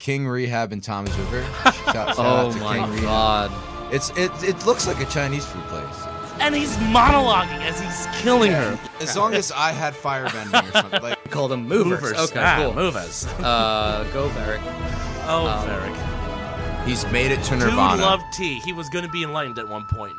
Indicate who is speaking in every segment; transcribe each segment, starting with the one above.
Speaker 1: King Rehab in Thomas River. Shout, shout out
Speaker 2: oh
Speaker 1: to
Speaker 2: my
Speaker 1: King Rehab.
Speaker 2: god.
Speaker 1: It's it it looks like a Chinese food place.
Speaker 3: And he's monologuing as he's killing her.
Speaker 1: As long as I had firebending or something. Like
Speaker 2: Call them movers. Okay,
Speaker 3: ah,
Speaker 2: cool.
Speaker 3: movers.
Speaker 1: Um,
Speaker 2: Uh, go, Eric.
Speaker 3: Oh, Eric.
Speaker 1: he's made it to
Speaker 3: Dude
Speaker 1: Nirvana.
Speaker 3: loved tea. He was going to be enlightened at one point.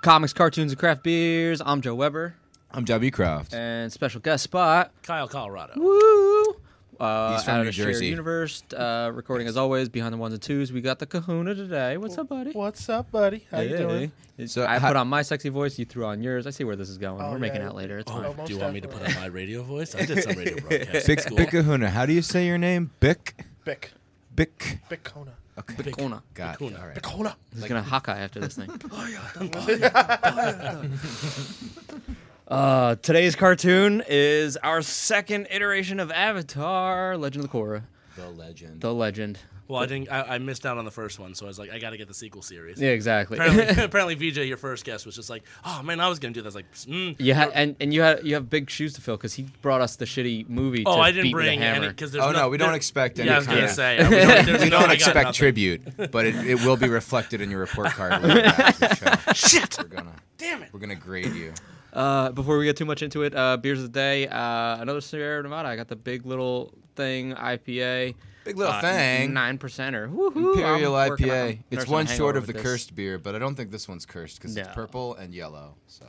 Speaker 2: Comics, cartoons, and craft beers. I'm Joe Weber,
Speaker 1: I'm W. Croft.
Speaker 3: Eh.
Speaker 2: and special guest spot.
Speaker 3: Kyle, Colorado.
Speaker 2: Woo! Uh,
Speaker 1: He's from
Speaker 2: out of
Speaker 1: New
Speaker 2: the Shared
Speaker 1: Jersey.
Speaker 2: Universe. Uh, recording as always behind the ones and twos. We got the Kahuna today. What's up, buddy?
Speaker 4: What's up, buddy? How you doing?
Speaker 1: So
Speaker 2: So I
Speaker 1: how-
Speaker 2: put on my sexy voice. You threw on yours. I see where this is going.
Speaker 4: Oh,
Speaker 2: We're making
Speaker 4: yeah.
Speaker 2: out later. It's
Speaker 4: Oh,
Speaker 2: fine.
Speaker 4: Almost
Speaker 3: Do you want me to put on my radio voice? I did some radio broadcasts.
Speaker 1: Bic,
Speaker 3: at school.
Speaker 1: Bic Kahuna. How do you say your name? Bic?
Speaker 4: Bick.
Speaker 1: Bic.
Speaker 4: Bick Kona.
Speaker 1: Okay.
Speaker 2: Big corner.
Speaker 1: Got it.
Speaker 3: Kahuna.
Speaker 1: All right.
Speaker 4: Bick Kona.
Speaker 2: He's gonna haka after this thing. uh, today's cartoon is our second iteration of Avatar: Legend of the Korra,
Speaker 1: The legend.
Speaker 2: the legend.
Speaker 3: Well, I didn't. I, I missed out on the first one, so I was like, I got to get the sequel series.
Speaker 2: Yeah, exactly.
Speaker 3: Apparently, apparently, VJ, your first guest was just like, "Oh man, I was gonna do this." Like, mm.
Speaker 2: You ha- and and you had you have big shoes to fill because he brought us the shitty movie.
Speaker 3: oh,
Speaker 2: to
Speaker 3: I didn't
Speaker 2: beat with a
Speaker 3: bring any
Speaker 2: hammer.
Speaker 3: because there's
Speaker 1: Oh no, we don't
Speaker 3: there-
Speaker 1: expect any
Speaker 3: Yeah, I was
Speaker 1: kind
Speaker 3: gonna
Speaker 1: of
Speaker 3: say uh, we don't, there's
Speaker 1: we
Speaker 3: no-
Speaker 1: don't
Speaker 3: I got
Speaker 1: expect
Speaker 3: nothing.
Speaker 1: tribute, but it, it will be reflected in your report card. when we're back to the show.
Speaker 3: Shit!
Speaker 1: We're gonna
Speaker 3: Damn it!
Speaker 1: we're gonna grade you.
Speaker 2: Uh, before we get too much into it, uh, beers of the day. Uh, another Sierra Nevada. I got the big little thing IPA.
Speaker 1: Big little
Speaker 3: Uh,
Speaker 1: thing.
Speaker 2: Uh, Nine percenter. Woohoo!
Speaker 1: Imperial
Speaker 2: I'm working on-
Speaker 1: IPA. It's
Speaker 2: nursing a
Speaker 1: one short
Speaker 2: hangover
Speaker 1: of the
Speaker 2: with this.
Speaker 1: cursed beer, but I don't think this one's cursed because it's
Speaker 2: No.
Speaker 1: purple and yellow. So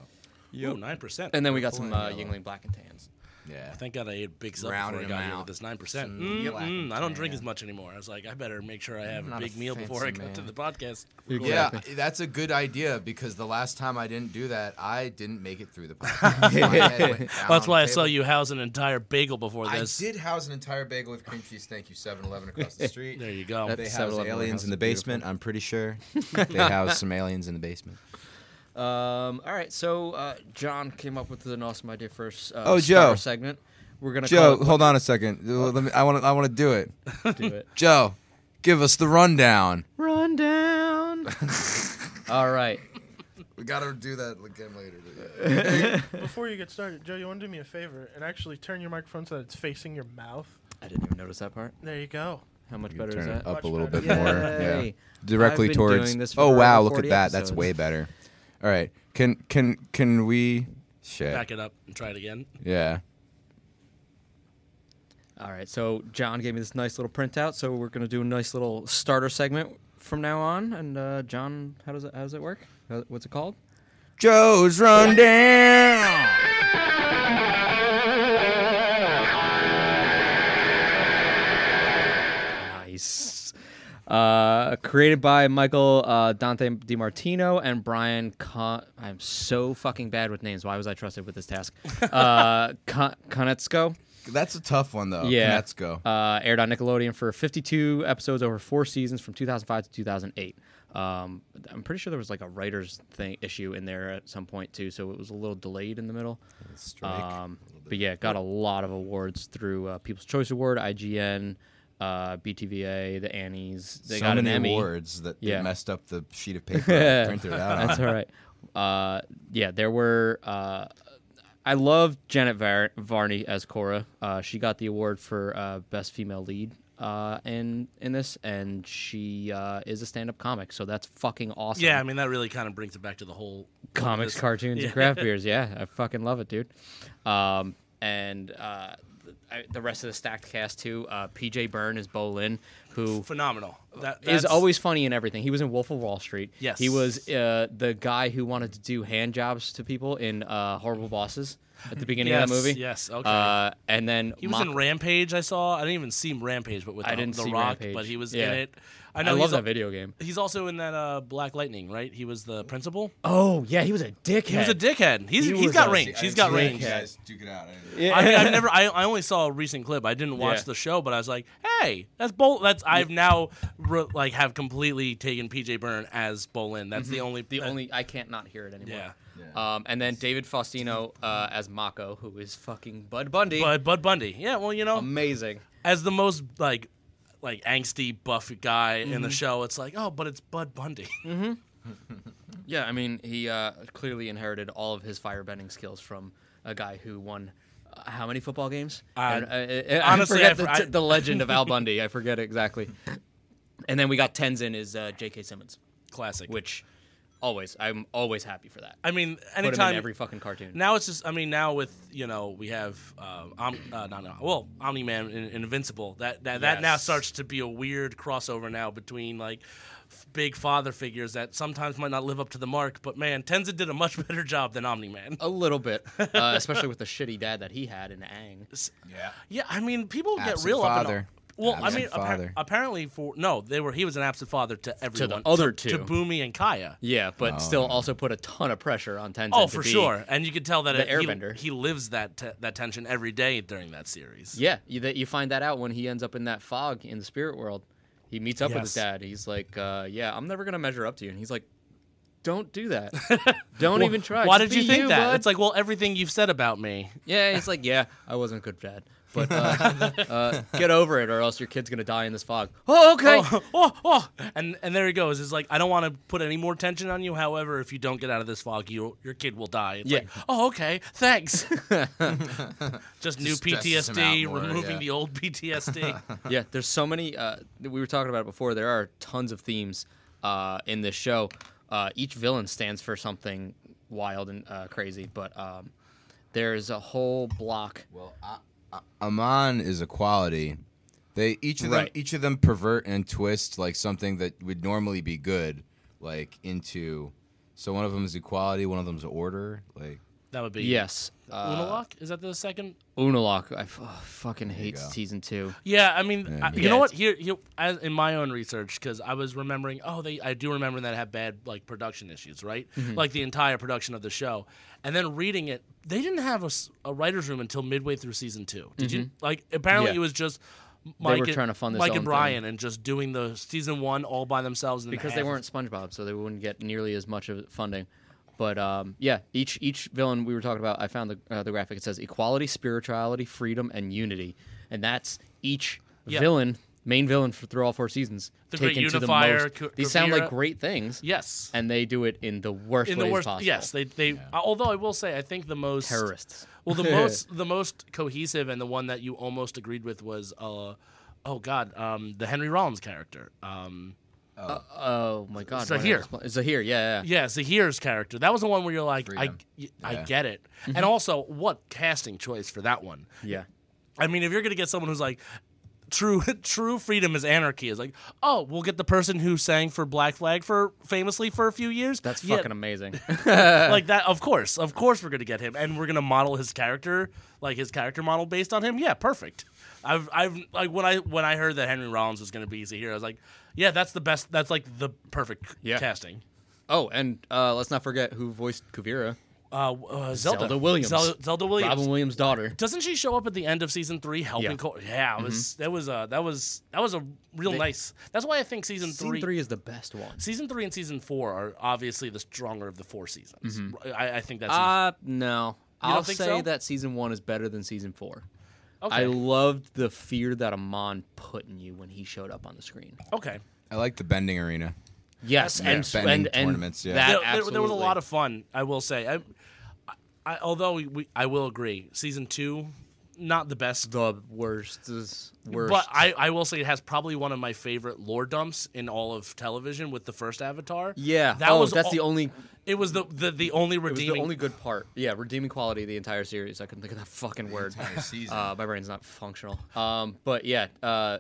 Speaker 3: Ooh, nine percent.
Speaker 2: And then we got some
Speaker 1: and
Speaker 2: uh,
Speaker 1: yellow.
Speaker 2: Yingling Black and Tans.
Speaker 1: yeah,
Speaker 3: Thank God I ate big stuff
Speaker 1: Rounded
Speaker 3: before I got
Speaker 1: them
Speaker 3: here
Speaker 1: out.
Speaker 3: with this nine percent. Mm-hmm.
Speaker 1: Some black and
Speaker 3: I don't drink
Speaker 1: tan.
Speaker 3: as much anymore. I was like, I better make sure I have
Speaker 1: I'm
Speaker 3: Mm, a
Speaker 1: not
Speaker 3: big
Speaker 1: a
Speaker 3: meal before I
Speaker 1: fancy
Speaker 3: go to
Speaker 1: man.
Speaker 3: the podcast.
Speaker 1: yeah, that's a good idea because the last time I didn't do that, I didn't make it through the podcast. My head went down
Speaker 3: That's
Speaker 1: on
Speaker 3: why
Speaker 1: the
Speaker 3: I saw
Speaker 1: table.
Speaker 3: you house an entire bagel before
Speaker 1: I
Speaker 3: this.
Speaker 1: did house an entire bagel with cream cheese. Thank you, 7-Eleven across the street.
Speaker 3: There you go.
Speaker 2: That-
Speaker 1: They
Speaker 2: The
Speaker 1: house
Speaker 2: 7-Eleven
Speaker 1: aliens
Speaker 2: warehouse
Speaker 1: in the
Speaker 2: is beautiful.
Speaker 1: basement. I'm pretty sure they house some aliens in the basement.
Speaker 2: Um, all right, so uh, John came up with an awesome idea for us. Uh,
Speaker 1: Oh,
Speaker 2: Star
Speaker 1: Joe.
Speaker 2: segment. We're gonna
Speaker 1: Joe,
Speaker 2: call it-
Speaker 1: hold on a second. Let me, I want to. I want to do it.
Speaker 2: do it.
Speaker 1: Joe, give us the rundown.
Speaker 2: Run down. all right.
Speaker 1: We gotta do that again later.
Speaker 4: Before you get started, Joe, you want to do me a favor and actually turn your microphone so that it's facing your mouth?
Speaker 2: I didn't even notice that part.
Speaker 4: There you go.
Speaker 2: How much
Speaker 1: You can
Speaker 2: better
Speaker 1: turn
Speaker 2: is
Speaker 1: it
Speaker 2: that?
Speaker 1: up a
Speaker 4: Much
Speaker 1: little
Speaker 4: better.
Speaker 1: bit more. Yeah.
Speaker 2: Yay.
Speaker 1: Directly
Speaker 2: I've been
Speaker 1: towards.
Speaker 2: doing this
Speaker 1: oh
Speaker 2: for
Speaker 1: wow!
Speaker 2: over
Speaker 1: Look at
Speaker 2: 40
Speaker 1: that. That's
Speaker 2: episodes.
Speaker 1: way better. All right. Can can can we? Shit.
Speaker 3: Back it up and try it again.
Speaker 1: Yeah.
Speaker 2: All right, so John gave me this nice little printout, so we're gonna do a nice little starter segment from now on. And uh, John, how does it how does it work? How- What's it called?
Speaker 1: Joe's rundown.
Speaker 2: Nice. Uh, created by Michael uh, Dante DiMartino and Brian. Con- I'm so fucking bad with names. Why was I trusted with this task? Uh, Con- Konetsko.
Speaker 1: That's a tough one though.
Speaker 2: Yeah.
Speaker 1: Let's go.
Speaker 2: Uh, aired on Nickelodeon for 52 episodes over four seasons from 2005 to 2008. Um, I'm pretty sure there was like a writer's thing issue in there at some point too, so it was a little delayed in the middle.
Speaker 1: Strike.
Speaker 2: Um, but yeah, got a lot of awards through uh, People's Choice Award, IGN, uh, BTVA, the Annies. They
Speaker 1: so
Speaker 2: got
Speaker 1: many
Speaker 2: an Emmy.
Speaker 1: awards that they
Speaker 2: Yeah.
Speaker 1: messed up the sheet of paper I printed it out. on.
Speaker 2: That's all right. Uh, yeah, there were. Uh, I love Janet Var- Varney as Cora. Uh, she got the award for uh, best female lead uh, in in this, and she uh, is a stand up comic, so that's fucking awesome.
Speaker 3: Yeah, I mean that really kind of brings it back to the whole
Speaker 2: comics,
Speaker 3: this-
Speaker 2: cartoons,
Speaker 3: Yeah.
Speaker 2: and craft beers. Yeah, I fucking love it, dude. Um, and uh, th- I, the rest of the stacked cast too. Uh, PJ Byrne is Bolin, who
Speaker 3: phenomenal. That
Speaker 2: is
Speaker 3: that's-
Speaker 2: always funny in everything. He was in Wolf of Wall Street.
Speaker 3: Yes.
Speaker 2: He was uh, the guy who wanted to do hand jobs to people in uh, Horrible Bosses at the beginning of that
Speaker 3: Yes,
Speaker 2: movie.
Speaker 3: yes, okay.
Speaker 2: Uh, and then
Speaker 3: He was
Speaker 2: Mock-
Speaker 3: in Rampage. I saw. I didn't even see Rampage, but with the,
Speaker 2: I didn't
Speaker 3: the
Speaker 2: see
Speaker 3: Rock,
Speaker 2: Rampage.
Speaker 3: but he was
Speaker 2: Yeah.
Speaker 3: in it.
Speaker 2: I,
Speaker 3: know
Speaker 2: love
Speaker 3: he's,
Speaker 2: that
Speaker 3: al-
Speaker 2: video game.
Speaker 3: He's also in that uh, Black Lightning, right? He was the principal.
Speaker 2: Oh yeah, he was a dickhead.
Speaker 3: He was a dickhead. Uh, He's
Speaker 2: He
Speaker 3: he's
Speaker 2: was
Speaker 3: got
Speaker 2: a-
Speaker 3: range. He's got range.
Speaker 2: dickhead.
Speaker 1: duke it out.
Speaker 3: I mean, I've never. I, I only saw a recent clip. I didn't watch
Speaker 2: Yeah.
Speaker 3: the show, but I was like, "Hey, that's Bol." That's I've now re- like have completely taken PJ Byrne as Bolin. That's the only
Speaker 2: Mm-hmm. The
Speaker 3: that-
Speaker 2: only I can't not hear it anymore.
Speaker 3: Yeah.
Speaker 2: Um, and then David Faustino uh, as Mako, who is fucking Bud Bundy.
Speaker 3: Bud, Bud Bundy. Yeah. Well, you
Speaker 2: Um,
Speaker 3: know,
Speaker 2: Amazing.
Speaker 3: as the most like like angsty buff guy in
Speaker 2: Mm-hmm.
Speaker 3: the show, it's like, oh, but it's Bud Bundy.
Speaker 2: Yeah, I mean, he uh, clearly inherited all of his firebending skills from a guy who won uh, how many football games?
Speaker 3: I-
Speaker 2: And, uh, I, I
Speaker 3: honestly,
Speaker 2: forget
Speaker 3: I
Speaker 2: the,
Speaker 3: for- I-
Speaker 2: t- the legend of Al Bundy. I forget exactly. And then we got Tenzin is uh, J.K. Simmons,
Speaker 3: Classic.
Speaker 2: which always I'm always happy for that.
Speaker 3: I mean,
Speaker 2: Put him
Speaker 3: anytime
Speaker 2: in every fucking cartoon.
Speaker 3: Now it's just, I mean, now with you know we have, uh, Om- uh, not, not well, Omni Man and, and Invincible. That that, that now
Speaker 2: Yes.
Speaker 3: starts to be a weird crossover now between like f- big father figures that sometimes might not live up to the mark. But man, Tenzin did a much better job than Omni Man.
Speaker 2: a little bit, uh, especially with the shitty dad that he had in Ang.
Speaker 1: Yeah.
Speaker 3: Yeah, I mean, people get
Speaker 1: Absent
Speaker 3: real up in
Speaker 1: father.
Speaker 3: ar- well, I mean,
Speaker 1: Absent
Speaker 3: appar-
Speaker 1: father.
Speaker 3: apparently for no, they were he was an absent father to everyone,
Speaker 2: other
Speaker 3: to,
Speaker 2: two.
Speaker 3: to Boomy and Kaya.
Speaker 2: Yeah, but still also put a ton of pressure on Tenzin.
Speaker 3: Oh,
Speaker 2: to
Speaker 3: for
Speaker 2: be-
Speaker 3: sure, and you could tell that
Speaker 2: the
Speaker 3: it- he-
Speaker 2: Airbender.
Speaker 3: He, lives that te- that tension every day during that series.
Speaker 2: Yeah, you, that you find that out when he ends up in that fog in the spirit world. He meets up with his
Speaker 3: Yes.
Speaker 2: dad. He's like, uh, "Yeah, I'm never gonna measure up to you," and he's like, "Don't do that. Don't even try."
Speaker 3: Why
Speaker 2: Just
Speaker 3: did you
Speaker 2: be
Speaker 3: think that?
Speaker 2: bud."
Speaker 3: It's like, well, everything you've said about me.
Speaker 2: yeah, he's like, "Yeah, I wasn't a good dad, but uh, uh, get over it, or else your kid's gonna die in this fog." Oh, okay.
Speaker 3: Oh, oh, oh. And and there he goes. It's like I don't want to put any more tension on you. However, if you don't get out of this fog, you your kid will die. It's
Speaker 2: Yeah.
Speaker 3: like, oh, okay. Thanks. Just new
Speaker 1: Just stresses him out
Speaker 3: PTSD,
Speaker 1: more,
Speaker 3: removing
Speaker 1: yeah.
Speaker 3: the old PTSD.
Speaker 2: yeah, there's so many. Uh, we were talking about it before. There are tons of themes uh, in this show. Uh, each villain stands for something wild and uh, crazy, but um, there's a whole block.
Speaker 1: Well, A- A- Amon is a quality. They each of them
Speaker 2: Right.
Speaker 1: each of them pervert and twist like something that would normally be good, like into. So one of them is equality, one of them's order. Like
Speaker 3: that would be
Speaker 2: Yes, uh,
Speaker 3: Unalaq? Is that the second?
Speaker 2: Unalak. I f- oh, fucking hate
Speaker 1: go.
Speaker 2: season two.
Speaker 3: Yeah, I mean, I, you
Speaker 2: Yeah,
Speaker 3: know what? Here, here as in my own research, because I was remembering. Oh, they, I do remember that had bad like production issues, right?
Speaker 2: Mm-hmm.
Speaker 3: Like the entire production of the show, and then reading it, they didn't have a, s- a writers' room until midway through season two. Did you like? Apparently,
Speaker 2: Mm-hmm. Yeah.
Speaker 3: it was just Mike
Speaker 2: were
Speaker 3: and,
Speaker 2: trying to fund this
Speaker 3: Mike
Speaker 2: own
Speaker 3: and Brian and just doing the season one all by themselves and
Speaker 2: because they
Speaker 3: half-
Speaker 2: weren't SpongeBob, so they wouldn't get nearly as much of funding. But um, yeah, each each villain we were talking about, I found the uh, the graphic. It says equality, spirituality, freedom, and unity, and that's each
Speaker 3: Yeah.
Speaker 2: villain, main villain for through all four seasons.
Speaker 3: The Great
Speaker 2: taken to
Speaker 3: Unifier,
Speaker 2: the most.
Speaker 3: Ku-
Speaker 2: These sound like
Speaker 3: Kuvira.
Speaker 2: great things,
Speaker 3: Yes.
Speaker 2: and they do it in the worst
Speaker 3: in
Speaker 2: ways
Speaker 3: the worst,
Speaker 2: possible.
Speaker 3: yes, they they. Although I will say, I think the most
Speaker 2: terrorists.
Speaker 3: Well, the most the most cohesive and the one that you almost agreed with was uh, oh god, um, the Henry Rollins character. Um,
Speaker 2: Oh my God! why did I
Speaker 3: Zahir.
Speaker 2: explain- Zahir, yeah, yeah, yeah.
Speaker 3: yeah, Zahir's character. That was the one where you're like, I,
Speaker 1: Freedom.
Speaker 3: y- I
Speaker 1: Yeah. Mm-hmm.
Speaker 3: get it. And also, what casting choice for that one?
Speaker 2: yeah.
Speaker 3: I mean, if you're gonna get someone who's like. True, true freedom is anarchy. Is like, oh, we'll get the person who sang for Black Flag for famously for a few years.
Speaker 2: That's
Speaker 3: Yeah,
Speaker 2: fucking amazing.
Speaker 3: like that. Of course, of course, we're gonna get him, and we're gonna model his character, like his character model, based on him. Yeah, perfect. I've, I've, like when I when I heard that Henry Rollins was gonna be Zahir, I was like, yeah, that's the best. That's like the perfect
Speaker 2: Yeah.
Speaker 3: casting.
Speaker 2: oh, and uh, let's not forget who voiced Kuvira,
Speaker 3: Uh, uh, Zelda.
Speaker 2: Zelda Williams.
Speaker 3: Zel- Zelda Williams.
Speaker 2: Robin Williams' daughter.
Speaker 3: Doesn't she show up at the end of season three helping?
Speaker 2: Yeah. Mm-hmm.
Speaker 3: Yeah, yeah it was that was uh, that was that was a real nice. That's why I think season
Speaker 2: Season three is the best one.
Speaker 3: season three and season four are obviously the stronger of the four seasons.
Speaker 2: Mm-hmm.
Speaker 3: I, I think that's
Speaker 2: Uh no.
Speaker 3: don't
Speaker 2: I'll say
Speaker 3: think so?
Speaker 2: that season one is better than season four. I
Speaker 3: okay.
Speaker 2: loved the fear that Amon put in you when he showed up on the screen.
Speaker 3: okay.
Speaker 1: I like the bending arena.
Speaker 2: Yes,
Speaker 1: Yeah,
Speaker 2: and,
Speaker 1: bending
Speaker 2: and, and
Speaker 1: tournaments, yeah.
Speaker 2: that
Speaker 3: there, there- there was a
Speaker 2: absolutely.
Speaker 3: lot of fun. I will say, I, I, although we, we, I will agree, season two, not the best,
Speaker 2: the worst is worst.
Speaker 3: but I, I will say it has probably one of my favorite lore dumps in all of television with the first Avatar.
Speaker 2: yeah,
Speaker 3: that
Speaker 2: oh,
Speaker 3: was
Speaker 2: that's
Speaker 3: all-
Speaker 2: the only it
Speaker 3: It was the the, the only
Speaker 2: was
Speaker 3: redeeming.
Speaker 2: the only good part. Yeah, redeeming quality of the entire series. I couldn't think of that fucking word.
Speaker 1: entire season.
Speaker 2: Uh, my brain's not functional. Um, but yeah, uh,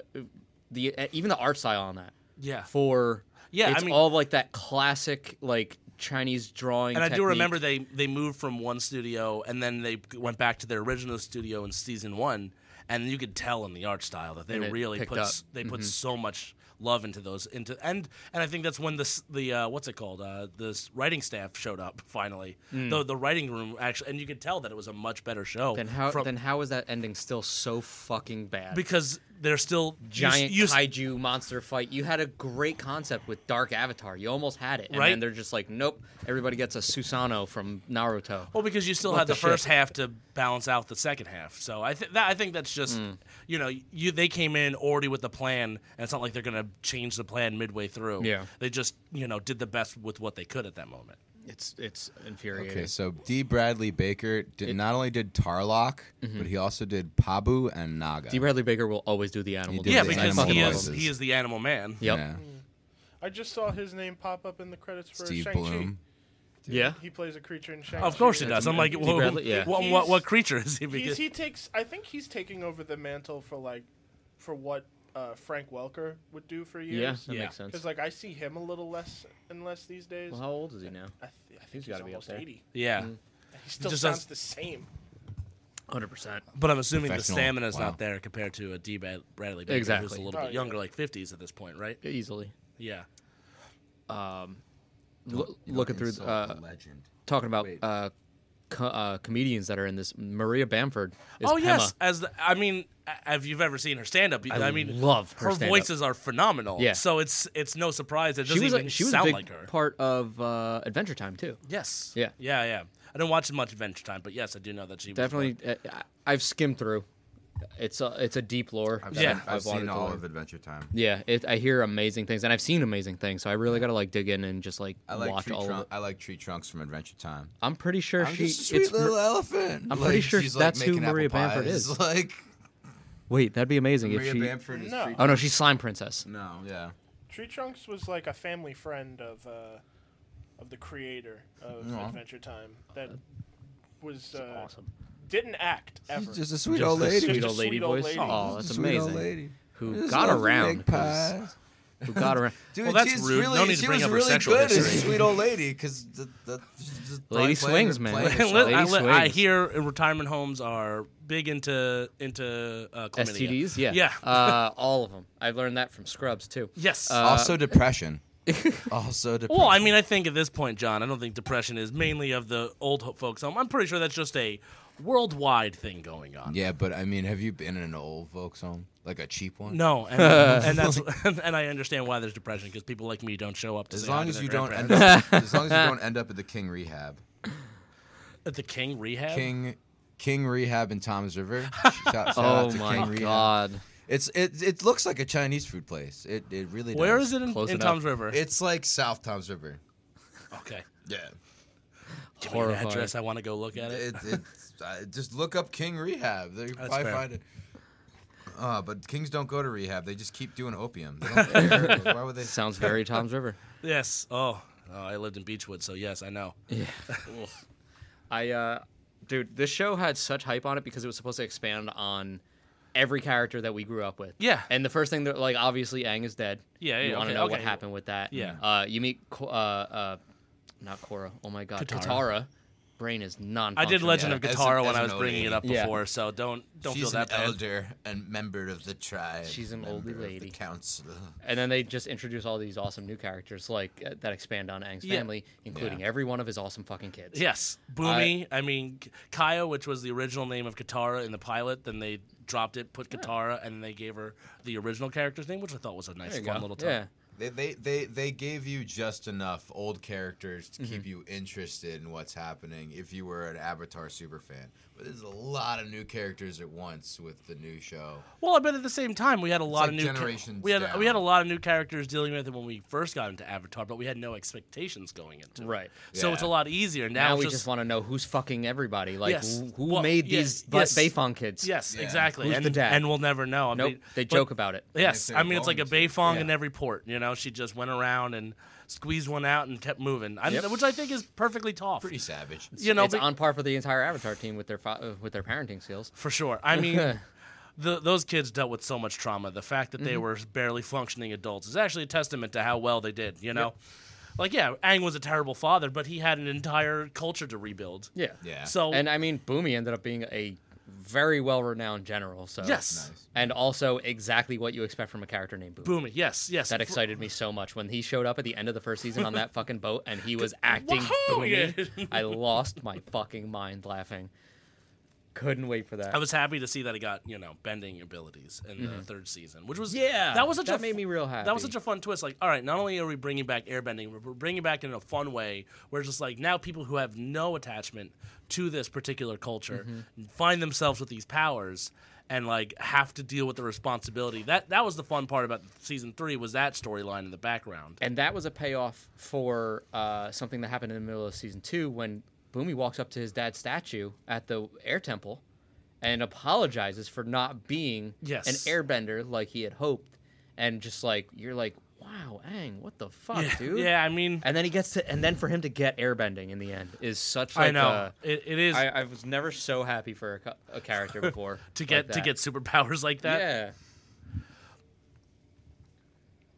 Speaker 2: the even the art style on that.
Speaker 3: yeah.
Speaker 2: For
Speaker 3: Yeah, I
Speaker 2: it's
Speaker 3: mean-
Speaker 2: all like that classic like Chinese drawing.
Speaker 3: And I do
Speaker 2: technique.
Speaker 3: remember they, they moved from one studio and then they went back to their original studio in season one, and you could tell in the art style that they
Speaker 2: And it
Speaker 3: really
Speaker 2: picked
Speaker 3: put s-
Speaker 2: up. Mm-hmm.
Speaker 3: they put so much love into those into and and I think that's when this the uh, what's it called uh, the s- writing staff showed up finally the the writing room actually and you could tell that it was a much better show
Speaker 2: Mm. Then how
Speaker 3: from-
Speaker 2: then how is that ending still so fucking bad?
Speaker 3: because they're still you s-
Speaker 2: giant
Speaker 3: you s-
Speaker 2: kaiju monster fight. You had a great concept with Dark Avatar. You almost had it, and
Speaker 3: Right.
Speaker 2: then they're just like, nope. Everybody gets a Susanoo from Naruto.
Speaker 3: Well, because you still
Speaker 2: What
Speaker 3: had
Speaker 2: the
Speaker 3: the, first
Speaker 2: shit?
Speaker 3: half to balance out the second half, so I th- that, I think that's just you know you they came in already with the plan, and it's not like they're gonna change the plan midway through.
Speaker 2: Yeah.
Speaker 3: they just you know did the best with what they could at that moment.
Speaker 2: It's it's infuriating.
Speaker 1: Okay, so D. Bradley Baker did, not only did Tarlock, but he also did Pabu and Naga.
Speaker 2: Mm-hmm. D. Bradley Baker will always do the animal.
Speaker 1: did
Speaker 2: dude.
Speaker 3: Yeah,
Speaker 1: the
Speaker 2: I
Speaker 3: because
Speaker 1: animal
Speaker 2: fucking
Speaker 3: he
Speaker 2: love
Speaker 3: is
Speaker 1: voices.
Speaker 2: him.
Speaker 3: he is the animal man.
Speaker 2: Yep.
Speaker 1: Yeah.
Speaker 4: I just saw his name pop up in the credits Mm, for
Speaker 1: Steve
Speaker 4: Shang-Chi.
Speaker 1: Bloom.
Speaker 2: Yeah.
Speaker 4: He plays a creature in Shang-Chi.
Speaker 3: Of course he does. I'm like, whoa,
Speaker 2: Bradley? Yeah.
Speaker 3: what, what what creature is he?
Speaker 4: He's,
Speaker 3: Because
Speaker 4: he takes. I think he's taking over the mantle for like, for what uh, Frank Welker would do for years.
Speaker 2: Yeah, that
Speaker 3: Yeah.
Speaker 2: makes sense.
Speaker 4: Because like I see him a little less and less these days.
Speaker 2: Well, how old is he now?
Speaker 4: I, th- I think
Speaker 2: He's
Speaker 4: he's,
Speaker 2: gotta be up
Speaker 4: almost
Speaker 2: there.
Speaker 4: eighty.
Speaker 3: yeah,
Speaker 4: He still
Speaker 3: just
Speaker 4: sounds
Speaker 3: does-
Speaker 4: the same.
Speaker 2: Hundred percent.
Speaker 3: but I'm assuming the
Speaker 1: Professional.
Speaker 3: stamina's
Speaker 1: Wow.
Speaker 3: not there compared to a D. Brad- Bradley Baker, who's
Speaker 2: Exactly.
Speaker 3: a little
Speaker 4: Oh,
Speaker 3: bit
Speaker 4: yeah.
Speaker 3: younger, like 50s at this point, right?
Speaker 2: Easily.
Speaker 3: Yeah.
Speaker 2: Lo- looking through, uh,
Speaker 1: legend.
Speaker 2: talking about
Speaker 1: Wait.
Speaker 2: uh, co- uh, comedians that are in this. Maria Bamford is
Speaker 3: oh
Speaker 2: Pema.
Speaker 3: yes, as the, I mean, a- if you've ever seen her stand up, I,
Speaker 2: I
Speaker 3: mean,
Speaker 2: love her
Speaker 3: her
Speaker 2: stand-up.
Speaker 3: voices are phenomenal.
Speaker 2: Yeah.
Speaker 3: So it's it's no surprise it doesn't
Speaker 2: She was
Speaker 3: even
Speaker 2: a, she was a
Speaker 3: sound
Speaker 2: big
Speaker 3: like her.
Speaker 2: part of uh, Adventure Time too.
Speaker 3: yes.
Speaker 2: Yeah.
Speaker 3: Yeah. Yeah. I didn't watch much Adventure Time, but yes, I do know that she was
Speaker 2: Definitely, uh, I- I've skimmed through. It's a it's a deep lore.
Speaker 1: I've
Speaker 2: that
Speaker 3: Yeah.
Speaker 1: seen,
Speaker 2: I've
Speaker 1: I've
Speaker 2: wanted
Speaker 1: seen
Speaker 2: to
Speaker 1: all
Speaker 2: learn.
Speaker 1: of Adventure Time.
Speaker 2: Yeah, it, I hear amazing things, and I've seen amazing things. So I really gotta like dig in and just like,
Speaker 1: I like
Speaker 2: watch
Speaker 1: tree
Speaker 2: all of
Speaker 1: trunk.
Speaker 2: it.
Speaker 1: I like tree trunks from Adventure Time.
Speaker 2: I'm pretty sure
Speaker 1: I'm
Speaker 2: she.
Speaker 1: just a sweet
Speaker 2: it's
Speaker 1: little
Speaker 2: Mar-
Speaker 1: elephant.
Speaker 2: I'm pretty sure
Speaker 1: she's,
Speaker 2: that's who
Speaker 1: making
Speaker 2: Maria
Speaker 1: apple
Speaker 2: Bamford
Speaker 1: pies.
Speaker 2: is.
Speaker 1: Like
Speaker 2: Wait, that'd be amazing if
Speaker 1: Maria
Speaker 2: she.
Speaker 1: Bamford is.
Speaker 4: No.
Speaker 1: Tree
Speaker 3: Uh,
Speaker 2: Oh no, she's slime princess.
Speaker 1: No, yeah.
Speaker 4: Tree Trunks was like a family friend of uh, of the creator of
Speaker 1: Yeah.
Speaker 4: Adventure Time that was uh,
Speaker 2: Awesome.
Speaker 4: didn't act ever.
Speaker 1: She's just a sweet
Speaker 2: Just
Speaker 1: old
Speaker 2: a
Speaker 1: lady.
Speaker 2: Sweet
Speaker 4: Just a
Speaker 2: old lady
Speaker 4: sweet old
Speaker 2: voice.
Speaker 4: lady.
Speaker 2: Oh,
Speaker 1: Just
Speaker 2: that's
Speaker 1: a sweet old
Speaker 2: amazing.
Speaker 1: lady.
Speaker 2: Who
Speaker 1: Just
Speaker 2: got
Speaker 1: loves to
Speaker 2: around,
Speaker 1: make
Speaker 2: 'cause-
Speaker 1: pies.
Speaker 2: Who got around?
Speaker 1: Dude,
Speaker 3: Well, that's
Speaker 1: she's
Speaker 3: rude.
Speaker 1: really,
Speaker 3: No need to
Speaker 1: she
Speaker 3: bring
Speaker 1: was
Speaker 3: up her
Speaker 1: really
Speaker 3: sexual
Speaker 1: good as a
Speaker 3: history.
Speaker 1: sweet old lady because the, the, just
Speaker 2: Lady
Speaker 1: like playing her-
Speaker 2: swings, man.
Speaker 1: playing
Speaker 3: Li-
Speaker 1: herself.
Speaker 2: Lady
Speaker 3: I, li- I
Speaker 2: swings.
Speaker 3: hear retirement homes are big into into uh, chlamydia.
Speaker 2: STDs, yeah,
Speaker 3: yeah.
Speaker 2: uh, all of them. I've learned that from Scrubs too.
Speaker 3: yes.
Speaker 1: also depression. also depression.
Speaker 3: well, I mean, I think at this point, John, I don't think depression is mainly of the old ho- folks home. I'm pretty sure that's just a worldwide thing going on.
Speaker 1: yeah, but I mean, have you been in an old folks home, like a cheap one?
Speaker 3: No, and, and that's and I understand why there's depression because people like me don't show up. To
Speaker 1: As
Speaker 3: say hi
Speaker 1: long
Speaker 3: to
Speaker 1: as
Speaker 3: their
Speaker 1: you don't end
Speaker 3: grandparents.
Speaker 1: up, as long as you don't end up at the King Rehab,
Speaker 3: at the King Rehab.
Speaker 1: King, King Rehab in Tom's River. Shout, shout out
Speaker 2: Oh
Speaker 1: to
Speaker 2: my
Speaker 1: King Rehab.
Speaker 2: god.
Speaker 1: It's it it looks like a Chinese food place. It it really.
Speaker 3: Where
Speaker 1: does.
Speaker 3: is it in,
Speaker 2: Close
Speaker 3: in
Speaker 2: enough.
Speaker 3: Tom's River?
Speaker 1: It's like South Tom's River.
Speaker 3: okay.
Speaker 1: Yeah.
Speaker 3: Give me an
Speaker 2: Horrifying.
Speaker 3: address. I want to go look at
Speaker 1: It,
Speaker 3: it.
Speaker 1: it's uh, just look up King Rehab. They probably
Speaker 3: fair.
Speaker 1: find it. Uh, but kings don't go to rehab. They just keep doing opium. They don't care. Why would they?
Speaker 2: Sounds very Tom's River.
Speaker 3: Yes. Oh. oh, I lived in Beechwood, so yes, I know.
Speaker 2: I, uh, dude, this show had such hype on it because it was supposed to expand on every character that we grew up with.
Speaker 3: Yeah.
Speaker 2: And the first thing that, like, obviously, Aang is dead.
Speaker 3: Yeah,
Speaker 2: You
Speaker 3: yeah,
Speaker 2: want to
Speaker 3: okay,
Speaker 2: know what
Speaker 3: okay.
Speaker 2: happened with that.
Speaker 3: Yeah.
Speaker 2: Uh, you meet, Ko- uh, uh, not Korra. Oh my God.
Speaker 3: Katara.
Speaker 2: Katara. Brain is non.
Speaker 3: I did Legend
Speaker 1: Yeah,
Speaker 3: of
Speaker 1: as an-
Speaker 3: Guitar
Speaker 1: as
Speaker 3: when I
Speaker 1: an
Speaker 3: was
Speaker 1: old
Speaker 3: bringing it
Speaker 1: lady.
Speaker 3: up
Speaker 2: Yeah.
Speaker 3: before, so don't don't
Speaker 1: E. She's
Speaker 3: feel that
Speaker 1: an
Speaker 3: bad.
Speaker 1: elder and member of the tribe.
Speaker 2: She's an
Speaker 1: member
Speaker 2: oldie
Speaker 1: of the
Speaker 2: lady.
Speaker 1: council.
Speaker 2: And then they just introduce all these awesome new characters, like uh, that expand on Aang's
Speaker 3: Yeah.
Speaker 2: family, including every one of his awesome fucking kids.
Speaker 3: Yes, Boomy. I, mean, K- Kaya, which was the original name of Katara in the pilot, then they dropped it, put Katara, and they gave her the original character's name, which I thought was a nice,
Speaker 2: There you
Speaker 3: fun
Speaker 2: go.
Speaker 3: little
Speaker 2: Yeah.
Speaker 3: touch.
Speaker 1: They, they they they gave you just enough old characters to
Speaker 3: Mm-hmm.
Speaker 1: keep you interested in what's happening if you were an Avatar superfan. But there's a lot of new characters at once with the new show.
Speaker 3: Well, I bet at the same time we had a lot
Speaker 1: like
Speaker 3: of new cha-
Speaker 1: generations
Speaker 3: we had we had a
Speaker 1: down.
Speaker 3: lot of new characters dealing with it when we first got into Avatar, but we had no expectations going into it.
Speaker 2: Right.
Speaker 3: So it's a
Speaker 1: Yeah.
Speaker 3: lot easier now.
Speaker 2: Now
Speaker 3: it's
Speaker 2: we just, want to know who's fucking everybody. Like,
Speaker 3: Yes.
Speaker 2: who, who
Speaker 3: Well,
Speaker 2: made
Speaker 3: yeah,
Speaker 2: these ba-
Speaker 3: yes.
Speaker 2: Bayfong kids?
Speaker 3: yes,
Speaker 1: Yeah.
Speaker 3: exactly.
Speaker 2: Who's
Speaker 3: and
Speaker 2: the dad?
Speaker 3: and we'll never know. I
Speaker 2: Nope.
Speaker 3: mean,
Speaker 2: they
Speaker 3: but-
Speaker 2: joke about it.
Speaker 3: Yes,
Speaker 1: they're
Speaker 3: I mean it's like a
Speaker 1: going to.
Speaker 3: Bayfong in
Speaker 1: Yeah.
Speaker 3: every port. You know, she just went around and squeezed one out and kept moving, I,
Speaker 2: Yep.
Speaker 3: which I think is perfectly tough.
Speaker 1: Pretty savage.
Speaker 3: you know,
Speaker 2: it's
Speaker 3: be-
Speaker 2: on par for the entire Avatar team with their fa- uh, with their parenting skills.
Speaker 3: for sure. I mean, the, those kids dealt with so much trauma. The fact that they
Speaker 2: Mm-hmm.
Speaker 3: were barely functioning adults is actually a testament to how well they did. You know, like yeah, Aang was a terrible father, but he had an entire culture to rebuild.
Speaker 2: Yeah.
Speaker 1: Yeah.
Speaker 3: So
Speaker 2: And uh, I mean, Boomy ended up being a very well renowned general. So
Speaker 3: yes,
Speaker 1: Nice.
Speaker 2: And also exactly what you expect from a character named Boomy.
Speaker 3: Boomy. Yes, yes.
Speaker 2: That
Speaker 3: For-
Speaker 2: excited me so much when he showed up at the end of the first season on that fucking boat and he was acting
Speaker 3: Wahoo,
Speaker 2: Boomy.
Speaker 3: yeah.
Speaker 2: I lost my fucking mind laughing. Couldn't wait for that.
Speaker 3: I was happy to see that he got you know bending abilities in the third season, which was
Speaker 2: Mm-hmm. Yeah,
Speaker 3: that was such
Speaker 2: that
Speaker 3: a
Speaker 2: made me real
Speaker 3: That was
Speaker 2: happy.
Speaker 3: such a fun twist. Like, all right, not only are we bringing back airbending, we're- we're bringing back in a fun way where it's just like now people who
Speaker 2: Mm-hmm.
Speaker 3: have no attachment to this particular culture find themselves with these powers. and like have to deal with the responsibility. That that was the fun part about season three was that storyline in the background.
Speaker 2: and that was a payoff for uh, something that happened in the middle of season two when Boomy walks up to his dad's statue at the air temple and apologizes for not being
Speaker 3: Yes.
Speaker 2: an airbender like he had hoped, and just like you're like, wow, Ang, what the fuck, dude?
Speaker 3: Yeah, I mean,
Speaker 2: And then he gets to, and then for him to get airbending in the end is such like
Speaker 3: I know
Speaker 2: a-
Speaker 3: it, it is
Speaker 2: I, I was never so happy for a, co- a character before
Speaker 3: to
Speaker 2: like
Speaker 3: get to
Speaker 2: that.
Speaker 3: get superpowers like that.
Speaker 2: Yeah.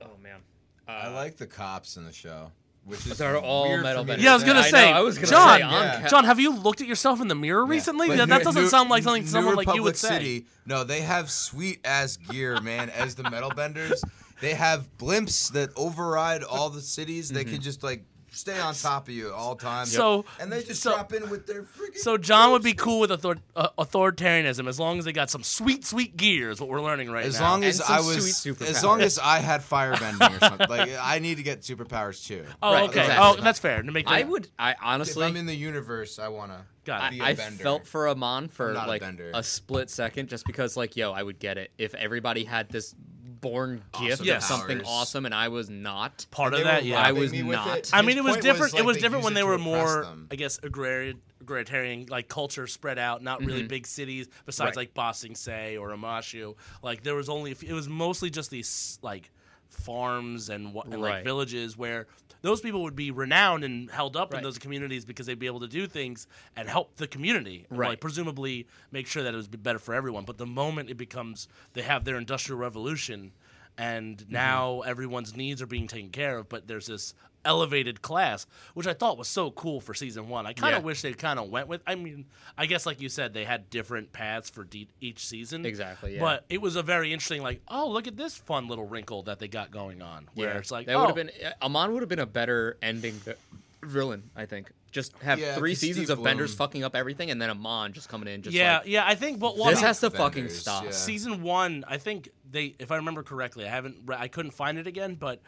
Speaker 2: Oh man.
Speaker 1: I like the cops in the show, which is
Speaker 2: They're all
Speaker 1: weird for
Speaker 2: metal
Speaker 1: me
Speaker 2: benders.
Speaker 1: to
Speaker 3: Yeah, I was gonna
Speaker 2: I know,
Speaker 3: say,
Speaker 2: I was gonna
Speaker 3: John,
Speaker 2: say, I'm ca-
Speaker 3: John, have you looked at yourself in the mirror recently?
Speaker 1: But
Speaker 3: That, that
Speaker 1: New-
Speaker 3: doesn't
Speaker 1: New-
Speaker 3: sound like something
Speaker 1: New
Speaker 3: someone like you
Speaker 1: Republic
Speaker 3: would say.
Speaker 1: City, no, they have sweet ass gear, man. as the metal benders, they have blimps that override all the cities. They can just like stay on top of you at all times.
Speaker 3: Mm-hmm. So-
Speaker 1: and they just
Speaker 3: so-
Speaker 1: drop in with their freaking.
Speaker 3: So John would be cool with author- uh, authoritarianism as long as they got some sweet, sweet gear is what we're learning right
Speaker 1: As
Speaker 3: now.
Speaker 1: long as
Speaker 2: And some
Speaker 1: I was,
Speaker 2: sweet
Speaker 1: as long
Speaker 2: superpowers.
Speaker 1: as I had firebending or something, like I need to get superpowers too.
Speaker 3: oh,
Speaker 2: Right,
Speaker 3: okay.
Speaker 2: exactly.
Speaker 3: Oh, that's fair. To make
Speaker 2: I
Speaker 3: that-
Speaker 2: would. I
Speaker 1: If
Speaker 2: honestly.
Speaker 1: I'm in the universe, I wanna
Speaker 3: Got it.
Speaker 1: be a
Speaker 2: I
Speaker 1: bender.
Speaker 2: felt for Amon for
Speaker 1: Not a
Speaker 2: like
Speaker 1: bender.
Speaker 2: a, split second, just because like, yo, I would get it if everybody had this born
Speaker 1: Awesome
Speaker 2: gift of
Speaker 3: Yes.
Speaker 2: something
Speaker 1: powers.
Speaker 2: awesome, and I was not.
Speaker 3: part
Speaker 1: They
Speaker 3: of
Speaker 1: were
Speaker 3: that. Yeah,
Speaker 2: I
Speaker 1: robbing
Speaker 2: was
Speaker 1: me with
Speaker 2: not.
Speaker 1: His
Speaker 3: I mean, it was
Speaker 1: point
Speaker 3: different.
Speaker 1: like,
Speaker 3: it was
Speaker 1: they
Speaker 3: different
Speaker 1: use it
Speaker 3: when they
Speaker 1: to
Speaker 3: were
Speaker 1: oppress
Speaker 3: more,
Speaker 1: them.
Speaker 3: I guess, agrarian, egalitarian, like culture spread out, not
Speaker 1: Mm-hmm.
Speaker 3: really big cities. Besides,
Speaker 2: Right.
Speaker 3: like Bossing Se or Amashu, like there was only a few, it was mostly just these like farms and, what, and like
Speaker 2: Right.
Speaker 3: villages where those people would be renowned and held up in
Speaker 2: Right.
Speaker 3: those communities because they'd be able to do things and help the community, and, Like
Speaker 2: Right.
Speaker 3: presumably make sure that it was better for everyone. But the moment it becomes they have their industrial revolution and
Speaker 2: Mm-hmm.
Speaker 3: now everyone's needs are being taken care of, but there's this elevated class, which I thought was so cool for season one. I kind
Speaker 2: Yeah.
Speaker 3: of wish they kind of went with. I mean, I guess like you said, they had different paths for de- each season.
Speaker 2: Exactly, yeah.
Speaker 3: But it was a very interesting, like, oh, look at this fun little wrinkle that they got going on, where it's like,
Speaker 2: that
Speaker 3: oh,
Speaker 2: would have been uh, Amon would have been a better ending vi- villain, I think. Just have
Speaker 1: Yeah,
Speaker 2: three
Speaker 1: 'cause
Speaker 2: seasons
Speaker 1: Steve
Speaker 2: of Benders
Speaker 1: Bloom-
Speaker 2: fucking up everything, and then Amon just coming in, just
Speaker 3: yeah,
Speaker 2: like,
Speaker 3: yeah. I think, but well, I
Speaker 2: this
Speaker 3: mean-
Speaker 2: has to fucking
Speaker 1: Benders,
Speaker 2: stop.
Speaker 1: yeah.
Speaker 3: season one i think they if i remember correctly i haven't re- i couldn't find it again but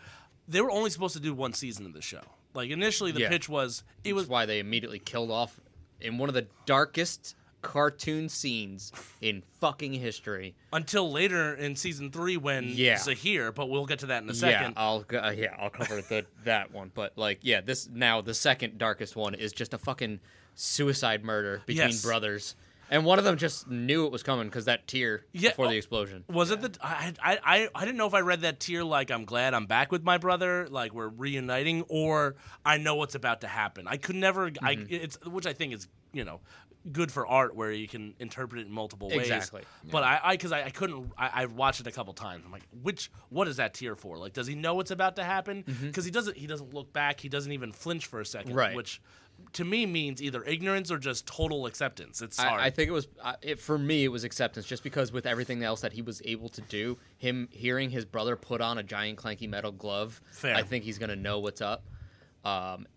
Speaker 3: they were only supposed to do one season of the show like initially the
Speaker 2: Yeah.
Speaker 3: pitch was it
Speaker 2: It
Speaker 3: was
Speaker 2: was why they immediately killed off in one of the darkest cartoon scenes in fucking history.
Speaker 3: until later in season three when
Speaker 2: Yeah.
Speaker 3: zahir but we'll get to that in a second
Speaker 2: Yeah, I'll go- uh, yeah, I'll cover the that one. But like, yeah, this now the second darkest one is just a fucking suicide murder between
Speaker 3: Yes.
Speaker 2: brothers, and one of them just knew it was coming because that tear
Speaker 3: Yeah,
Speaker 2: before
Speaker 3: oh.
Speaker 2: the explosion.
Speaker 3: was it the I, I I I didn't know if I read that tier like I'm glad I'm back with my brother like we're reuniting or I know what's about to happen. I could never I
Speaker 2: Mm-hmm.
Speaker 3: it's which I think is you know good for art where you can interpret it in multiple ways.
Speaker 2: Exactly.
Speaker 3: But I I because I, I couldn't I, I watched it a couple times. I'm like which what is that tier for? Like does he know what's about to happen? Because he doesn't he doesn't look back. He doesn't even flinch for a second.
Speaker 2: Mm-hmm. Right.
Speaker 3: Which to me means either ignorance or just total acceptance. It's hard.
Speaker 2: I, I think it was I it, for me. It was acceptance, just because with everything else that he was able to do, him hearing his brother put on a giant clanky metal glove,
Speaker 3: Fair.
Speaker 2: I think he's gonna know what's up. Um,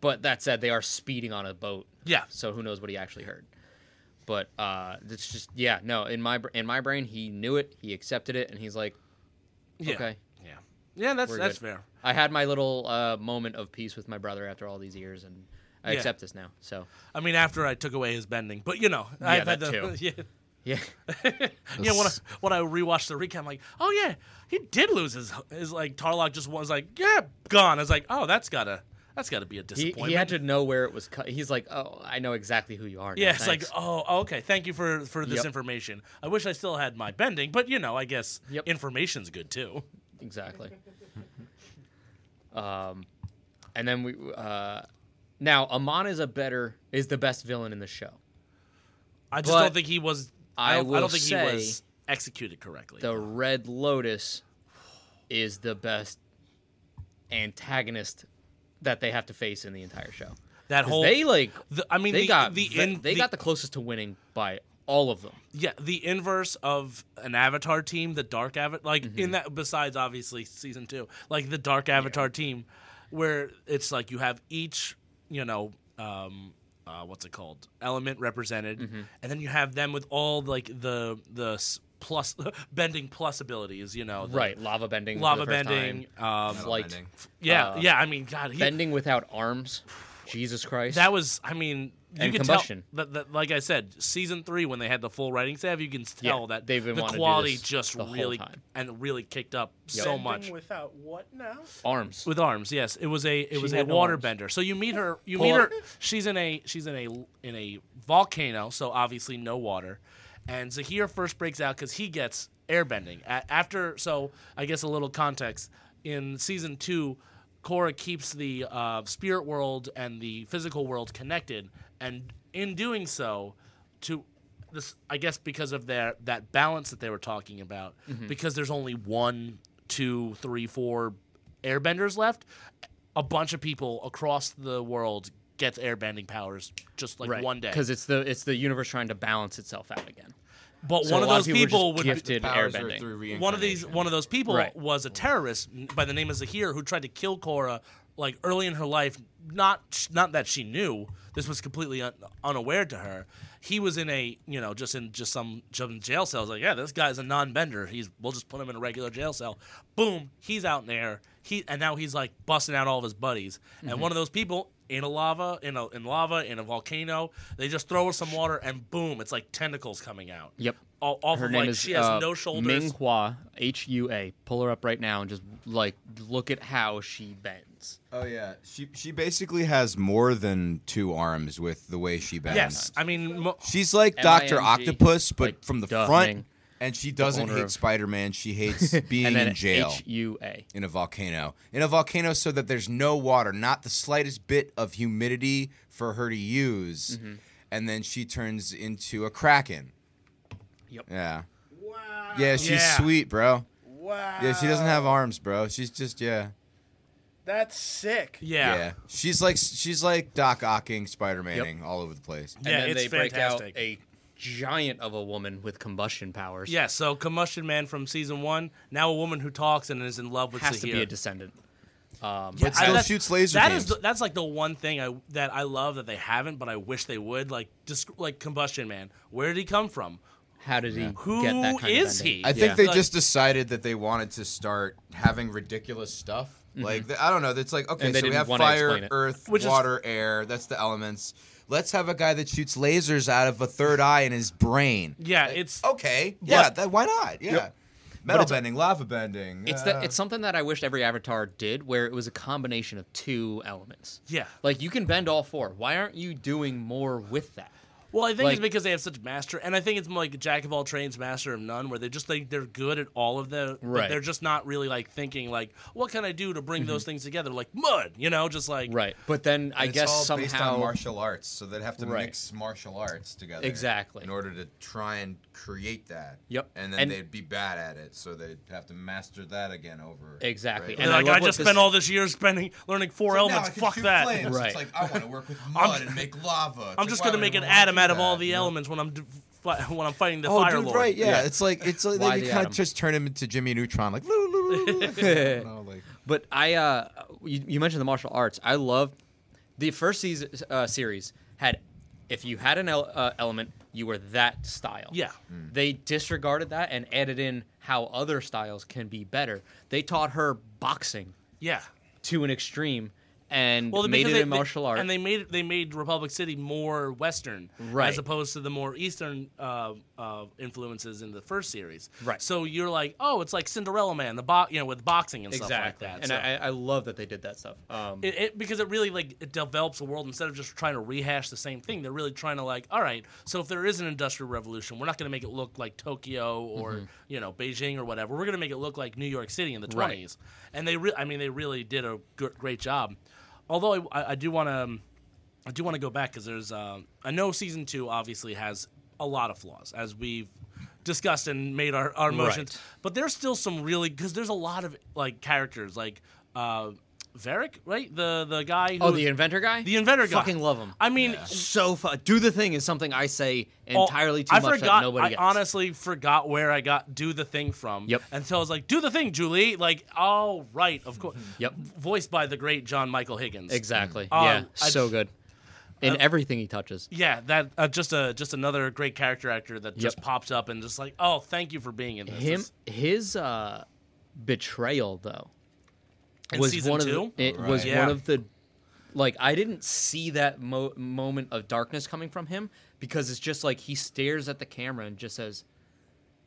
Speaker 2: but that said, they are speeding on a boat.
Speaker 3: Yeah.
Speaker 2: So who knows what he actually heard? But uh, it's just yeah, no. In my br- in my brain, he knew it. He accepted it, and he's like,
Speaker 3: yeah.
Speaker 2: okay.
Speaker 3: Yeah. Yeah. That's
Speaker 2: We're
Speaker 3: that's
Speaker 2: good.
Speaker 3: fair.
Speaker 2: I had my little uh, moment of peace with my brother after all these years, and I
Speaker 3: Yeah.
Speaker 2: accept this now. So
Speaker 3: I mean, after I took away his bending, but you know,
Speaker 2: Yeah,
Speaker 3: I've had
Speaker 2: that too.
Speaker 3: the yeah,
Speaker 2: yeah.
Speaker 3: yeah. When I, when I rewatched the recap, I'm like, oh yeah, he did lose his his like Tarlock just was like yeah gone. I was like, oh that's gotta that's gotta be a
Speaker 2: He,
Speaker 3: disappointment.
Speaker 2: he had to know where it was cut. He's like, oh, I know exactly who you are. Now.
Speaker 3: yeah, it's
Speaker 2: Thanks."
Speaker 3: like oh okay, thank you for for this
Speaker 2: Yep.
Speaker 3: information. I wish I still had my bending, but you know, I guess
Speaker 2: Yep.
Speaker 3: information's good too.
Speaker 2: exactly. um, and then we uh, now Amon is a better is the best villain in the show.
Speaker 3: I just
Speaker 2: But
Speaker 3: don't think he was.
Speaker 2: I
Speaker 3: I don't, I
Speaker 2: will
Speaker 3: don't think
Speaker 2: say
Speaker 3: he was executed correctly.
Speaker 2: The Red Lotus is the best antagonist that they have to face in the entire show.
Speaker 3: that
Speaker 2: 'Cause
Speaker 3: whole
Speaker 2: they like
Speaker 3: the- I mean,
Speaker 2: they
Speaker 3: the,
Speaker 2: got
Speaker 3: the
Speaker 2: ve-
Speaker 3: in,
Speaker 2: they
Speaker 3: the-
Speaker 2: got the closest to winning by all of them.
Speaker 3: Yeah, the inverse of an Avatar team, the Dark Avatar, like
Speaker 2: Mm-hmm.
Speaker 3: in that. Besides, obviously, season two, like the Dark Avatar team, where it's like you have each, you know, um, uh, what's it called, element represented,
Speaker 2: Mm-hmm.
Speaker 3: and then you have them with all like the the s- plus bending plus abilities, you know, the
Speaker 2: Right, lava bending, for
Speaker 3: lava
Speaker 2: the first
Speaker 3: bending,
Speaker 2: time,
Speaker 3: um,
Speaker 1: Metal
Speaker 2: flight.
Speaker 1: bending.
Speaker 3: yeah,
Speaker 2: uh,
Speaker 3: yeah. I mean, God, he,
Speaker 2: bending without arms. Jesus Christ.
Speaker 3: that was, I mean, you
Speaker 2: And
Speaker 3: can
Speaker 2: Combustion.
Speaker 3: Tell, that, that, like I said, season three when they had the full writing staff, you can tell that
Speaker 2: they've been
Speaker 3: the
Speaker 2: wanting to do
Speaker 3: quality
Speaker 2: this
Speaker 3: just
Speaker 2: the whole
Speaker 3: really
Speaker 2: time.
Speaker 3: and really kicked up so
Speaker 4: Bending
Speaker 3: much
Speaker 4: Without what now?
Speaker 2: Arms.
Speaker 3: with arms. Yes, it was a it was a
Speaker 2: had no arms.
Speaker 3: waterbender. So you meet her. You meet
Speaker 2: Pull
Speaker 3: her.
Speaker 2: up.
Speaker 3: She's in a she's in a in a volcano. So obviously no water. And Zahir first breaks out because he gets airbending A- after. So I guess a little context in season two. Korra keeps the uh, spirit world and the physical world connected, and in doing so, to this, I guess, because of their that balance that they were talking about,
Speaker 2: Mm-hmm.
Speaker 3: because there's only one, two, three, four airbenders left, a bunch of people across the world gets airbending powers just like one day.
Speaker 2: Because it's the it's the universe trying to balance itself out again.
Speaker 3: But
Speaker 2: So
Speaker 3: one
Speaker 2: a
Speaker 3: of
Speaker 2: lot
Speaker 3: those
Speaker 2: people,
Speaker 3: people
Speaker 2: were
Speaker 3: would
Speaker 2: just
Speaker 3: be-
Speaker 2: gifted
Speaker 1: Powers are
Speaker 2: airbending.
Speaker 1: through reincarnation.
Speaker 3: one of these one of those people
Speaker 2: Right.
Speaker 3: was a terrorist by the name of Zahir who tried to kill Korra like early in her life not not that she knew this was completely un, unaware to her he was in a you know just in just some some jail cell like yeah this guy's a non-bender he's we'll just put him in a regular jail cell boom he's out in there he and now he's like busting out all of his buddies
Speaker 2: Mm-hmm.
Speaker 3: and one of those people in a lava in a in lava in a volcano they just throw her some water and boom it's like tentacles coming out
Speaker 2: Yep.
Speaker 3: all, all
Speaker 2: Her
Speaker 3: of
Speaker 2: name
Speaker 3: like
Speaker 2: is
Speaker 3: she has
Speaker 2: uh,
Speaker 3: no shoulders
Speaker 2: Ming Hua, H U A. Pull her up right now and just like look at how she bends.
Speaker 1: Oh yeah, she she basically has more than two arms with the way she bends.
Speaker 3: Yes, I mean, mo-
Speaker 1: She's like
Speaker 2: M.I.N.G.,
Speaker 1: Doctor Octopus, but
Speaker 2: like,
Speaker 1: from the
Speaker 2: duh,
Speaker 1: front,
Speaker 2: Ming.
Speaker 1: and she doesn't
Speaker 2: owner
Speaker 1: hate
Speaker 2: of-
Speaker 1: Spider Man. She hates being
Speaker 2: and then
Speaker 1: in jail
Speaker 2: H U A.
Speaker 1: in a volcano. In a volcano, so that there's no water, not the slightest bit of humidity for her to use,
Speaker 2: Mm-hmm.
Speaker 1: and then she turns into a kraken.
Speaker 2: Yep.
Speaker 1: Yeah.
Speaker 4: Wow.
Speaker 1: Yeah, Uh, she's
Speaker 3: Yeah.
Speaker 1: sweet, bro.
Speaker 4: Wow.
Speaker 1: Yeah, she doesn't have arms, bro. She's just yeah.
Speaker 4: That's sick.
Speaker 3: yeah,
Speaker 1: She's like she's like Doc Ocking Spider Maning all over the place.
Speaker 3: Yeah,
Speaker 2: and then
Speaker 3: it's
Speaker 2: they
Speaker 3: fantastic.
Speaker 2: break out a giant of a woman with combustion powers.
Speaker 3: yeah. So Combustion Man from season one, now a woman who talks and is in love with
Speaker 2: has
Speaker 3: Saheer.
Speaker 2: to be a descendant. Um,
Speaker 3: Yeah,
Speaker 1: But still
Speaker 3: that's-
Speaker 1: shoots laser
Speaker 3: That is
Speaker 1: beams.
Speaker 3: the- that's like the one thing I that I love that they haven't, but I wish they would. Like just like Combustion Man, where did he come from?
Speaker 2: how did he
Speaker 3: Who
Speaker 2: get that kind
Speaker 3: is
Speaker 2: of bending?
Speaker 3: he?
Speaker 1: I think
Speaker 2: Yeah.
Speaker 1: they
Speaker 3: Like-
Speaker 1: just decided that they wanted to start having ridiculous stuff. Like th- I don't know. It's like okay,
Speaker 2: Mm-hmm. And they
Speaker 1: so we
Speaker 2: didn't
Speaker 1: have
Speaker 2: wanna
Speaker 1: fire,
Speaker 2: explain it.
Speaker 1: earth,
Speaker 3: Which is-
Speaker 1: water, air. That's the elements. Let's have a guy that shoots lasers out of a third eye in his brain.
Speaker 3: Yeah,
Speaker 2: Uh,
Speaker 1: Like,
Speaker 3: it's-
Speaker 2: oh,
Speaker 1: okay. Yeah, that, why not? Yeah, metal
Speaker 2: it's-
Speaker 1: bending, lava bending.
Speaker 2: It's
Speaker 1: uh,
Speaker 2: that. It's something that I wished every avatar did, where it was a combination of two elements.
Speaker 3: Yeah.
Speaker 2: Like you can bend all four. Why aren't you doing more with that?
Speaker 3: Well, I think it's
Speaker 2: Like-
Speaker 3: because they have such master, and I think it's more like jack of all trades, master of none, where they just think they're good at all of the. but
Speaker 2: Right. Mm-hmm.
Speaker 3: They're just not really like thinking like, what can I do to bring those things together? Like mud, you know, just like
Speaker 2: Right. But then I
Speaker 1: it's
Speaker 2: guess
Speaker 1: all
Speaker 2: somehow
Speaker 1: based on martial arts, so they'd have to
Speaker 2: Right.
Speaker 1: mix martial arts together
Speaker 2: Exactly.
Speaker 1: in order to try and create that.
Speaker 2: Yep.
Speaker 1: And then
Speaker 2: And-
Speaker 1: they'd be bad at it, so they'd have to master that again over.
Speaker 2: Exactly.
Speaker 1: right?
Speaker 3: And
Speaker 2: And I
Speaker 3: like
Speaker 2: love
Speaker 3: I,
Speaker 2: what
Speaker 3: just
Speaker 2: this-
Speaker 3: spent all this year spending learning four
Speaker 1: So now
Speaker 3: elements.
Speaker 1: I can
Speaker 3: Fuck
Speaker 1: shoot
Speaker 3: that.
Speaker 1: flames.
Speaker 2: Right.
Speaker 1: It's like I want to work with mud and make lava. It's
Speaker 3: I'm
Speaker 1: like,
Speaker 3: just
Speaker 1: why
Speaker 3: gonna
Speaker 1: would
Speaker 3: make an
Speaker 1: anyone wanna
Speaker 3: atom
Speaker 1: do
Speaker 3: out of all
Speaker 1: that,
Speaker 3: the uh,
Speaker 1: you know?
Speaker 3: elements when I'm d- fi- when I'm fighting the
Speaker 1: Oh,
Speaker 3: fire
Speaker 1: dude,
Speaker 3: lord.
Speaker 1: right? Yeah.
Speaker 2: Yeah.
Speaker 1: it's like it's like
Speaker 2: Why
Speaker 1: they
Speaker 2: the
Speaker 1: kind
Speaker 2: atom?
Speaker 1: of just turn him into Jimmy Neutron, like. "Loo, loo, loo, loo," like, I don't know, like-
Speaker 2: But I, uh, you, you mentioned the martial arts. I love the first season uh, series had, if you had an el- uh, element, you were that style.
Speaker 3: Yeah.
Speaker 1: Mm.
Speaker 2: They disregarded that and added in how other styles can be better. They taught her boxing
Speaker 3: Yeah.
Speaker 2: to an extreme and
Speaker 3: Well,
Speaker 2: made
Speaker 3: because
Speaker 2: it
Speaker 3: they,
Speaker 2: a martial
Speaker 3: they,
Speaker 2: art.
Speaker 3: and they made they made Republic City more Western,
Speaker 2: Right.
Speaker 3: as opposed to the more Eastern uh, uh, influences in the first series.
Speaker 2: Right.
Speaker 3: So you're like, oh, it's like Cinderella Man, the bo- you know, with boxing and
Speaker 2: exactly.
Speaker 3: stuff like that.
Speaker 2: and
Speaker 3: so.
Speaker 2: I, I love that they did that stuff. Um,
Speaker 3: it, it because it really like it develops a world instead of just trying to rehash the same thing they're really trying to like all right so if there is an industrial revolution we're not going to make it look like tokyo or
Speaker 2: Mm-hmm.
Speaker 3: you know beijing or whatever we're going to make it look like new york city in the 20s
Speaker 2: Right.
Speaker 3: and they re- i mean they really did a g- great job although i, I- I do um, want to i do want to go back because there's uh, i know season two obviously has a lot of flaws as we've discussed and made our, our motions
Speaker 2: Right.
Speaker 3: but there's still some really because there's a lot of like characters like uh Varric, right? The the guy who
Speaker 2: oh, the inventor guy.
Speaker 3: the inventor guy.
Speaker 2: Fucking love him.
Speaker 3: I mean
Speaker 2: so fu- do the thing is something I say
Speaker 3: all-
Speaker 2: entirely too
Speaker 3: I
Speaker 2: much
Speaker 3: forgot,
Speaker 2: that nobody
Speaker 3: I
Speaker 2: gets.
Speaker 3: honestly forgot where I got do the thing from.
Speaker 2: Yep.
Speaker 3: And so I was like, do the thing, Julie. Like, oh right, of course.
Speaker 2: Mm-hmm. Yep.
Speaker 3: Voiced by the great John Michael Higgins.
Speaker 2: Exactly.
Speaker 3: Oh,
Speaker 2: yeah.
Speaker 3: I-
Speaker 2: so good. In everything he touches.
Speaker 3: Yeah, that uh, just a just another great character actor that just
Speaker 2: Yep.
Speaker 3: pops up and just like, oh, thank you for being in this.
Speaker 2: Him
Speaker 3: This-
Speaker 2: his uh betrayal though
Speaker 3: in
Speaker 2: was
Speaker 3: season
Speaker 2: one
Speaker 3: two.
Speaker 2: of the, it was
Speaker 1: Right.
Speaker 2: one
Speaker 3: Yeah.
Speaker 2: of the like I didn't see that mo- moment of darkness coming from him because it's just like he stares at the camera and just says,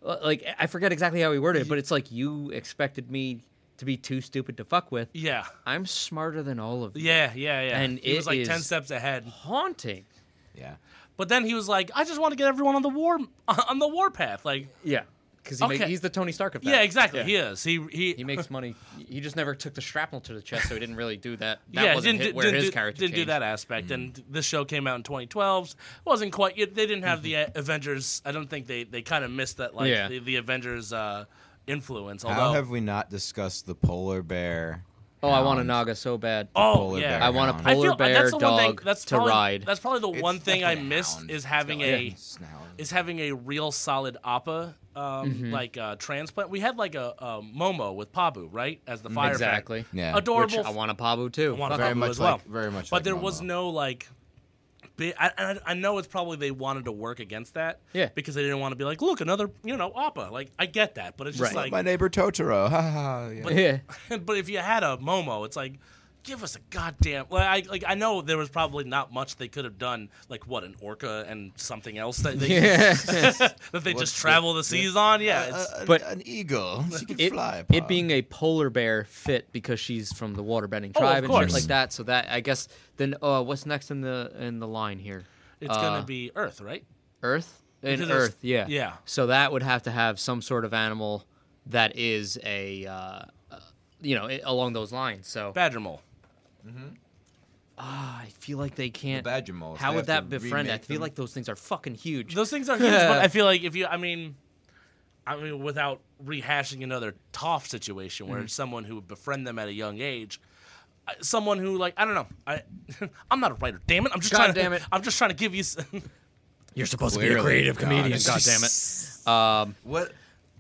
Speaker 2: uh, like I forget exactly how he worded it, but it's like you expected me to be too stupid to fuck with.
Speaker 3: Yeah.
Speaker 2: I'm smarter than all of you.
Speaker 3: Yeah, yeah, yeah.
Speaker 2: And
Speaker 3: he was
Speaker 2: it
Speaker 3: like ten
Speaker 2: is-
Speaker 3: steps ahead.
Speaker 2: Haunting.
Speaker 1: Yeah.
Speaker 3: But then he was like, "I just want to get everyone on the war on the warpath." Like,
Speaker 2: Yeah, because he ma-
Speaker 3: Okay.
Speaker 2: he's the Tony Stark of that.
Speaker 3: yeah, exactly.
Speaker 2: Yeah.
Speaker 3: He is. He he.
Speaker 2: He makes money. He just never took the shrapnel to the chest, so he didn't really do that. That
Speaker 3: yeah,
Speaker 2: wasn't
Speaker 3: didn't,
Speaker 2: hit
Speaker 3: do-
Speaker 2: where
Speaker 3: didn't
Speaker 2: his
Speaker 3: do,
Speaker 2: character
Speaker 3: didn't do
Speaker 2: changed. Mm.
Speaker 3: that aspect. And this show came out in 2012. wasn't quite. They didn't have the uh, Avengers. I don't think they they kind of missed that like
Speaker 2: Mm-hmm. Yeah.
Speaker 3: the, the Avengers uh, influence. Although,
Speaker 1: How have we not discussed the polar bear?
Speaker 2: Oh, I want a
Speaker 1: hound?
Speaker 2: naga so bad.
Speaker 3: oh
Speaker 1: polar
Speaker 3: yeah,
Speaker 1: bear
Speaker 2: I want a
Speaker 1: hound.
Speaker 2: polar
Speaker 3: I feel uh,
Speaker 2: bear
Speaker 3: that's the
Speaker 2: dog
Speaker 3: one thing, that's
Speaker 2: to
Speaker 3: probably,
Speaker 2: ride.
Speaker 3: That's probably the
Speaker 1: It's
Speaker 3: one thing I
Speaker 1: definitely a
Speaker 3: miss
Speaker 1: hound.
Speaker 3: is
Speaker 1: It's
Speaker 3: having
Speaker 1: got, like,
Speaker 3: a
Speaker 1: snout.
Speaker 3: is having a real solid appa um,
Speaker 2: Mm-hmm.
Speaker 3: like uh, transplant. We had like a, a Momo with Pabu right as the fire bat.
Speaker 2: Exactly.
Speaker 1: Yeah.
Speaker 3: adorable.
Speaker 2: Which I want a Pabu too.
Speaker 3: I want a
Speaker 2: Fuck.
Speaker 1: Mm, Very
Speaker 3: Pabu
Speaker 1: much
Speaker 3: as well.
Speaker 1: like- very much
Speaker 3: But
Speaker 1: like
Speaker 3: there was
Speaker 1: Momo.
Speaker 3: no like. bi- I, I, I know it's probably they wanted to work against that.
Speaker 2: Yeah.
Speaker 3: Because they didn't want to be like, look, another you know appa. Like I get that, but it's just
Speaker 2: Right.
Speaker 3: like
Speaker 1: My neighbor Totoro. Ha, ha, ha. Yeah.
Speaker 2: yeah.
Speaker 3: but if you had a Momo, it's like, give us a goddamn. Like, I, like I know there was probably not much they could have done. Like what an orca and something else that they
Speaker 2: Yeah.
Speaker 3: that they just travel the seas on. Yeah, it's,
Speaker 1: Uh,
Speaker 2: But-
Speaker 1: an eagle, she can
Speaker 2: It,
Speaker 1: fly.
Speaker 2: it
Speaker 1: Bob.
Speaker 2: being a polar bear fit because she's from the waterbending
Speaker 3: Oh, of
Speaker 2: tribe and shit
Speaker 3: course.
Speaker 2: like that. So that I guess then uh, what's next in the in the line here?
Speaker 3: it's
Speaker 2: Uh,
Speaker 3: gonna be Earth, right?
Speaker 2: Earth and
Speaker 3: Because there's-
Speaker 2: Earth. Yeah.
Speaker 3: yeah.
Speaker 2: So that would have to have some sort of animal that is a uh, uh, you know i along those lines. So
Speaker 3: Badger mole.
Speaker 2: ah, I feel like they can't.
Speaker 1: badger moles,
Speaker 2: How
Speaker 1: they
Speaker 2: would
Speaker 1: have
Speaker 2: that
Speaker 1: to
Speaker 2: befriend? I
Speaker 1: remake
Speaker 2: feel
Speaker 1: them.
Speaker 2: like those things are fucking huge.
Speaker 3: Those things are huge, but I feel like if you, I mean, I mean, without rehashing another Toph situation where
Speaker 2: Mm.
Speaker 3: it's someone who would befriend them at a young age, I- someone who like I don't know, I, I'm not a writer. Damn it, I'm just
Speaker 2: God
Speaker 3: trying.
Speaker 2: damn
Speaker 3: to,
Speaker 2: it.
Speaker 3: I'm just trying to give you. s-
Speaker 2: You're supposed
Speaker 1: to be a Clearly, creative God. comedian,
Speaker 2: God damn it. Um,
Speaker 1: What?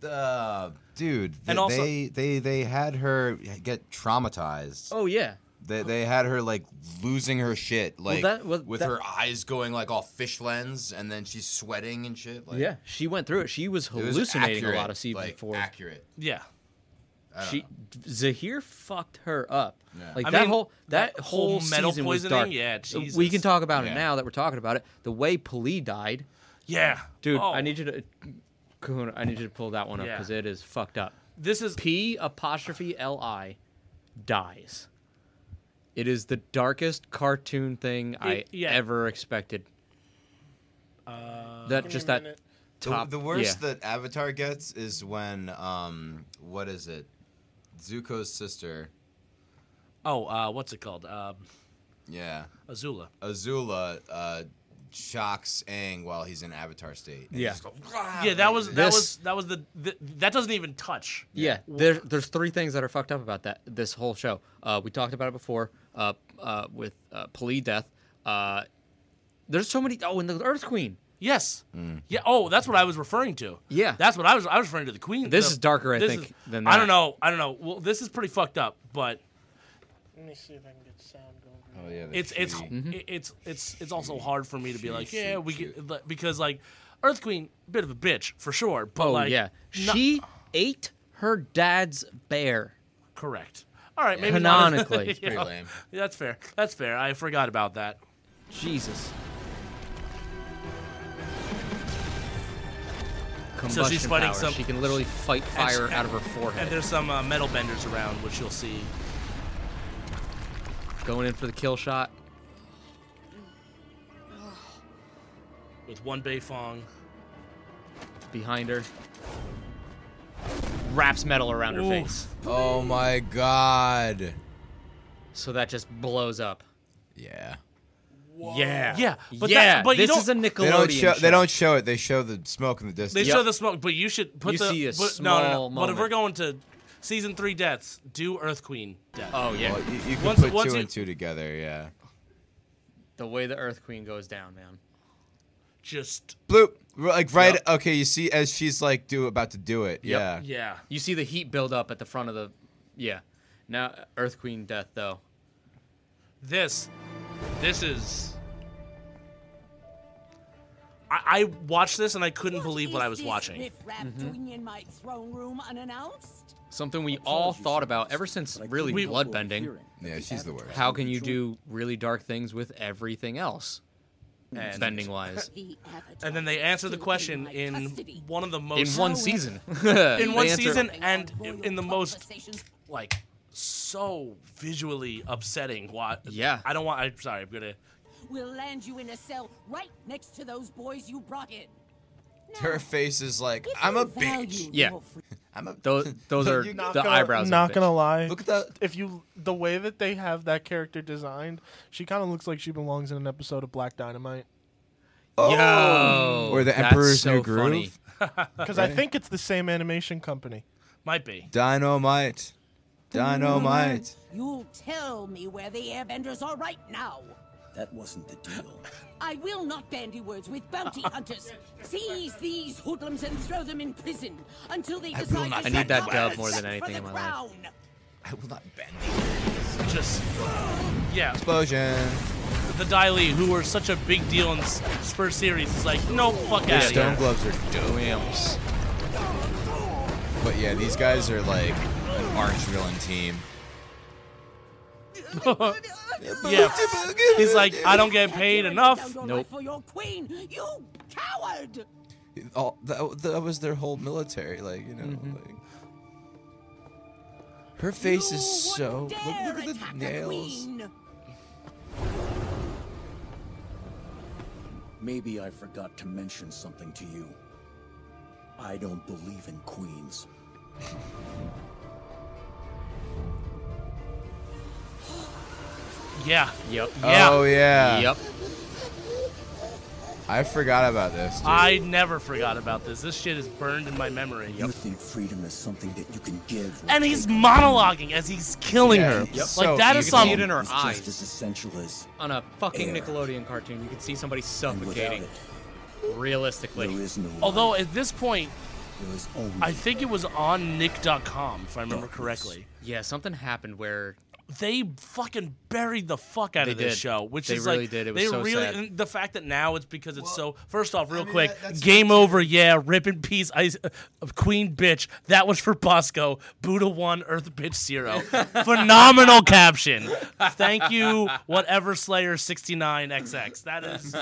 Speaker 1: Uh, dude, th-
Speaker 3: And also-
Speaker 1: they they they had her get traumatized.
Speaker 2: oh yeah.
Speaker 1: They they had her like losing her shit, like
Speaker 2: that was-
Speaker 1: with
Speaker 2: that-
Speaker 1: her eyes going like all fish lens, and then she's sweating and shit. Like,
Speaker 2: Yeah, she went through it. She was
Speaker 1: it was
Speaker 2: hallucinating
Speaker 1: accurate,
Speaker 2: a lot of season
Speaker 1: like,
Speaker 2: four.
Speaker 1: Accurate.
Speaker 3: yeah.
Speaker 2: She Zahir fucked her up.
Speaker 1: Yeah.
Speaker 2: Like
Speaker 3: I
Speaker 2: that
Speaker 3: mean,
Speaker 2: whole that,
Speaker 3: that
Speaker 2: whole
Speaker 3: whole metal
Speaker 2: season was
Speaker 3: poisoning?
Speaker 2: dark.
Speaker 3: Yeah,
Speaker 2: Uh, We
Speaker 3: Jesus.
Speaker 2: can talk about it
Speaker 1: Yeah.
Speaker 2: now that we're talking about it. The way Pali died,
Speaker 3: Yeah,
Speaker 2: dude.
Speaker 3: Oh,
Speaker 2: I need you to, Kahuna. I need you to pull that one up
Speaker 3: Yeah.
Speaker 2: because it is fucked up.
Speaker 3: This is
Speaker 2: P apostrophe L I dies. It is the darkest cartoon thing I
Speaker 3: yeah.
Speaker 2: ever expected. Uh, that
Speaker 4: Give me
Speaker 2: just
Speaker 4: a
Speaker 2: that
Speaker 4: minute.
Speaker 2: top.
Speaker 1: The, the worst
Speaker 2: yeah.
Speaker 1: that Avatar gets is when um, what is it? Zuko's sister.
Speaker 3: oh, uh, what's it called? Um
Speaker 1: Yeah.
Speaker 3: Azula.
Speaker 2: Oh,
Speaker 1: Azula uh, shocks Aang while he's in Avatar state. And
Speaker 2: Yeah.
Speaker 1: he just goes, "Rah!"
Speaker 3: Yeah, that was that
Speaker 2: This-
Speaker 3: was that was the, the that doesn't even touch.
Speaker 2: Yeah, there, there's three things that are fucked up about that this whole show. Uh, we talked about it before uh, uh, with uh, Pali death. Uh, there's so many. Oh, and the Earth Queen.
Speaker 3: Yes. Yeah. Oh, that's what I was referring to.
Speaker 2: Mm. Yeah.
Speaker 3: That's what I was. I was referring to the queen.
Speaker 2: This
Speaker 3: the-
Speaker 2: is darker, I
Speaker 3: this
Speaker 2: think, than
Speaker 3: I
Speaker 2: that.
Speaker 3: don't know. I don't know. Well, this is pretty fucked up, but
Speaker 4: Let me see if I can get sound going.
Speaker 1: Oh, yeah, the
Speaker 3: it's it's
Speaker 1: tree.
Speaker 2: Mm-hmm.
Speaker 3: it- it's it's it's also hard for me to be like,
Speaker 1: she-
Speaker 3: yeah,
Speaker 1: she-
Speaker 3: we
Speaker 1: she-
Speaker 3: get, like, because like Earth Queen, bit of a bitch for sure, but
Speaker 2: Oh
Speaker 3: like
Speaker 2: yeah,
Speaker 3: not-
Speaker 2: she ate her dad's bear.
Speaker 3: correct. All right, maybe not as-
Speaker 2: Canonically.
Speaker 1: Pretty
Speaker 3: yeah,
Speaker 1: lame.
Speaker 3: that's fair. That's fair. I forgot about that.
Speaker 2: Jesus.
Speaker 3: So she's
Speaker 2: Combustion
Speaker 3: fighting
Speaker 2: power.
Speaker 3: some-
Speaker 2: She can literally fight
Speaker 3: And she-
Speaker 2: fire out of her
Speaker 3: and-
Speaker 2: forehead.
Speaker 3: And there's some uh, metal benders around, which you'll see.
Speaker 2: Going in for the kill shot.
Speaker 3: with one Beifong.
Speaker 2: behind her. Wraps metal around her
Speaker 3: Oof.
Speaker 2: face.
Speaker 1: Oh my god.
Speaker 2: So that just blows up.
Speaker 1: Yeah.
Speaker 2: Yeah.
Speaker 3: Yeah, but
Speaker 2: yeah.
Speaker 3: that- but you
Speaker 2: this
Speaker 3: don't-
Speaker 2: is a
Speaker 3: They
Speaker 2: Nickelodeon
Speaker 1: They don't show.
Speaker 2: show.
Speaker 1: They don't show it. They show the smoke in the
Speaker 3: They
Speaker 1: distance.
Speaker 2: Yep.
Speaker 3: show the smoke, but you should put
Speaker 2: You
Speaker 3: the
Speaker 2: see a
Speaker 3: but- no, no,
Speaker 2: small
Speaker 3: no. But if we're
Speaker 2: moment.
Speaker 3: going to season three deaths, do Earth Queen death.
Speaker 2: Oh yeah.
Speaker 1: Well, you, you can
Speaker 3: Once-
Speaker 1: put
Speaker 3: once
Speaker 1: two
Speaker 3: you-
Speaker 1: and two together. Yeah.
Speaker 2: the way the Earth Queen goes down, man.
Speaker 3: Just
Speaker 1: Bloop. R- Like right.
Speaker 2: Yep.
Speaker 1: Okay. You see, as she's like do about to do it.
Speaker 2: Yep.
Speaker 1: Yeah.
Speaker 3: yeah,
Speaker 2: You see the heat build up at the front of the yeah. Now Earth Queen death though.
Speaker 3: this, this is. I, I watched this and I couldn't
Speaker 5: What
Speaker 3: believe what
Speaker 5: is
Speaker 3: I was
Speaker 5: this
Speaker 3: watching. Mm-hmm.
Speaker 5: riffraff doing in my throne room unannounced?
Speaker 2: Something we all
Speaker 6: told you
Speaker 2: thought
Speaker 6: she
Speaker 2: about
Speaker 6: was,
Speaker 2: ever since
Speaker 6: but I
Speaker 2: really
Speaker 6: couldn't afford
Speaker 2: bloodbending.
Speaker 6: hearing that
Speaker 1: Yeah,
Speaker 6: the
Speaker 1: she's the
Speaker 6: Avatar
Speaker 1: worst.
Speaker 2: How can you
Speaker 6: control-
Speaker 2: do really dark things with everything else, spending wise,
Speaker 5: The Avatar
Speaker 3: And then they
Speaker 5: is
Speaker 3: answered the
Speaker 5: still
Speaker 3: question
Speaker 5: my
Speaker 3: in
Speaker 5: custody.
Speaker 3: one of the
Speaker 2: in
Speaker 3: most
Speaker 2: one
Speaker 5: So-
Speaker 2: season?
Speaker 3: in one
Speaker 2: They answer-
Speaker 3: season
Speaker 5: Dropping
Speaker 3: and
Speaker 5: all royal
Speaker 3: in the most
Speaker 5: conversations.
Speaker 3: like so visually upsetting. What?
Speaker 2: Yeah.
Speaker 3: I don't want. I'm sorry. I'm gonna.
Speaker 5: We'll land you in a cell right next to those boys you brought in.
Speaker 1: Her face is like, I'm a bitch.
Speaker 2: Yeah.
Speaker 1: I'm a.
Speaker 2: Those, those are
Speaker 1: You-
Speaker 4: Not
Speaker 2: the
Speaker 4: gonna-
Speaker 2: eyebrows. of
Speaker 4: Not
Speaker 2: bitch.
Speaker 4: gonna lie.
Speaker 1: Look at that.
Speaker 4: If you the way that they have that character designed, she kind of looks like she belongs in an episode of Black Dynamite.
Speaker 2: Yo,
Speaker 1: Or the
Speaker 2: that's
Speaker 1: Emperor's
Speaker 2: so
Speaker 1: New Groove.
Speaker 2: funny.
Speaker 4: Because I think it's the same animation company.
Speaker 3: Might be.
Speaker 1: Dynamite. Dynamite.
Speaker 5: You'll tell me where the airbenders are right now.
Speaker 6: That wasn't the deal.
Speaker 5: I will not bandy words with bounty hunters. Seize these hoodlums and throw them in prison until they
Speaker 1: will
Speaker 5: decide.
Speaker 1: not
Speaker 5: to
Speaker 1: I need
Speaker 5: shut
Speaker 1: that
Speaker 5: up
Speaker 1: dub
Speaker 5: and
Speaker 1: more
Speaker 2: than
Speaker 5: fight for
Speaker 2: anything
Speaker 5: the
Speaker 2: in my life.
Speaker 5: crown.
Speaker 1: I will not bend.
Speaker 3: Just yeah.
Speaker 1: Explosion.
Speaker 3: The Daily, who were such a big deal in s- Spur series, is like no fuck out of
Speaker 1: Stone
Speaker 3: here.
Speaker 1: gloves are dope.
Speaker 2: Williams.
Speaker 1: But yeah, these guys are like an arch villain team.
Speaker 3: Yeah. He's like, I don't get paid enough.
Speaker 5: Down your
Speaker 2: Nope.
Speaker 5: life For your queen, you coward!
Speaker 1: All, that, that was their whole military, like you know.
Speaker 3: Mm-hmm.
Speaker 1: Like, her face is
Speaker 5: You
Speaker 1: so.
Speaker 5: wouldn't
Speaker 1: Look,
Speaker 5: dare
Speaker 1: look at
Speaker 5: attack
Speaker 1: the
Speaker 5: a
Speaker 1: nails.
Speaker 5: queen.
Speaker 6: Maybe I forgot to mention something to you. I don't believe in queens.
Speaker 3: Yeah.
Speaker 2: Yep.
Speaker 3: Yeah.
Speaker 1: Oh yeah.
Speaker 2: Yep.
Speaker 1: I forgot about this. Dude.
Speaker 3: I never forgot about this. This shit is burned in my memory.
Speaker 6: You think freedom is something that you can give. or
Speaker 3: And he's
Speaker 6: take.
Speaker 3: monologuing as he's killing
Speaker 1: Yeah,
Speaker 3: her.
Speaker 1: yep.
Speaker 3: Like
Speaker 1: So
Speaker 3: that
Speaker 1: you
Speaker 3: is
Speaker 1: can
Speaker 2: see
Speaker 3: some
Speaker 2: it in her
Speaker 6: It's
Speaker 2: eyes.
Speaker 6: just as essential as.
Speaker 2: On a fucking
Speaker 6: Air.
Speaker 2: Nickelodeon cartoon, you could see somebody
Speaker 6: And without
Speaker 2: suffocating.
Speaker 6: it, there
Speaker 2: Realistically,
Speaker 6: is no.
Speaker 3: Although
Speaker 6: life.
Speaker 3: at this point,
Speaker 6: there is only.
Speaker 3: I think it was on Nick.com, if I remember
Speaker 6: Darkness.
Speaker 3: correctly.
Speaker 2: yeah, something happened where
Speaker 3: They fucking buried the fuck out
Speaker 2: They
Speaker 3: of this
Speaker 2: did.
Speaker 3: show, which
Speaker 2: They
Speaker 3: is
Speaker 2: really
Speaker 3: like
Speaker 2: did. It was
Speaker 3: they
Speaker 2: so
Speaker 3: really
Speaker 2: sad.
Speaker 3: and the fact that now it's because it's so. First off, real
Speaker 1: mean,
Speaker 3: quick,
Speaker 1: that- that's
Speaker 3: game
Speaker 1: what-
Speaker 3: over. Yeah, rip in peace, ice, uh, Queen bitch. That was for Bosco. Buddha one, Earth bitch zero. Phenomenal caption. Thank you, whatever Slayer sixty nine XX. That is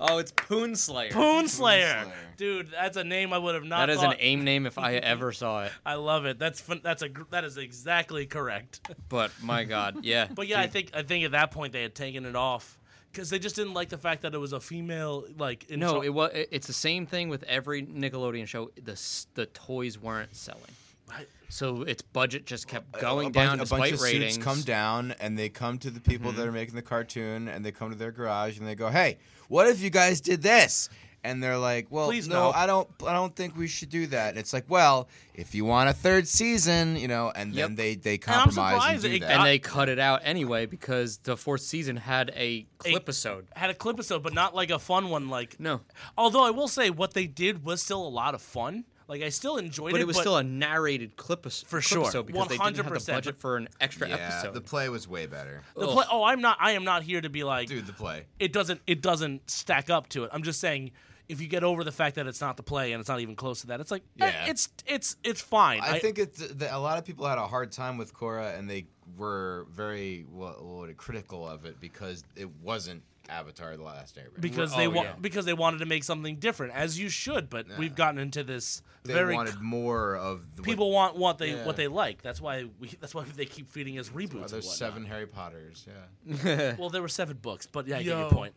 Speaker 2: oh, it's Poon Slayer.
Speaker 3: Poon Slayer,
Speaker 1: Slayer.
Speaker 3: dude. That's a name I would have not.
Speaker 2: That is an
Speaker 3: thought.
Speaker 2: aim name if I ever saw it.
Speaker 3: I love it. That's fun. That's a. gr- That is exactly correct.
Speaker 2: But my God, yeah.
Speaker 3: But yeah, I
Speaker 2: Dude,
Speaker 3: think I think at that point they had taken it off because they just didn't like the fact that it was a female like. In
Speaker 2: no, it was. It's the same thing with every Nickelodeon show. The s- the toys weren't selling,
Speaker 3: Right.
Speaker 2: so its budget just kept
Speaker 1: a
Speaker 2: going
Speaker 1: bunch-
Speaker 2: down
Speaker 1: a
Speaker 2: despite
Speaker 1: bunch of
Speaker 2: ratings.
Speaker 1: suits come down and they come to the people that are making the cartoon and they come to their garage and they go hey what if you guys did this and they're like well
Speaker 3: Please
Speaker 1: no,
Speaker 3: no."
Speaker 1: i don't i don't think we should do that and it's like well if you want a third season you know and then
Speaker 2: Yep.
Speaker 1: they they
Speaker 3: I'm
Speaker 1: compromise and,
Speaker 3: surprised
Speaker 1: do
Speaker 3: it
Speaker 1: that
Speaker 3: got-
Speaker 2: and they cut it out anyway because the fourth season had a clip episode.
Speaker 3: had a clip episode, but not like a fun one. Like
Speaker 2: No,
Speaker 3: although I will say what they did was still a lot of fun. Like I still enjoyed
Speaker 2: but
Speaker 3: it,
Speaker 2: it was still a narrated clip, es-
Speaker 3: For
Speaker 2: clip
Speaker 3: sure.
Speaker 2: episode because they didn't have the
Speaker 3: 100%,
Speaker 2: budget
Speaker 3: but-
Speaker 2: for an extra
Speaker 1: yeah
Speaker 2: episode.
Speaker 1: the play was way better
Speaker 3: the play, oh, I'm not. I am not here to be like
Speaker 1: dude the play
Speaker 3: it doesn't. It doesn't stack up to it. I'm just saying. If you get over the fact that it's not the play and it's not even close to that, it's like eh,
Speaker 1: Yeah.
Speaker 3: it's it's it's fine.
Speaker 1: I, think it's the, a lot of people had a hard time with Korra, and they were very what, what, critical of it because it wasn't Avatar: The Last Airbender.
Speaker 3: because
Speaker 2: Oh,
Speaker 3: they wa-
Speaker 2: yeah.
Speaker 3: because they wanted to make something different, as you should. But we've gotten into this
Speaker 1: they
Speaker 3: very
Speaker 1: wanted more of the,
Speaker 3: people want what they
Speaker 1: Yeah.
Speaker 3: what they like. That's why we that's why they keep feeding us reboots.
Speaker 1: Are
Speaker 3: and
Speaker 1: there seven Harry Potters? Yeah.
Speaker 3: whatnot. Well, there were seven books, but yeah, I get
Speaker 4: Yo.
Speaker 3: your point.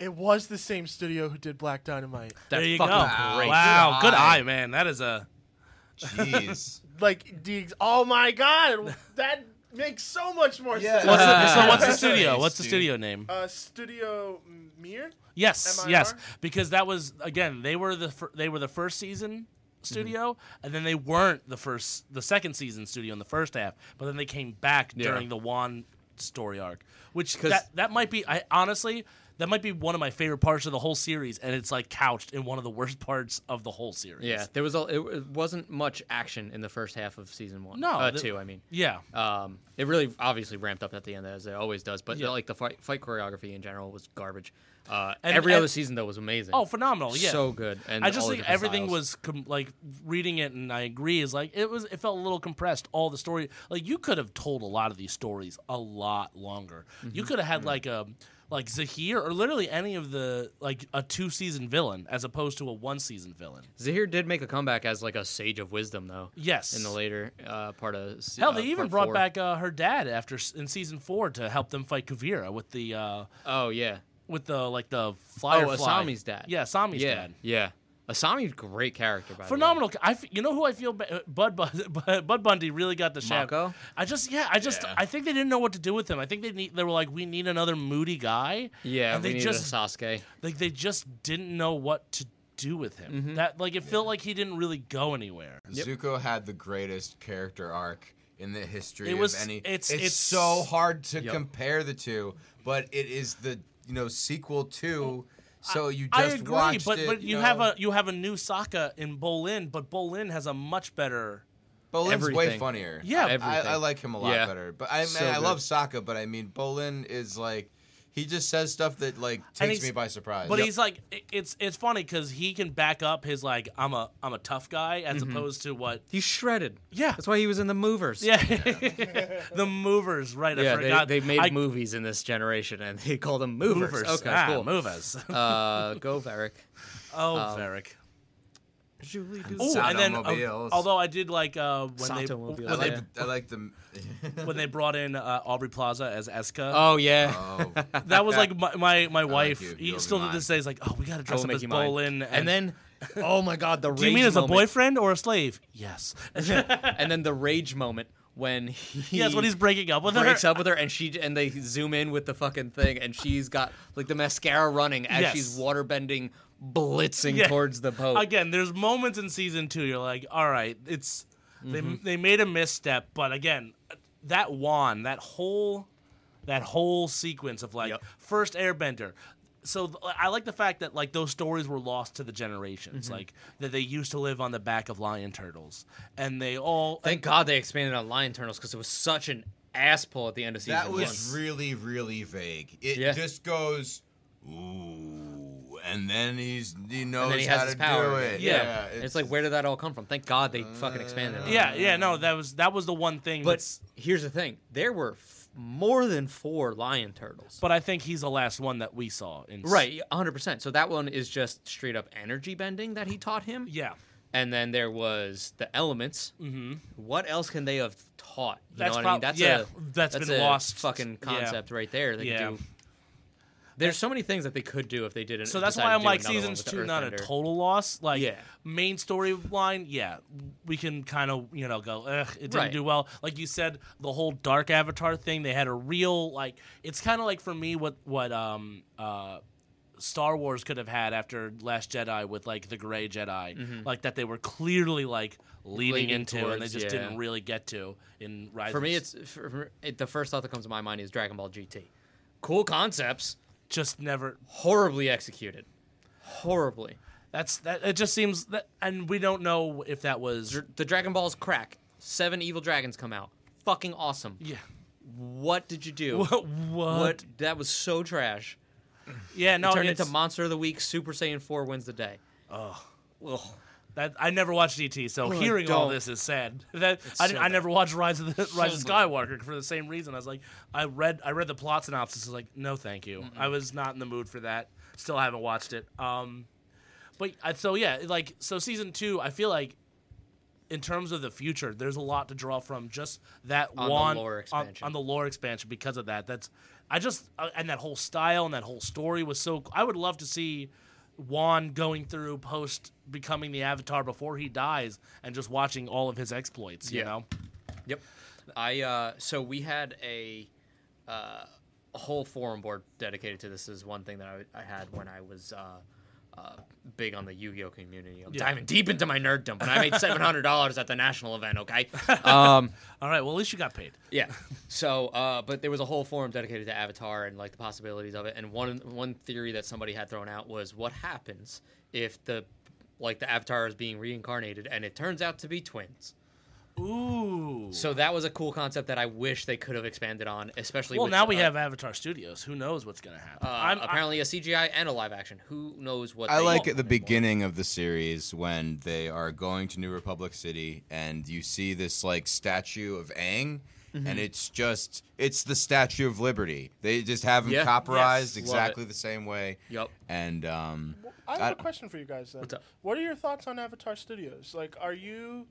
Speaker 4: It was the same studio who did Black Dynamite.
Speaker 3: there
Speaker 2: That's
Speaker 3: you go.
Speaker 2: fucking
Speaker 3: Wow,
Speaker 2: great.
Speaker 3: good
Speaker 1: Good eye.
Speaker 3: eye, man. That is a
Speaker 1: Jeez.
Speaker 4: Like the ex- oh my god, that makes so much more
Speaker 1: Yeah.
Speaker 4: sense.
Speaker 1: What's the-
Speaker 3: so. What's the
Speaker 1: That's
Speaker 3: studio?
Speaker 1: nice,
Speaker 3: What's the
Speaker 1: dude.
Speaker 3: studio name?
Speaker 4: uh, Studio Mir?
Speaker 3: Yes,
Speaker 4: MIR?
Speaker 3: yes, because that was again they were the fir- they were the first season studio,
Speaker 2: Mm-hmm.
Speaker 3: and then they weren't the first the second season studio in the first half, but then they came back
Speaker 2: Yeah.
Speaker 3: during the Juan story arc, which
Speaker 2: 'Cause-
Speaker 3: that that might be I honestly that might be one of my favorite parts of the whole series, and it's like couched in one of the worst parts of the whole series.
Speaker 2: Yeah, there was a, it, it wasn't much action in the first half of season one.
Speaker 3: No,
Speaker 2: uh,
Speaker 3: the-
Speaker 2: two. I mean,
Speaker 3: yeah,
Speaker 2: um, it really obviously ramped up at the end as it always does. But like the fight, fight choreography in general was garbage. Uh,
Speaker 3: And-
Speaker 2: every
Speaker 3: and-
Speaker 2: other season though was amazing.
Speaker 3: Oh, phenomenal! Yeah,
Speaker 2: so good. And
Speaker 3: I just
Speaker 2: all the
Speaker 3: think
Speaker 2: different
Speaker 3: everything
Speaker 2: styles.
Speaker 3: was com- like reading it, and I agree. Is like it was. It felt a little compressed. All the story, like you could have told a lot of these stories a lot longer.
Speaker 2: Mm-hmm.
Speaker 3: You could have had like a like Zahir or literally any of the like a two season villain as opposed to a one season villain.
Speaker 2: Zahir did make a comeback as like a sage of wisdom though.
Speaker 3: Yes.
Speaker 2: In the later uh, part of se-
Speaker 3: Hell,
Speaker 2: uh,
Speaker 3: they even
Speaker 2: part
Speaker 3: brought
Speaker 2: four.
Speaker 3: back uh, her dad after s- in season four to help them fight Kavira with the uh,
Speaker 2: Oh yeah.
Speaker 3: with the like the flyer.
Speaker 2: oh,
Speaker 3: fly.
Speaker 2: Asami's dad.
Speaker 3: Yeah, Asami's
Speaker 2: yeah,
Speaker 3: dad.
Speaker 2: Yeah. Asami's great character by the way.
Speaker 3: Phenomenal. I f- you know who I feel ba- uh, Bud, Bud Bud Bundy really got the shaft.
Speaker 2: Mako?
Speaker 3: I just yeah, I just I think they didn't know what to do with him. I think they need they were like we need another moody guy.
Speaker 2: Yeah,
Speaker 3: and
Speaker 2: we
Speaker 3: they
Speaker 2: needed
Speaker 3: just
Speaker 2: a Sasuke.
Speaker 3: like they just didn't know what to do with him. That like it felt like he didn't really go anywhere.
Speaker 1: Zuko had the greatest character arc in the history
Speaker 3: It was-
Speaker 1: of any.
Speaker 3: it's-
Speaker 1: It's,
Speaker 3: it's-
Speaker 1: so hard to
Speaker 2: Yep.
Speaker 1: compare the two, but it is the you know sequel to. So you just
Speaker 3: I agree,
Speaker 1: watched
Speaker 3: but
Speaker 1: it,
Speaker 3: but you
Speaker 1: know.
Speaker 3: have a you have a new Sokka in Bolin, but Bolin has a much better.
Speaker 1: Bolin's way
Speaker 2: everything.
Speaker 1: funnier.
Speaker 3: Yeah,
Speaker 1: I,
Speaker 2: Everything.
Speaker 1: I like him a lot
Speaker 2: Yeah.
Speaker 1: better. But I mean,
Speaker 2: So
Speaker 1: I
Speaker 2: good.
Speaker 1: love Sokka, but I mean Bolin is like he just says stuff that like takes
Speaker 3: he's-
Speaker 1: me by surprise.
Speaker 3: But he's like i- it's it's funny because he can back up his like I'm a I'm a tough guy as opposed to what
Speaker 2: He's shredded.
Speaker 3: Yeah.
Speaker 2: That's why he was in the movers.
Speaker 3: yeah the movers right I
Speaker 2: Yeah,
Speaker 3: forgot
Speaker 2: they, they made
Speaker 3: I-
Speaker 2: movies in this generation, and they call them movers.
Speaker 3: Movers.
Speaker 2: Okay,
Speaker 3: ah,
Speaker 2: cool. Um,
Speaker 3: Movers.
Speaker 2: Uh, go, Varric.
Speaker 3: oh, Varric.
Speaker 2: Julie, do
Speaker 3: Oh, and then uh,
Speaker 1: Sotomobiles.
Speaker 3: althougw I did like uh, when they
Speaker 2: Sotomobiles.
Speaker 1: I
Speaker 3: when,
Speaker 1: like
Speaker 2: yeah.
Speaker 1: the, I like the
Speaker 3: they when they brought in uh, Aubrey Plaza as Eska.
Speaker 2: Oh yeah.
Speaker 1: oh
Speaker 3: that was like my my, my wife.
Speaker 1: you.
Speaker 3: he
Speaker 1: You'll
Speaker 3: still
Speaker 1: be
Speaker 3: to this
Speaker 1: mine.
Speaker 3: day is like, oh, we gotta
Speaker 2: I will
Speaker 3: dress up
Speaker 2: make
Speaker 3: as
Speaker 2: you mine.
Speaker 3: Bolin.
Speaker 2: and, then, oh my God, the
Speaker 3: do you
Speaker 2: rage
Speaker 3: mean as a
Speaker 2: moment.
Speaker 3: boyfriend or a slave? Yes,
Speaker 2: And then the rage moment when he
Speaker 3: yes. When he's breaking up with
Speaker 2: breaks
Speaker 3: her.
Speaker 2: up with her, and she and they zoom in with the fucking thing, and she's got like the mascara running as
Speaker 3: Yes.
Speaker 2: she's waterbending, blitzing
Speaker 3: Yeah.
Speaker 2: towards the boat.
Speaker 3: Again, there's moments in season two you're like, all right, it's
Speaker 2: Mm-hmm.
Speaker 3: they they made a misstep, but again, that wand, that whole that whole sequence of like
Speaker 2: Yep.
Speaker 3: first Airbender. So th- I like the fact that like those stories were lost to the generations,
Speaker 2: Mm-hmm.
Speaker 3: like that they used to live on the back of lion turtles, and they all
Speaker 2: Thank God they expanded on Lion Turtles because it was such an ass pull at the end of season
Speaker 1: that was
Speaker 2: one.
Speaker 1: really really vague. It
Speaker 2: Yeah.
Speaker 1: just goes ooh, and then he's he knows
Speaker 2: and then he
Speaker 1: how
Speaker 2: has his
Speaker 1: to
Speaker 2: power.
Speaker 1: do it.
Speaker 2: Yeah,
Speaker 1: Yeah,
Speaker 2: it's, like where did that all come from? Thank God they fucking expanded. on it.
Speaker 3: uh, yeah yeah no that was that was the one thing
Speaker 2: but
Speaker 3: that's
Speaker 2: here's the thing: there were f- more than four lion turtles.
Speaker 3: but I think he's the last one that we saw in s-
Speaker 2: Right, 100%. So that one is just straight up energy bending that he taught him.
Speaker 3: yeah
Speaker 2: And then there was the elements. Mm-hmm. What else can they have taught? You
Speaker 3: That's
Speaker 2: know what I mean?
Speaker 3: prob-
Speaker 2: That's
Speaker 3: yeah,
Speaker 2: a
Speaker 3: that's been
Speaker 2: a
Speaker 3: lost.
Speaker 2: fucking
Speaker 3: Yeah.
Speaker 2: concept right there. They could
Speaker 3: Yeah.
Speaker 2: do. There's so many things that they could do if they didn't.
Speaker 3: So that's
Speaker 2: decide
Speaker 3: why
Speaker 2: to
Speaker 3: I'm
Speaker 2: do
Speaker 3: like
Speaker 2: another one
Speaker 3: seasons
Speaker 2: with the
Speaker 3: two, not a
Speaker 2: Earthbender.
Speaker 3: total loss. Like
Speaker 2: Yeah.
Speaker 3: main storyline, yeah, we can kind of you know go, Ugh, it didn't
Speaker 2: Right.
Speaker 3: do well. Like you said, the whole dark avatar thing, they had a real like. It's kind of like for me what what um uh. Star Wars could have had after Last Jedi with like the Gray Jedi, like that they were clearly like leaning,
Speaker 2: Leaning
Speaker 3: into, and they
Speaker 2: Mm-hmm. towards,
Speaker 3: just
Speaker 2: yeah.
Speaker 3: didn't really get to in Rise.
Speaker 2: For
Speaker 3: of
Speaker 2: me,
Speaker 3: S-
Speaker 2: it's for, for- it, the first thought that comes to my mind is Dragon Ball GT. Cool concepts,
Speaker 3: just never
Speaker 2: horribly executed, horribly.
Speaker 3: That's that. It just seems that, and we don't know if that was.
Speaker 2: Dr- The Dragon Balls crack. Seven evil dragons come out. Fucking awesome.
Speaker 3: Yeah.
Speaker 2: What did you do?
Speaker 3: What?
Speaker 2: What? That was so trash.
Speaker 3: Yeah. No.
Speaker 2: Turned
Speaker 3: it's,
Speaker 2: into Monster of the Week. Super Saiyan Four wins the day. Oh. Ugh.
Speaker 3: that, I never watched ET, so
Speaker 2: I
Speaker 3: hearing all
Speaker 2: don't.
Speaker 3: this is sad. That I,
Speaker 2: so
Speaker 3: didn't- I
Speaker 2: bad.
Speaker 3: never watched Rise of the Rise of
Speaker 2: bad.
Speaker 3: Skywalker for the same reason. I was like, I read I read the plot synopsis. I was like, no, thank you. I was not in the mood for that. Still haven't watched it. Um, but I, so yeah, like so season two, I feel like. In terms of the future, there's a lot to draw from just that
Speaker 2: On the
Speaker 3: one
Speaker 2: lore
Speaker 3: on-
Speaker 2: expansion.
Speaker 3: on the lore expansion because of that. That's I just uh, and that whole style and that whole story was so. I would love to see Juan going through post becoming the Avatar before he dies and just watching all of his exploits. You
Speaker 2: Yeah.
Speaker 3: know,
Speaker 2: Yep. I uh, so we had a uh, a whole forum board dedicated to this. Is one thing that I, I had when I was uh, uh, big on the Yu-Gi-Oh community. I'm diving deep into my nerddom, and I made seven hundred dollars at the national event. Okay. Um,
Speaker 3: all right. Well, at least you got paid.
Speaker 2: yeah. So, uh, but there was a whole forum dedicated to Avatar and like the possibilities of it. And one one theory that somebody had thrown out was what happens if the like the Avatar is being reincarnated and it turns out to be twins.
Speaker 3: Ooh,
Speaker 7: So that was a cool concept that I wish they could have expanded on, especially.
Speaker 3: well,
Speaker 7: with,
Speaker 3: now we
Speaker 7: uh,
Speaker 3: have Avatar Studios. Who knows what's going to happen?
Speaker 7: uh,
Speaker 3: I'm, apparently.
Speaker 7: apparently a CGI and a live action. Who knows what?
Speaker 1: I
Speaker 7: they
Speaker 1: like
Speaker 7: want
Speaker 1: at the
Speaker 7: anymore.
Speaker 1: beginning of the series when they are going to New Republic City and you see this like statue of Aang. And it's just it's the Statue of Liberty. They just have him
Speaker 7: Yeah.
Speaker 1: copperized
Speaker 7: Yes. Love it.
Speaker 1: exactly the same way.
Speaker 7: Yup.
Speaker 1: And um,
Speaker 4: I have
Speaker 1: I-
Speaker 4: a question for you guys. Then.
Speaker 7: What's up?
Speaker 4: What are your thoughts on Avatar Studios? Like, are you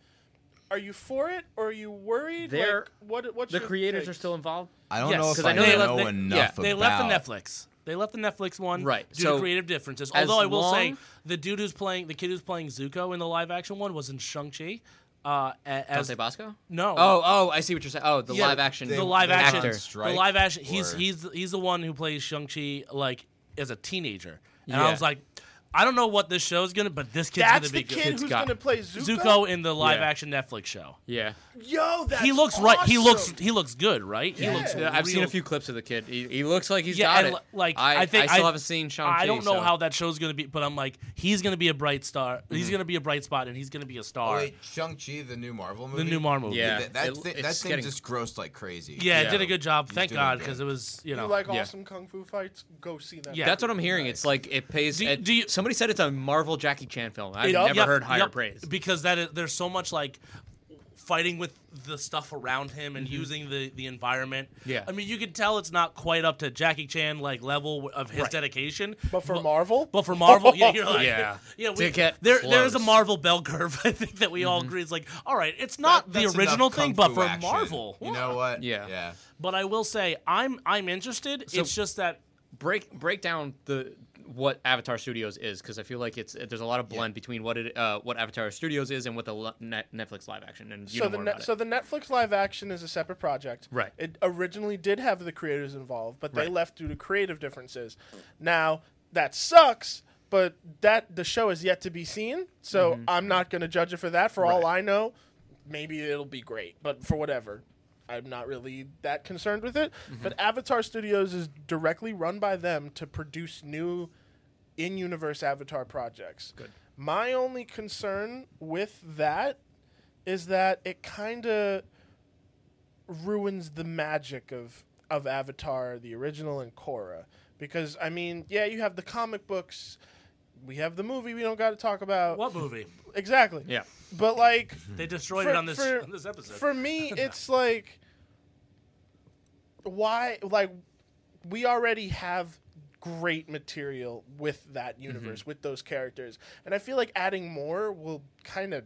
Speaker 4: are you for it or are you worried?
Speaker 2: They're-
Speaker 4: like, what what's
Speaker 2: The
Speaker 4: your
Speaker 2: creators are
Speaker 4: takes?
Speaker 2: still involved.
Speaker 1: I don't
Speaker 3: Yes,
Speaker 1: know
Speaker 3: 'cause
Speaker 1: if
Speaker 7: I
Speaker 1: I,
Speaker 7: know
Speaker 1: know,
Speaker 7: they
Speaker 3: left- they-
Speaker 1: enough
Speaker 3: yeah,
Speaker 1: about.
Speaker 3: they left the Netflix. They left the Netflix one
Speaker 7: Right,
Speaker 3: due
Speaker 7: so
Speaker 3: to creative differences.
Speaker 7: as
Speaker 3: Although I will say
Speaker 7: long-
Speaker 3: the dude who's playing the kid who's playing Zuko in the live action one was in Shang Chi. Uh, a- as
Speaker 7: Dante Bosco.
Speaker 3: no,
Speaker 7: Oh, oh, I see what you're saying. Oh, the
Speaker 1: Yeah,
Speaker 7: live action.
Speaker 1: they-
Speaker 3: the live
Speaker 1: they
Speaker 3: action,
Speaker 1: went on
Speaker 7: actor.
Speaker 1: strike
Speaker 3: the live action. He's
Speaker 1: or-
Speaker 3: he's he's the one who plays Shang Chi like as a teenager, and I
Speaker 7: Yeah.
Speaker 3: was like, I don't know what this show's gonna, but this kid's
Speaker 4: That's
Speaker 3: gonna be
Speaker 4: the kid
Speaker 3: good.
Speaker 4: who's
Speaker 2: got-
Speaker 4: gonna play Zuko.
Speaker 3: Zuko in the live
Speaker 2: Yeah.
Speaker 3: action Netflix show.
Speaker 2: Yeah,
Speaker 4: Yo, that's
Speaker 3: he looks right. He looks
Speaker 4: awesome.
Speaker 3: he looks good, right? He
Speaker 4: Yeah.
Speaker 3: looks.
Speaker 4: Yeah,
Speaker 2: I've seen a
Speaker 3: real-
Speaker 2: few clips of the kid. He, he looks like he's
Speaker 3: Yeah,
Speaker 2: got
Speaker 3: and
Speaker 2: it.
Speaker 3: li- like
Speaker 2: I,
Speaker 3: I think
Speaker 2: still
Speaker 3: I-
Speaker 2: haven't seen Shang.
Speaker 3: I don't know how that show's gonna be, but I'm like, he's gonna be a bright star. He's
Speaker 2: Mm-hmm.
Speaker 3: gonna be a bright spot, and he's gonna be a
Speaker 1: Oh,
Speaker 3: star.
Speaker 1: wait, Shang Chi, the new Marvel movie.
Speaker 3: the new Mar movie.
Speaker 2: Yeah.
Speaker 3: Yeah,
Speaker 1: That, that,
Speaker 2: It-
Speaker 1: thi- that
Speaker 2: it's
Speaker 1: thing
Speaker 2: getting-
Speaker 1: just grossed like crazy.
Speaker 3: it
Speaker 2: Yeah.
Speaker 3: did a good job.
Speaker 1: He's
Speaker 3: Thank
Speaker 1: doing
Speaker 3: God,
Speaker 1: good.
Speaker 3: because it was you know.
Speaker 4: You like
Speaker 2: Yeah.
Speaker 4: awesome kung fu fights? Go see that.
Speaker 3: Yeah.
Speaker 2: That's what I'm hearing. It's like it pays.
Speaker 3: Do you-
Speaker 2: it-
Speaker 3: do you-
Speaker 2: somebody said it's a Marvel Jackie Chan film. I've
Speaker 3: It-
Speaker 2: never
Speaker 3: yep,
Speaker 2: heard higher
Speaker 3: yep,
Speaker 2: praise.
Speaker 3: because that is there's so much like fighting with the stuff around him and using the the environment.
Speaker 2: Yeah.
Speaker 3: I mean, you can tell it's not quite up to Jackie Chan like level of his
Speaker 2: Right.
Speaker 3: dedication.
Speaker 4: But for Marvel,
Speaker 3: But for Marvel, yeah, you're like,
Speaker 2: Yeah.
Speaker 3: yeah, we,
Speaker 2: To get
Speaker 3: there, there is a
Speaker 2: close.
Speaker 3: Marvel bell curve. I think that we all agree is like, all right, it's not
Speaker 1: That- that's
Speaker 3: the original
Speaker 1: enough kung
Speaker 3: thing, but
Speaker 1: fu
Speaker 3: for
Speaker 1: action.
Speaker 3: Marvel,
Speaker 1: You know what?
Speaker 2: Yeah.
Speaker 1: Yeah.
Speaker 3: But I will say, I'm I'm interested.
Speaker 2: So-
Speaker 3: it's just that
Speaker 2: break break down the what Avatar Studios is because I feel like it's there's a lot of blend between what it uh, what Avatar Studios is and what the le- net, Netflix live action and you
Speaker 4: so
Speaker 2: know
Speaker 4: the
Speaker 2: more
Speaker 4: ne-
Speaker 2: about
Speaker 4: so
Speaker 2: it.
Speaker 4: the Netflix live action is a separate project.
Speaker 2: Right.
Speaker 4: It originally did have the creators involved, but they
Speaker 2: Right.
Speaker 4: left due to creative differences. Now that sucks, but that the show is yet to be seen, so
Speaker 2: Mm-hmm.
Speaker 4: I'm not going to judge it for that. For all I know, maybe it'll be great, but for whatever. I'm not really that concerned with it,
Speaker 2: Mm-hmm.
Speaker 4: but Avatar Studios is directly run by them to produce new in universe Avatar projects. Good. My only concern with that is that it kind of ruins the magic of of Avatar, the original, and Korra. Because I mean, yeah, you have the comic books, we have the movie. We don't got to talk about
Speaker 3: what movie
Speaker 4: exactly.
Speaker 2: yeah.
Speaker 4: But like,
Speaker 3: they destroyed
Speaker 4: For-
Speaker 3: it on this
Speaker 4: for-
Speaker 3: on this episode.
Speaker 4: for me, it's like, why? Like, we already have great material with that
Speaker 3: Mm-hmm.
Speaker 4: universe, with those characters, and I feel like adding more will kind of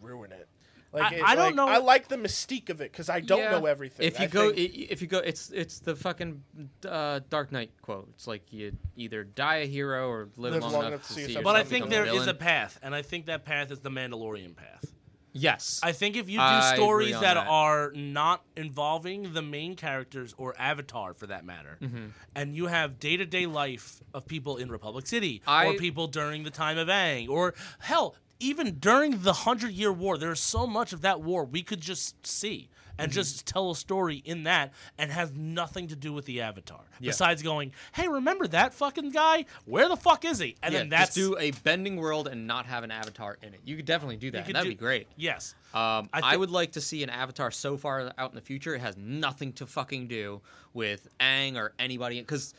Speaker 4: ruin it. Like,
Speaker 3: I-
Speaker 4: it-
Speaker 3: I don't
Speaker 4: like,
Speaker 3: know-
Speaker 4: I like the mystique of it because I don't
Speaker 2: Yeah.
Speaker 4: know everything.
Speaker 2: If you
Speaker 4: I
Speaker 2: go,
Speaker 4: think-
Speaker 2: i- if you go, it's it's the fucking uh, Dark Knight quote. It's like you either die a hero or live, long, enough, to see.
Speaker 4: yourself
Speaker 3: but I
Speaker 2: yourself
Speaker 3: think
Speaker 2: become
Speaker 3: there
Speaker 2: a
Speaker 3: is
Speaker 2: villain.
Speaker 3: a path, and I think that path is the Mandalorian path.
Speaker 2: yes.
Speaker 3: I think if you do
Speaker 2: I agree
Speaker 3: stories
Speaker 2: on
Speaker 3: that,
Speaker 2: that.
Speaker 3: are not involving the main characters or Avatar for that matter,
Speaker 2: Mm-hmm.
Speaker 3: and you have day to day life of people in Republic City
Speaker 2: I-
Speaker 3: or people during the time of Aang or hell, even during the Hundred Year War, there's so much of that war we could just see
Speaker 2: Mm-hmm.
Speaker 3: and just tell a story in that and has nothing to do with the Avatar. Besides going, hey, remember that fucking guy? Where the fuck is he? And
Speaker 2: yeah,
Speaker 3: then that's.
Speaker 2: just do a bending world and not have an avatar in it. You could definitely do that. and
Speaker 3: could
Speaker 2: That'd
Speaker 3: do-
Speaker 2: be great.
Speaker 3: Yes.
Speaker 2: Um, I,
Speaker 3: I thi-
Speaker 2: would like to see an avatar so far out in the future it has nothing to fucking do with Aang or anybody. Because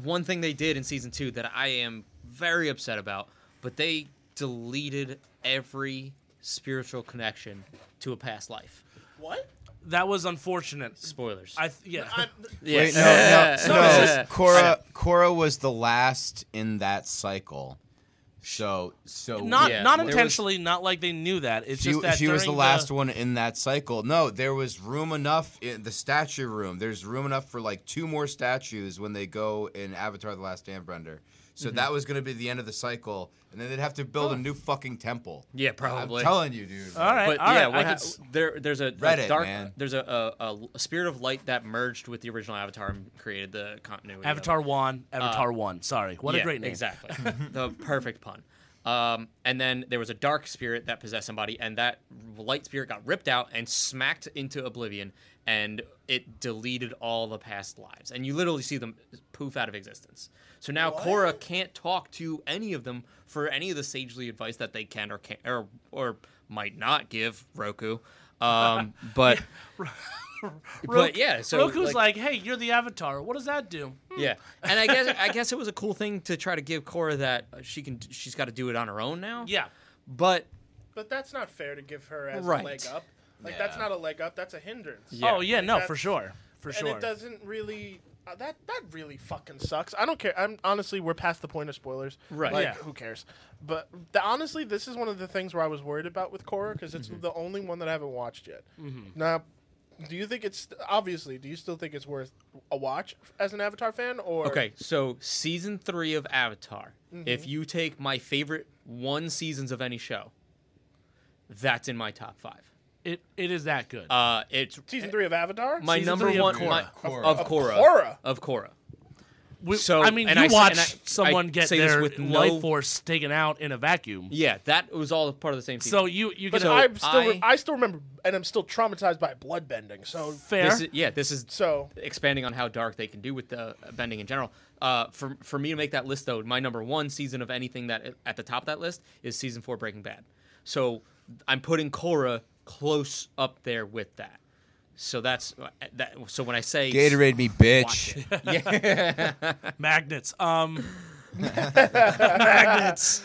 Speaker 2: one thing they did in season two that I am very upset about, but they deleted every spiritual connection to a past life.
Speaker 4: what?
Speaker 3: that was unfortunate.
Speaker 2: Spoilers.
Speaker 3: I th- yeah.
Speaker 1: Wait, no, no,
Speaker 2: Yeah.
Speaker 1: no.
Speaker 2: Yeah.
Speaker 1: Korra, Korra was the last in that cycle. So, so
Speaker 3: not
Speaker 2: Yeah,
Speaker 3: not
Speaker 2: there was-
Speaker 3: intentionally, not like they knew that. It's
Speaker 1: She,
Speaker 3: just that
Speaker 1: she was the
Speaker 3: during
Speaker 1: last one in that cycle. No, there was room enough in the statue room. There's room enough for like two more statues when they go in Avatar: The Last Airbender. So
Speaker 3: Mm-hmm.
Speaker 1: that was going to be the end of the cycle, and then they'd have to build a new fucking temple.
Speaker 2: Yeah,
Speaker 1: I'm
Speaker 2: probably.
Speaker 1: telling you, dude.
Speaker 3: All right,
Speaker 2: But
Speaker 3: all
Speaker 2: yeah,
Speaker 3: right, I
Speaker 2: what
Speaker 3: could
Speaker 2: ha-
Speaker 3: s-
Speaker 2: there there's a, a
Speaker 1: Reddit,
Speaker 2: dark
Speaker 1: man.
Speaker 2: there's a, a, a spirit of light that merged with the original Avatar and created the continuity. of it.
Speaker 3: Avatar One, Avatar One. Sorry, what
Speaker 2: Uh,
Speaker 3: a
Speaker 2: Yeah,
Speaker 3: great name.
Speaker 2: Exactly, the perfect pun. Um, and then there was a dark spirit that possessed somebody, and that light spirit got ripped out and smacked into oblivion, and it deleted all the past lives. And you literally see them poof out of existence. So now Korra can't talk to any of them for any of the sagely advice that they can or can or or might not give Roku. Um, but
Speaker 3: Roku-
Speaker 2: yeah, so,
Speaker 3: Roku's
Speaker 2: like-
Speaker 3: like, "Hey, you're the Avatar. What does that do?"
Speaker 2: Yeah, and I guess I guess it was a cool thing to try to give Cora that she can. She's got to do it on her own now.
Speaker 3: Yeah,
Speaker 2: but
Speaker 4: But that's not fair to give her as
Speaker 2: Right.
Speaker 4: a leg up. Like that's
Speaker 1: Yeah.
Speaker 4: not a leg up. That's a hindrance.
Speaker 3: oh yeah, no, for
Speaker 4: that's-
Speaker 3: sure, for
Speaker 4: and
Speaker 3: sure.
Speaker 4: it doesn't really. Uh, that that really fucking sucks. I don't care. I'm honestly, we're past the point of spoilers.
Speaker 2: Right.
Speaker 4: Like,
Speaker 3: Yeah.
Speaker 4: Who cares? But the, honestly, this is one of the things where I was worried about with Korra because it's
Speaker 3: Mm-hmm.
Speaker 4: the only one that I haven't watched yet. Now, do you think it's obviously? Do you still think it's worth a watch as an Avatar fan? Or
Speaker 2: okay, so season three of Avatar.
Speaker 3: Mm-hmm.
Speaker 2: If you take my favorite one seasons of any show, that's in my top five.
Speaker 3: It it is that good.
Speaker 2: Uh, it's
Speaker 4: season three of Avatar?
Speaker 2: my
Speaker 3: Season
Speaker 2: number
Speaker 3: three of
Speaker 2: one
Speaker 3: Korra.
Speaker 2: my-
Speaker 1: Korra.
Speaker 2: of
Speaker 1: Of
Speaker 2: Korra
Speaker 4: Korra.
Speaker 2: of Korra.
Speaker 3: We-
Speaker 2: so-
Speaker 3: I mean,
Speaker 2: and
Speaker 3: you
Speaker 2: I s-
Speaker 3: watch
Speaker 2: and I-
Speaker 3: someone
Speaker 2: I
Speaker 3: get
Speaker 2: say this
Speaker 3: their
Speaker 2: with no-
Speaker 3: life force taken out in a vacuum.
Speaker 2: Yeah, that was all part of the same season.
Speaker 3: So you you
Speaker 4: But
Speaker 3: get
Speaker 4: I'm still, I,
Speaker 2: I-
Speaker 4: still remember, and I'm still traumatized by bloodbending. So,
Speaker 3: fair.
Speaker 2: this is, yeah, this is
Speaker 4: so
Speaker 2: expanding on how dark they can do with the bending in general. Uh, for for me to make that list though, my number one season of anything that at the top of that list is season four Breaking Bad. So I'm putting Cora close up there with that. So that's uh, that. So when I say
Speaker 1: Gatorade me,
Speaker 2: watch
Speaker 1: bitch.
Speaker 2: it. yeah,
Speaker 3: Magnets. Um,
Speaker 4: I guess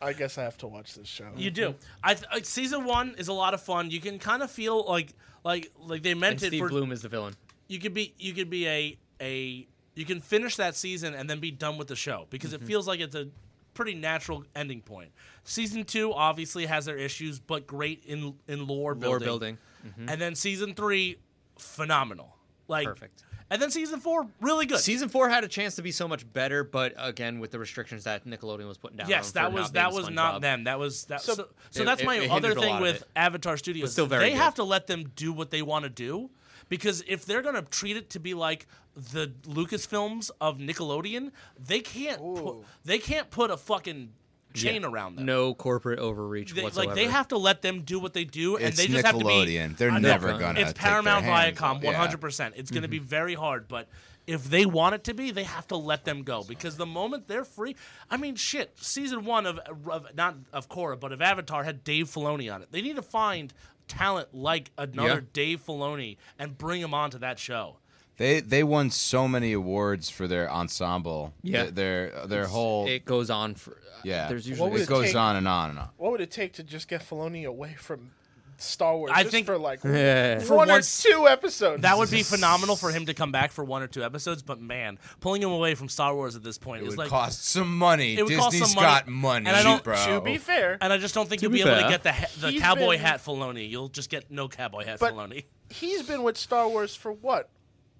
Speaker 4: I have to watch this show.
Speaker 3: you do.
Speaker 2: Mm-hmm.
Speaker 3: I th- uh, season one is a lot of fun. You can kind of feel like like like they meant
Speaker 2: and
Speaker 3: it
Speaker 2: Steve
Speaker 3: for
Speaker 2: Bloom is the villain.
Speaker 3: you could be you could be a a you can finish that season and then be done with the show because
Speaker 2: Mm-hmm.
Speaker 3: it feels like it's a pretty natural ending point. Season 2 obviously has their issues but great in in lore building.
Speaker 2: Lore building. Mm-hmm.
Speaker 3: And then season 3 phenomenal. Like
Speaker 2: Perfect.
Speaker 3: And then season 4 really good.
Speaker 2: Season four had a chance to be so much better, but again, with the restrictions that Nickelodeon was putting down. on
Speaker 3: Yes,
Speaker 2: 'em
Speaker 3: that
Speaker 2: for
Speaker 3: was
Speaker 2: not being
Speaker 3: that was not
Speaker 2: SpongeBob.
Speaker 3: them. That was that. So, so,
Speaker 2: it-
Speaker 3: that's
Speaker 2: it-
Speaker 3: my
Speaker 2: it
Speaker 3: other
Speaker 2: hindered a lot
Speaker 3: thing
Speaker 2: of
Speaker 3: with
Speaker 2: it.
Speaker 3: Avatar Studios.
Speaker 2: still very
Speaker 3: they
Speaker 2: good.
Speaker 3: have to let them do what they want to do, because if they're gonna treat it to be like the Lucasfilms of Nickelodeon, they can't put, they can't put a fucking chain around them.
Speaker 2: No corporate overreach
Speaker 3: They-
Speaker 2: whatsoever.
Speaker 3: like they have to let them do what they do, and
Speaker 1: It's
Speaker 3: they just have to be.
Speaker 1: Nickelodeon. They're
Speaker 3: I know,
Speaker 1: never
Speaker 2: it's
Speaker 1: gonna.
Speaker 3: It's
Speaker 1: take their
Speaker 3: Paramount
Speaker 1: hands off-
Speaker 3: Viacom,
Speaker 1: yeah. Mm-hmm.
Speaker 3: 100. percent It's going to be very hard, but if they want it to be, they have to let them go because the moment they're free, I mean, shit. Season one of, of not of Korra, but of Avatar had Dave Filoni on it. They need to find talent like another
Speaker 2: Yeah.
Speaker 3: Dave Filoni and bring him onto that show.
Speaker 1: They they won so many awards for their ensemble.
Speaker 2: Yeah.
Speaker 1: Th- their their, whole
Speaker 2: It goes on for uh,
Speaker 1: yeah.
Speaker 2: There's
Speaker 4: What
Speaker 2: usually
Speaker 4: would
Speaker 1: it
Speaker 4: it
Speaker 1: goes
Speaker 4: take-
Speaker 1: on and on and on.
Speaker 4: What would it take to just get Filoni away from Star Wars?
Speaker 3: I
Speaker 4: just
Speaker 3: think-
Speaker 4: for like
Speaker 2: Yeah.
Speaker 4: one or
Speaker 3: once-
Speaker 4: two episodes.
Speaker 3: That would be phenomenal for him to come back for one or two episodes, but man, pulling him away from Star Wars at this point
Speaker 1: It
Speaker 3: is
Speaker 1: would
Speaker 3: like
Speaker 1: cost some money.
Speaker 3: It would
Speaker 1: Disney's
Speaker 3: cost some money,
Speaker 1: got money,
Speaker 3: and I don't-
Speaker 1: bro.
Speaker 4: to be fair,
Speaker 3: And I just don't think you'll
Speaker 2: be
Speaker 3: be, able
Speaker 2: fair,
Speaker 3: to get the ha- the
Speaker 4: he's
Speaker 3: cowboy
Speaker 4: been-
Speaker 3: hat Filoni. You'll just get no cowboy hat
Speaker 4: But-
Speaker 3: Filoni.
Speaker 4: he's been with Star Wars for what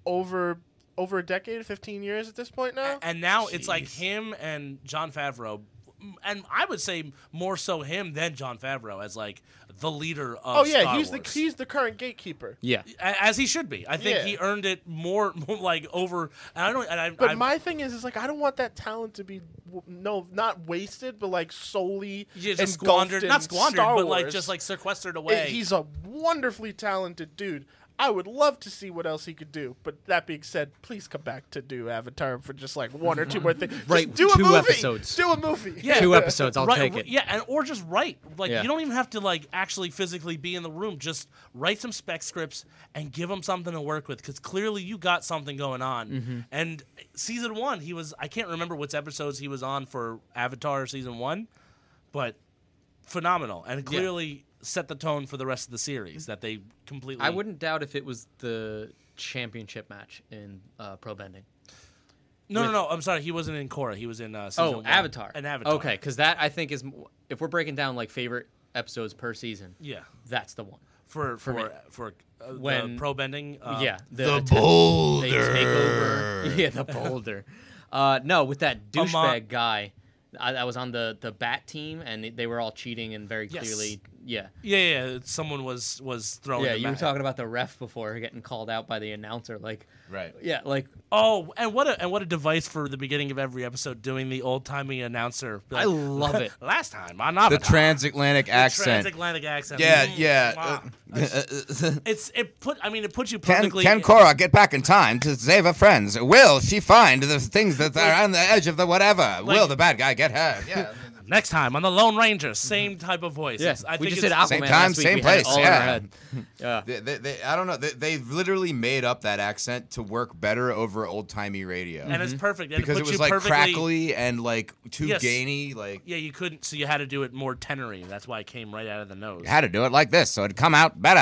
Speaker 4: over over a decade, fifteen years at this point now.
Speaker 3: And now it's like him and John Favreau, and I would say more so him than John Favreau as like the leader of.
Speaker 4: oh yeah,
Speaker 3: Star
Speaker 4: he's
Speaker 3: Wars.
Speaker 4: the he's the current gatekeeper.
Speaker 2: yeah.
Speaker 3: A- as he should be. I think
Speaker 4: Yeah.
Speaker 3: he earned it more, more like over. And I don't. And I,
Speaker 4: But
Speaker 3: I,
Speaker 4: my thing is, is like I don't want that talent to be w- no not wasted, but like solely
Speaker 3: Yeah, just
Speaker 4: engulfed
Speaker 3: squandered,
Speaker 4: in
Speaker 3: not squandered,
Speaker 4: Star
Speaker 3: but like
Speaker 4: Wars.
Speaker 3: just like sequestered
Speaker 4: It-
Speaker 3: away.
Speaker 4: he's a wonderfully talented dude. I would love to see what else he could do. But that being said, please come back to do Avatar for just like one or two more things. Just
Speaker 2: Right,
Speaker 4: do a
Speaker 2: two
Speaker 4: movie.
Speaker 2: episodes.
Speaker 4: Do a movie.
Speaker 3: Yeah.
Speaker 2: Two episodes, I'll
Speaker 3: Right,
Speaker 2: take
Speaker 3: r-
Speaker 2: it.
Speaker 3: Yeah, and or just write. Like
Speaker 2: Yeah.
Speaker 3: you don't even have to like actually physically be in the room. Just write some spec scripts and give them something to work with because clearly you got something going on.
Speaker 2: Mm-hmm.
Speaker 3: And season one, he was I can't remember which episodes he was on for Avatar season one, but phenomenal and clearly set the tone for the rest of the series that they completely.
Speaker 2: I wouldn't doubt if it was the championship match in uh, pro bending.
Speaker 3: No, no, no. I'm sorry. He wasn't in Korra. He was in uh, season
Speaker 2: Oh,
Speaker 3: one.
Speaker 2: Avatar.
Speaker 3: An Avatar.
Speaker 2: Okay, because that I think is m- if we're breaking down like favorite episodes per season.
Speaker 3: Yeah.
Speaker 2: That's the one.
Speaker 3: For for
Speaker 2: me.
Speaker 3: for, uh,
Speaker 2: When-
Speaker 3: when pro bending. Uh,
Speaker 2: yeah, the,
Speaker 1: The
Speaker 2: attack- they
Speaker 1: boulder.
Speaker 2: take over. Yeah, the boulder. Uh, no, with that douchebag
Speaker 3: Amon-
Speaker 2: guy. I, I was on the the bat team and they were all cheating and very
Speaker 3: Yes.
Speaker 2: clearly. Yeah.
Speaker 3: Yeah, yeah, yeah, someone was was throwing.
Speaker 2: Yeah,
Speaker 3: them
Speaker 2: you were
Speaker 3: at.
Speaker 2: talking about the ref before getting called out by the announcer. Like,
Speaker 1: Right.
Speaker 2: Yeah, like
Speaker 3: Oh, and what a and what a device for the beginning of every episode, doing the old timey announcer.
Speaker 2: I love it.
Speaker 3: Last time on
Speaker 1: The
Speaker 3: Avatar.
Speaker 1: transatlantic accent.
Speaker 3: transatlantic accent.
Speaker 1: Yeah,
Speaker 3: Mm,
Speaker 1: yeah.
Speaker 3: mwah.
Speaker 1: uh,
Speaker 3: It's it put. I mean, it puts you
Speaker 1: Can,
Speaker 3: perfectly.
Speaker 1: can Cora get back in time to save her friends? Will she find the things that are on the edge of the whatever? Will the bad guy get her? Yeah.
Speaker 3: Next time on the Lone Ranger, same type of voice.
Speaker 2: Mm-hmm. Yeah,
Speaker 3: It's- I
Speaker 2: we
Speaker 3: think
Speaker 2: just did
Speaker 3: it's-
Speaker 2: Aquaman
Speaker 1: Same
Speaker 2: last
Speaker 1: time,
Speaker 2: week.
Speaker 1: same
Speaker 2: We had it
Speaker 1: place,
Speaker 2: all in our
Speaker 1: yeah.
Speaker 2: head. Yeah.
Speaker 1: They, they, they, I don't know. They, they've literally made up that accent to work better over old timey radio.
Speaker 3: and
Speaker 2: Mm-hmm.
Speaker 3: it's perfect. And
Speaker 1: because
Speaker 3: it,
Speaker 1: it
Speaker 3: puts
Speaker 1: was
Speaker 3: you
Speaker 1: like
Speaker 3: perfectly,
Speaker 1: crackly and like too
Speaker 3: Yes.
Speaker 1: gainy. Like
Speaker 3: Yeah, you couldn't, so you had to do it more tenory. That's why it came right out of the nose.
Speaker 1: had to do it like this so it'd come out better.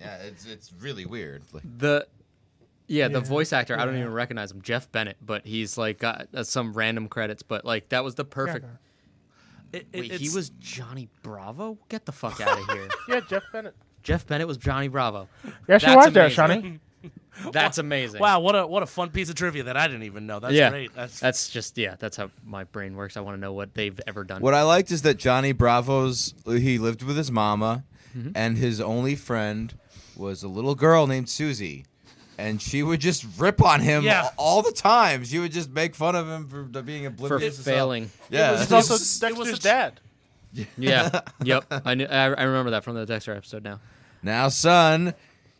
Speaker 1: Yeah, it's it's really weird. Like,
Speaker 2: The yeah, the voice actor, I don't even recognize him, Jeff Bennett, but he's like got uh, some random credits, but like that was the perfect.
Speaker 3: It- it-
Speaker 2: Wait, he
Speaker 3: it's-
Speaker 2: was Johnny Bravo? Get the fuck out of here.
Speaker 4: Yeah, Jeff Bennett.
Speaker 2: Jeff Bennett was Johnny Bravo.
Speaker 8: Yes, you
Speaker 2: That's
Speaker 8: was there,
Speaker 2: amazing.
Speaker 8: Shawnee.
Speaker 2: That's amazing.
Speaker 3: Wow, what a what a fun piece of trivia that I didn't even know. That's
Speaker 2: yeah,
Speaker 3: great. That's,
Speaker 2: just yeah, that's how my brain works. I want to know what they've ever done.
Speaker 1: what I liked is that Johnny Bravo's he lived with his mama,
Speaker 3: Mm-hmm.
Speaker 1: and his only friend was a little girl named Susie. And she would just rip on him
Speaker 3: Yeah.
Speaker 1: all the time. She would just make fun of him for being
Speaker 2: for
Speaker 1: oblivious. to stuff.
Speaker 2: failing.
Speaker 1: Yeah,
Speaker 4: It's
Speaker 3: It was-
Speaker 4: also
Speaker 3: it was
Speaker 4: Dexter's
Speaker 3: such-
Speaker 4: dad.
Speaker 2: Yeah. yep. I, knew, I I remember that from the Dexter episode now.
Speaker 1: Now, son,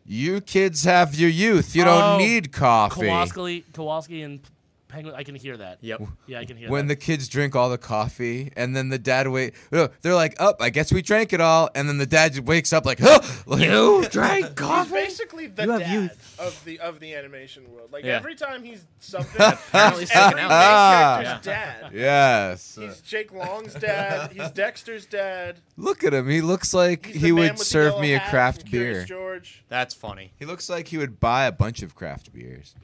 Speaker 1: you kids have your youth. You don't
Speaker 3: Oh,
Speaker 1: need coffee.
Speaker 3: Kowalski, Kowalski and Penguin. I can hear that.
Speaker 2: Yep.
Speaker 3: Yeah, I can hear
Speaker 1: When
Speaker 3: that.
Speaker 1: the kids drink all the coffee, and then the dad wait, no, they're like, "Up, I guess we drank it all," and then the dad just wakes up like, "Huh, like, you drank
Speaker 4: He's basically the
Speaker 2: You have
Speaker 4: dad
Speaker 2: youth.
Speaker 4: of the of the animation world. Like
Speaker 2: Yeah.
Speaker 4: every time he's something, he's every main
Speaker 1: Ah.
Speaker 4: character's dad.
Speaker 1: Yes.
Speaker 4: He's Jake Long's dad. He's Dexter's dad.
Speaker 1: Look at him. He looks like
Speaker 4: He's
Speaker 1: he
Speaker 4: the man
Speaker 1: would
Speaker 4: with the
Speaker 1: serve
Speaker 4: yellow
Speaker 1: me a
Speaker 4: hat from
Speaker 1: craft
Speaker 4: Curious
Speaker 1: beer.
Speaker 4: George.
Speaker 2: That's funny.
Speaker 1: He looks like he would buy a bunch of craft beers,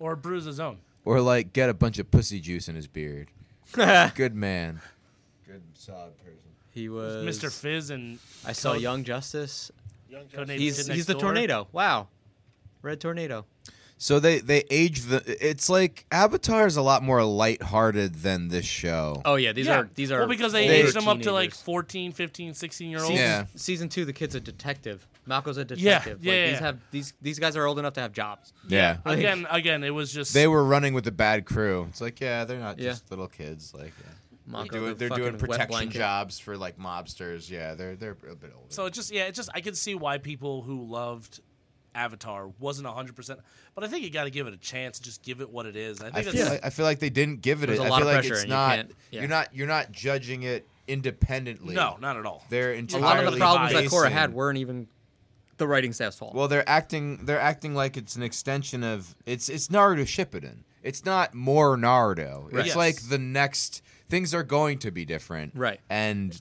Speaker 3: or brews his own.
Speaker 1: or like get a bunch of pussy juice in his beard. Good man. Good solid person.
Speaker 2: He was
Speaker 3: Mr. Fizz and
Speaker 2: I saw
Speaker 3: Code-
Speaker 2: Young Justice.
Speaker 4: Young Justice.
Speaker 3: Codename
Speaker 2: He's
Speaker 3: Kid
Speaker 2: he's
Speaker 3: Next
Speaker 2: the
Speaker 3: Door.
Speaker 2: tornado. Wow. Red tornado.
Speaker 1: So they they age the. It's like Avatar is a lot more lighthearted than this show.
Speaker 2: Oh yeah, these
Speaker 3: yeah.
Speaker 2: are these are
Speaker 3: well because they
Speaker 2: older
Speaker 3: aged him up to like
Speaker 2: teenagers.
Speaker 3: 14, 15, 16 year olds.
Speaker 2: Season,
Speaker 1: Yeah.
Speaker 2: season two, the kid's a detective. Malco's a
Speaker 3: Yeah,
Speaker 2: detective.
Speaker 3: yeah,
Speaker 2: like,
Speaker 3: yeah,
Speaker 2: These
Speaker 3: yeah.
Speaker 2: have these these guys are old enough to have jobs.
Speaker 1: yeah.
Speaker 3: Again, again, it was just
Speaker 1: They were running with a bad crew. It's like yeah, they're not
Speaker 2: Yeah.
Speaker 1: just little kids. Like yeah.
Speaker 2: Malco,
Speaker 1: Doing-
Speaker 2: the
Speaker 1: they're doing
Speaker 2: fucking wet
Speaker 1: protection
Speaker 2: blanket.
Speaker 1: jobs for like mobsters. Yeah, they're they're a bit older.
Speaker 3: So it just yeah, it just I could see why people who loved Avatar wasn't hundred percent, but I think you got to give it a chance. Just give it what it is. I
Speaker 1: I
Speaker 3: think
Speaker 1: feel
Speaker 3: that's
Speaker 1: like, I feel like they didn't give it.
Speaker 2: There's
Speaker 1: a-
Speaker 2: a
Speaker 1: I
Speaker 2: lot
Speaker 1: feel
Speaker 2: of
Speaker 1: like
Speaker 2: pressure
Speaker 1: it's
Speaker 2: and you
Speaker 1: not.
Speaker 2: can't- yeah.
Speaker 1: are not you're not judging it independently.
Speaker 3: no, not at all.
Speaker 1: they're entirely.
Speaker 2: a lot of the problems that
Speaker 1: basing,
Speaker 2: Cora had weren't even the writing staff's fault.
Speaker 1: Well, they're acting. They're acting like it's an extension of. It's it's Naruto Shippuden. It's not more Naruto. It's
Speaker 3: Yes.
Speaker 1: like the next things are going to be different.
Speaker 2: Right.
Speaker 1: And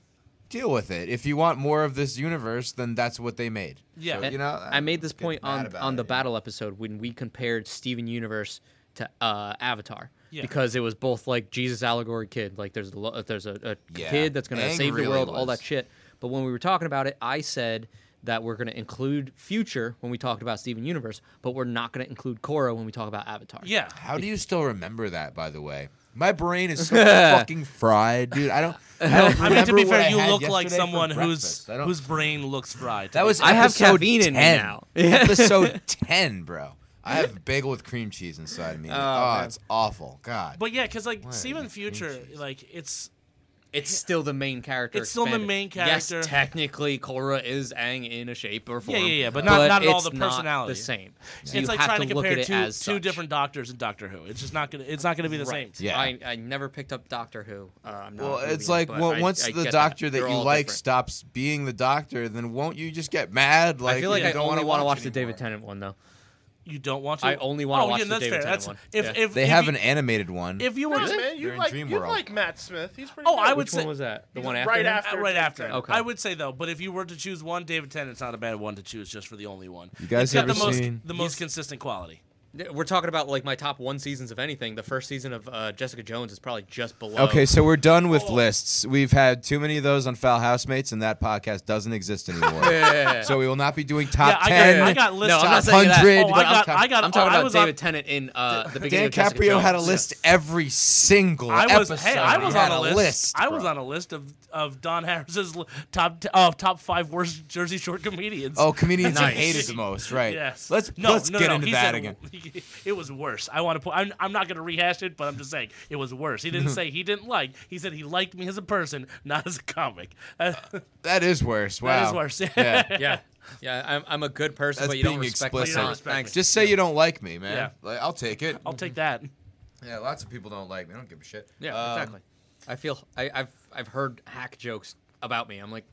Speaker 1: deal with it. If you want more of this universe, then that's what they made.
Speaker 3: Yeah.
Speaker 1: So, you know.
Speaker 2: I made this
Speaker 1: get
Speaker 2: point
Speaker 1: mad
Speaker 2: on
Speaker 1: about
Speaker 2: on
Speaker 1: it,
Speaker 2: the
Speaker 1: yeah.
Speaker 2: battle episode when we compared Steven Universe to uh, Avatar
Speaker 3: Yeah.
Speaker 2: because it was both like Jesus allegory kid, like there's a lo- there's a, a
Speaker 1: Yeah.
Speaker 2: kid that's gonna
Speaker 1: Aang
Speaker 2: save
Speaker 1: really
Speaker 2: the world, all
Speaker 1: was.
Speaker 2: that shit. But when we were talking about it, I said that we're gonna include future when we talked about Steven Universe, but we're not gonna include Korra when we talk about Avatar.
Speaker 3: Yeah,
Speaker 1: How do you still remember that? By the way, my brain is so fucking fried, dude. I don't. I, don't
Speaker 3: I mean to be
Speaker 1: remember what I
Speaker 3: fair, you
Speaker 1: had
Speaker 3: look like
Speaker 1: yesterday for
Speaker 3: someone whose
Speaker 1: breakfast. I don't-
Speaker 3: whose brain looks fried.
Speaker 1: That was
Speaker 2: I have
Speaker 1: episode
Speaker 2: caffeine in me
Speaker 1: 10.
Speaker 2: now.
Speaker 1: episode ten, bro. I have a bagel with cream cheese inside me. Oh, it's awful. God.
Speaker 3: but yeah, because like Steven
Speaker 1: you
Speaker 3: Future,
Speaker 1: cringy?
Speaker 3: like it's
Speaker 2: It's still the main character.
Speaker 3: It's still the
Speaker 2: expanded.
Speaker 3: main character.
Speaker 2: Yes, technically, Korra is Aang in a shape or form.
Speaker 3: yeah, yeah, but not- not at all
Speaker 2: it's
Speaker 3: the
Speaker 2: not
Speaker 3: personality.
Speaker 2: the same. So you
Speaker 3: it's like
Speaker 2: have
Speaker 3: trying to,
Speaker 2: look
Speaker 3: compare
Speaker 2: at it
Speaker 3: two
Speaker 2: as
Speaker 3: two
Speaker 2: such.
Speaker 3: different doctors in Doctor Who. It's just not gonna it's not gonna be the same.
Speaker 1: Yeah.
Speaker 2: I, I never picked up Doctor Who. Uh, I'm not
Speaker 1: well,
Speaker 2: a
Speaker 1: it's
Speaker 2: Whovian,
Speaker 1: like
Speaker 2: but
Speaker 1: well,
Speaker 2: I-
Speaker 1: once
Speaker 2: I
Speaker 1: the
Speaker 2: get
Speaker 1: doctor that,
Speaker 2: They're
Speaker 1: you
Speaker 2: all
Speaker 1: like
Speaker 2: different.
Speaker 1: stops being the doctor, then won't you just get mad? Like
Speaker 2: I feel like
Speaker 1: you
Speaker 2: I
Speaker 1: don't
Speaker 2: only
Speaker 1: want to
Speaker 2: watch the David
Speaker 1: anymore?
Speaker 2: Tennant one though.
Speaker 3: You don't want to.
Speaker 2: I only wanna
Speaker 3: oh,
Speaker 2: watch
Speaker 3: yeah,
Speaker 2: the
Speaker 3: that's
Speaker 2: David
Speaker 3: fair.
Speaker 2: Tennant
Speaker 3: That's
Speaker 2: one.
Speaker 3: if
Speaker 2: Yeah.
Speaker 3: if
Speaker 1: They
Speaker 3: if
Speaker 1: have
Speaker 3: you-
Speaker 1: an animated one.
Speaker 3: if you were
Speaker 4: No,
Speaker 3: to-
Speaker 4: man, you
Speaker 1: They're in
Speaker 4: like
Speaker 1: Dream
Speaker 4: you
Speaker 1: World.
Speaker 4: like Matt Smith. He's pretty.
Speaker 3: Oh,
Speaker 4: good.
Speaker 3: I would
Speaker 2: Which one
Speaker 3: say-
Speaker 2: was that? The
Speaker 4: He's
Speaker 2: one after.
Speaker 4: right
Speaker 2: that?
Speaker 4: after.
Speaker 3: Uh, right
Speaker 4: David
Speaker 3: after.
Speaker 4: Tennant.
Speaker 2: Okay.
Speaker 3: I would say though, but if you were to choose one, David Tennant's not a bad one to choose just for the only one. You
Speaker 1: guys
Speaker 3: it's got
Speaker 1: ever
Speaker 3: the most
Speaker 1: seen-
Speaker 3: the most consistent quality.
Speaker 2: Yeah, We're talking about like my top one seasons of anything. The first season of uh, Jessica Jones is probably just below.
Speaker 1: Okay, so we're done
Speaker 2: Oh.
Speaker 1: with lists. We've had too many of those on Foul Housemates, and that podcast doesn't exist anymore. So we will not be doing top
Speaker 3: I got-
Speaker 1: ten.
Speaker 3: I got lists
Speaker 2: No, I'm not
Speaker 1: top
Speaker 2: saying that.
Speaker 1: hundred.
Speaker 3: Oh,
Speaker 2: but
Speaker 3: I
Speaker 2: I'm
Speaker 3: got,
Speaker 1: talking-
Speaker 3: I got.
Speaker 2: I'm talking
Speaker 3: oh, I
Speaker 2: about
Speaker 3: was
Speaker 2: David
Speaker 3: on,
Speaker 2: Tennant in uh, the beginning
Speaker 1: Dan
Speaker 2: of Jessica
Speaker 1: Caprio had a
Speaker 2: Jones.
Speaker 1: list every single
Speaker 3: I was.
Speaker 1: episode.
Speaker 3: Hey, I
Speaker 1: He
Speaker 3: was
Speaker 1: had
Speaker 3: on a list. I was
Speaker 1: bro.
Speaker 3: on a list of of Don Harris's l- top t- uh, top five worst Jersey Shore comedians.
Speaker 1: Oh, comedians
Speaker 2: Nice.
Speaker 1: he hated the most, right?
Speaker 3: Yes.
Speaker 1: Let's
Speaker 3: no,
Speaker 1: let's
Speaker 3: no,
Speaker 1: get
Speaker 3: no,
Speaker 1: into
Speaker 3: he
Speaker 1: that
Speaker 3: said,
Speaker 1: again.
Speaker 3: It was worse. I want to. Po- I'm, I'm not going to rehash it, but I'm just saying it was worse. He didn't say he didn't like. He said he liked me as a person, not as a comic. Uh,
Speaker 1: That is worse. Wow.
Speaker 3: That is worse.
Speaker 1: yeah.
Speaker 2: Yeah, yeah. I'm, I'm a good person,
Speaker 1: That's
Speaker 2: but you don't
Speaker 1: being
Speaker 2: respect
Speaker 1: explicit.
Speaker 2: my
Speaker 3: You don't
Speaker 2: son.
Speaker 3: respect
Speaker 2: Thanks.
Speaker 1: Just say you don't like me, man.
Speaker 3: Yeah.
Speaker 1: Like, I'll take it.
Speaker 3: I'll take that.
Speaker 1: Yeah, lots of people don't like me. I don't give a shit.
Speaker 2: yeah,
Speaker 1: Um,
Speaker 2: exactly. I feel I, I've I've heard hack jokes about me. I'm like,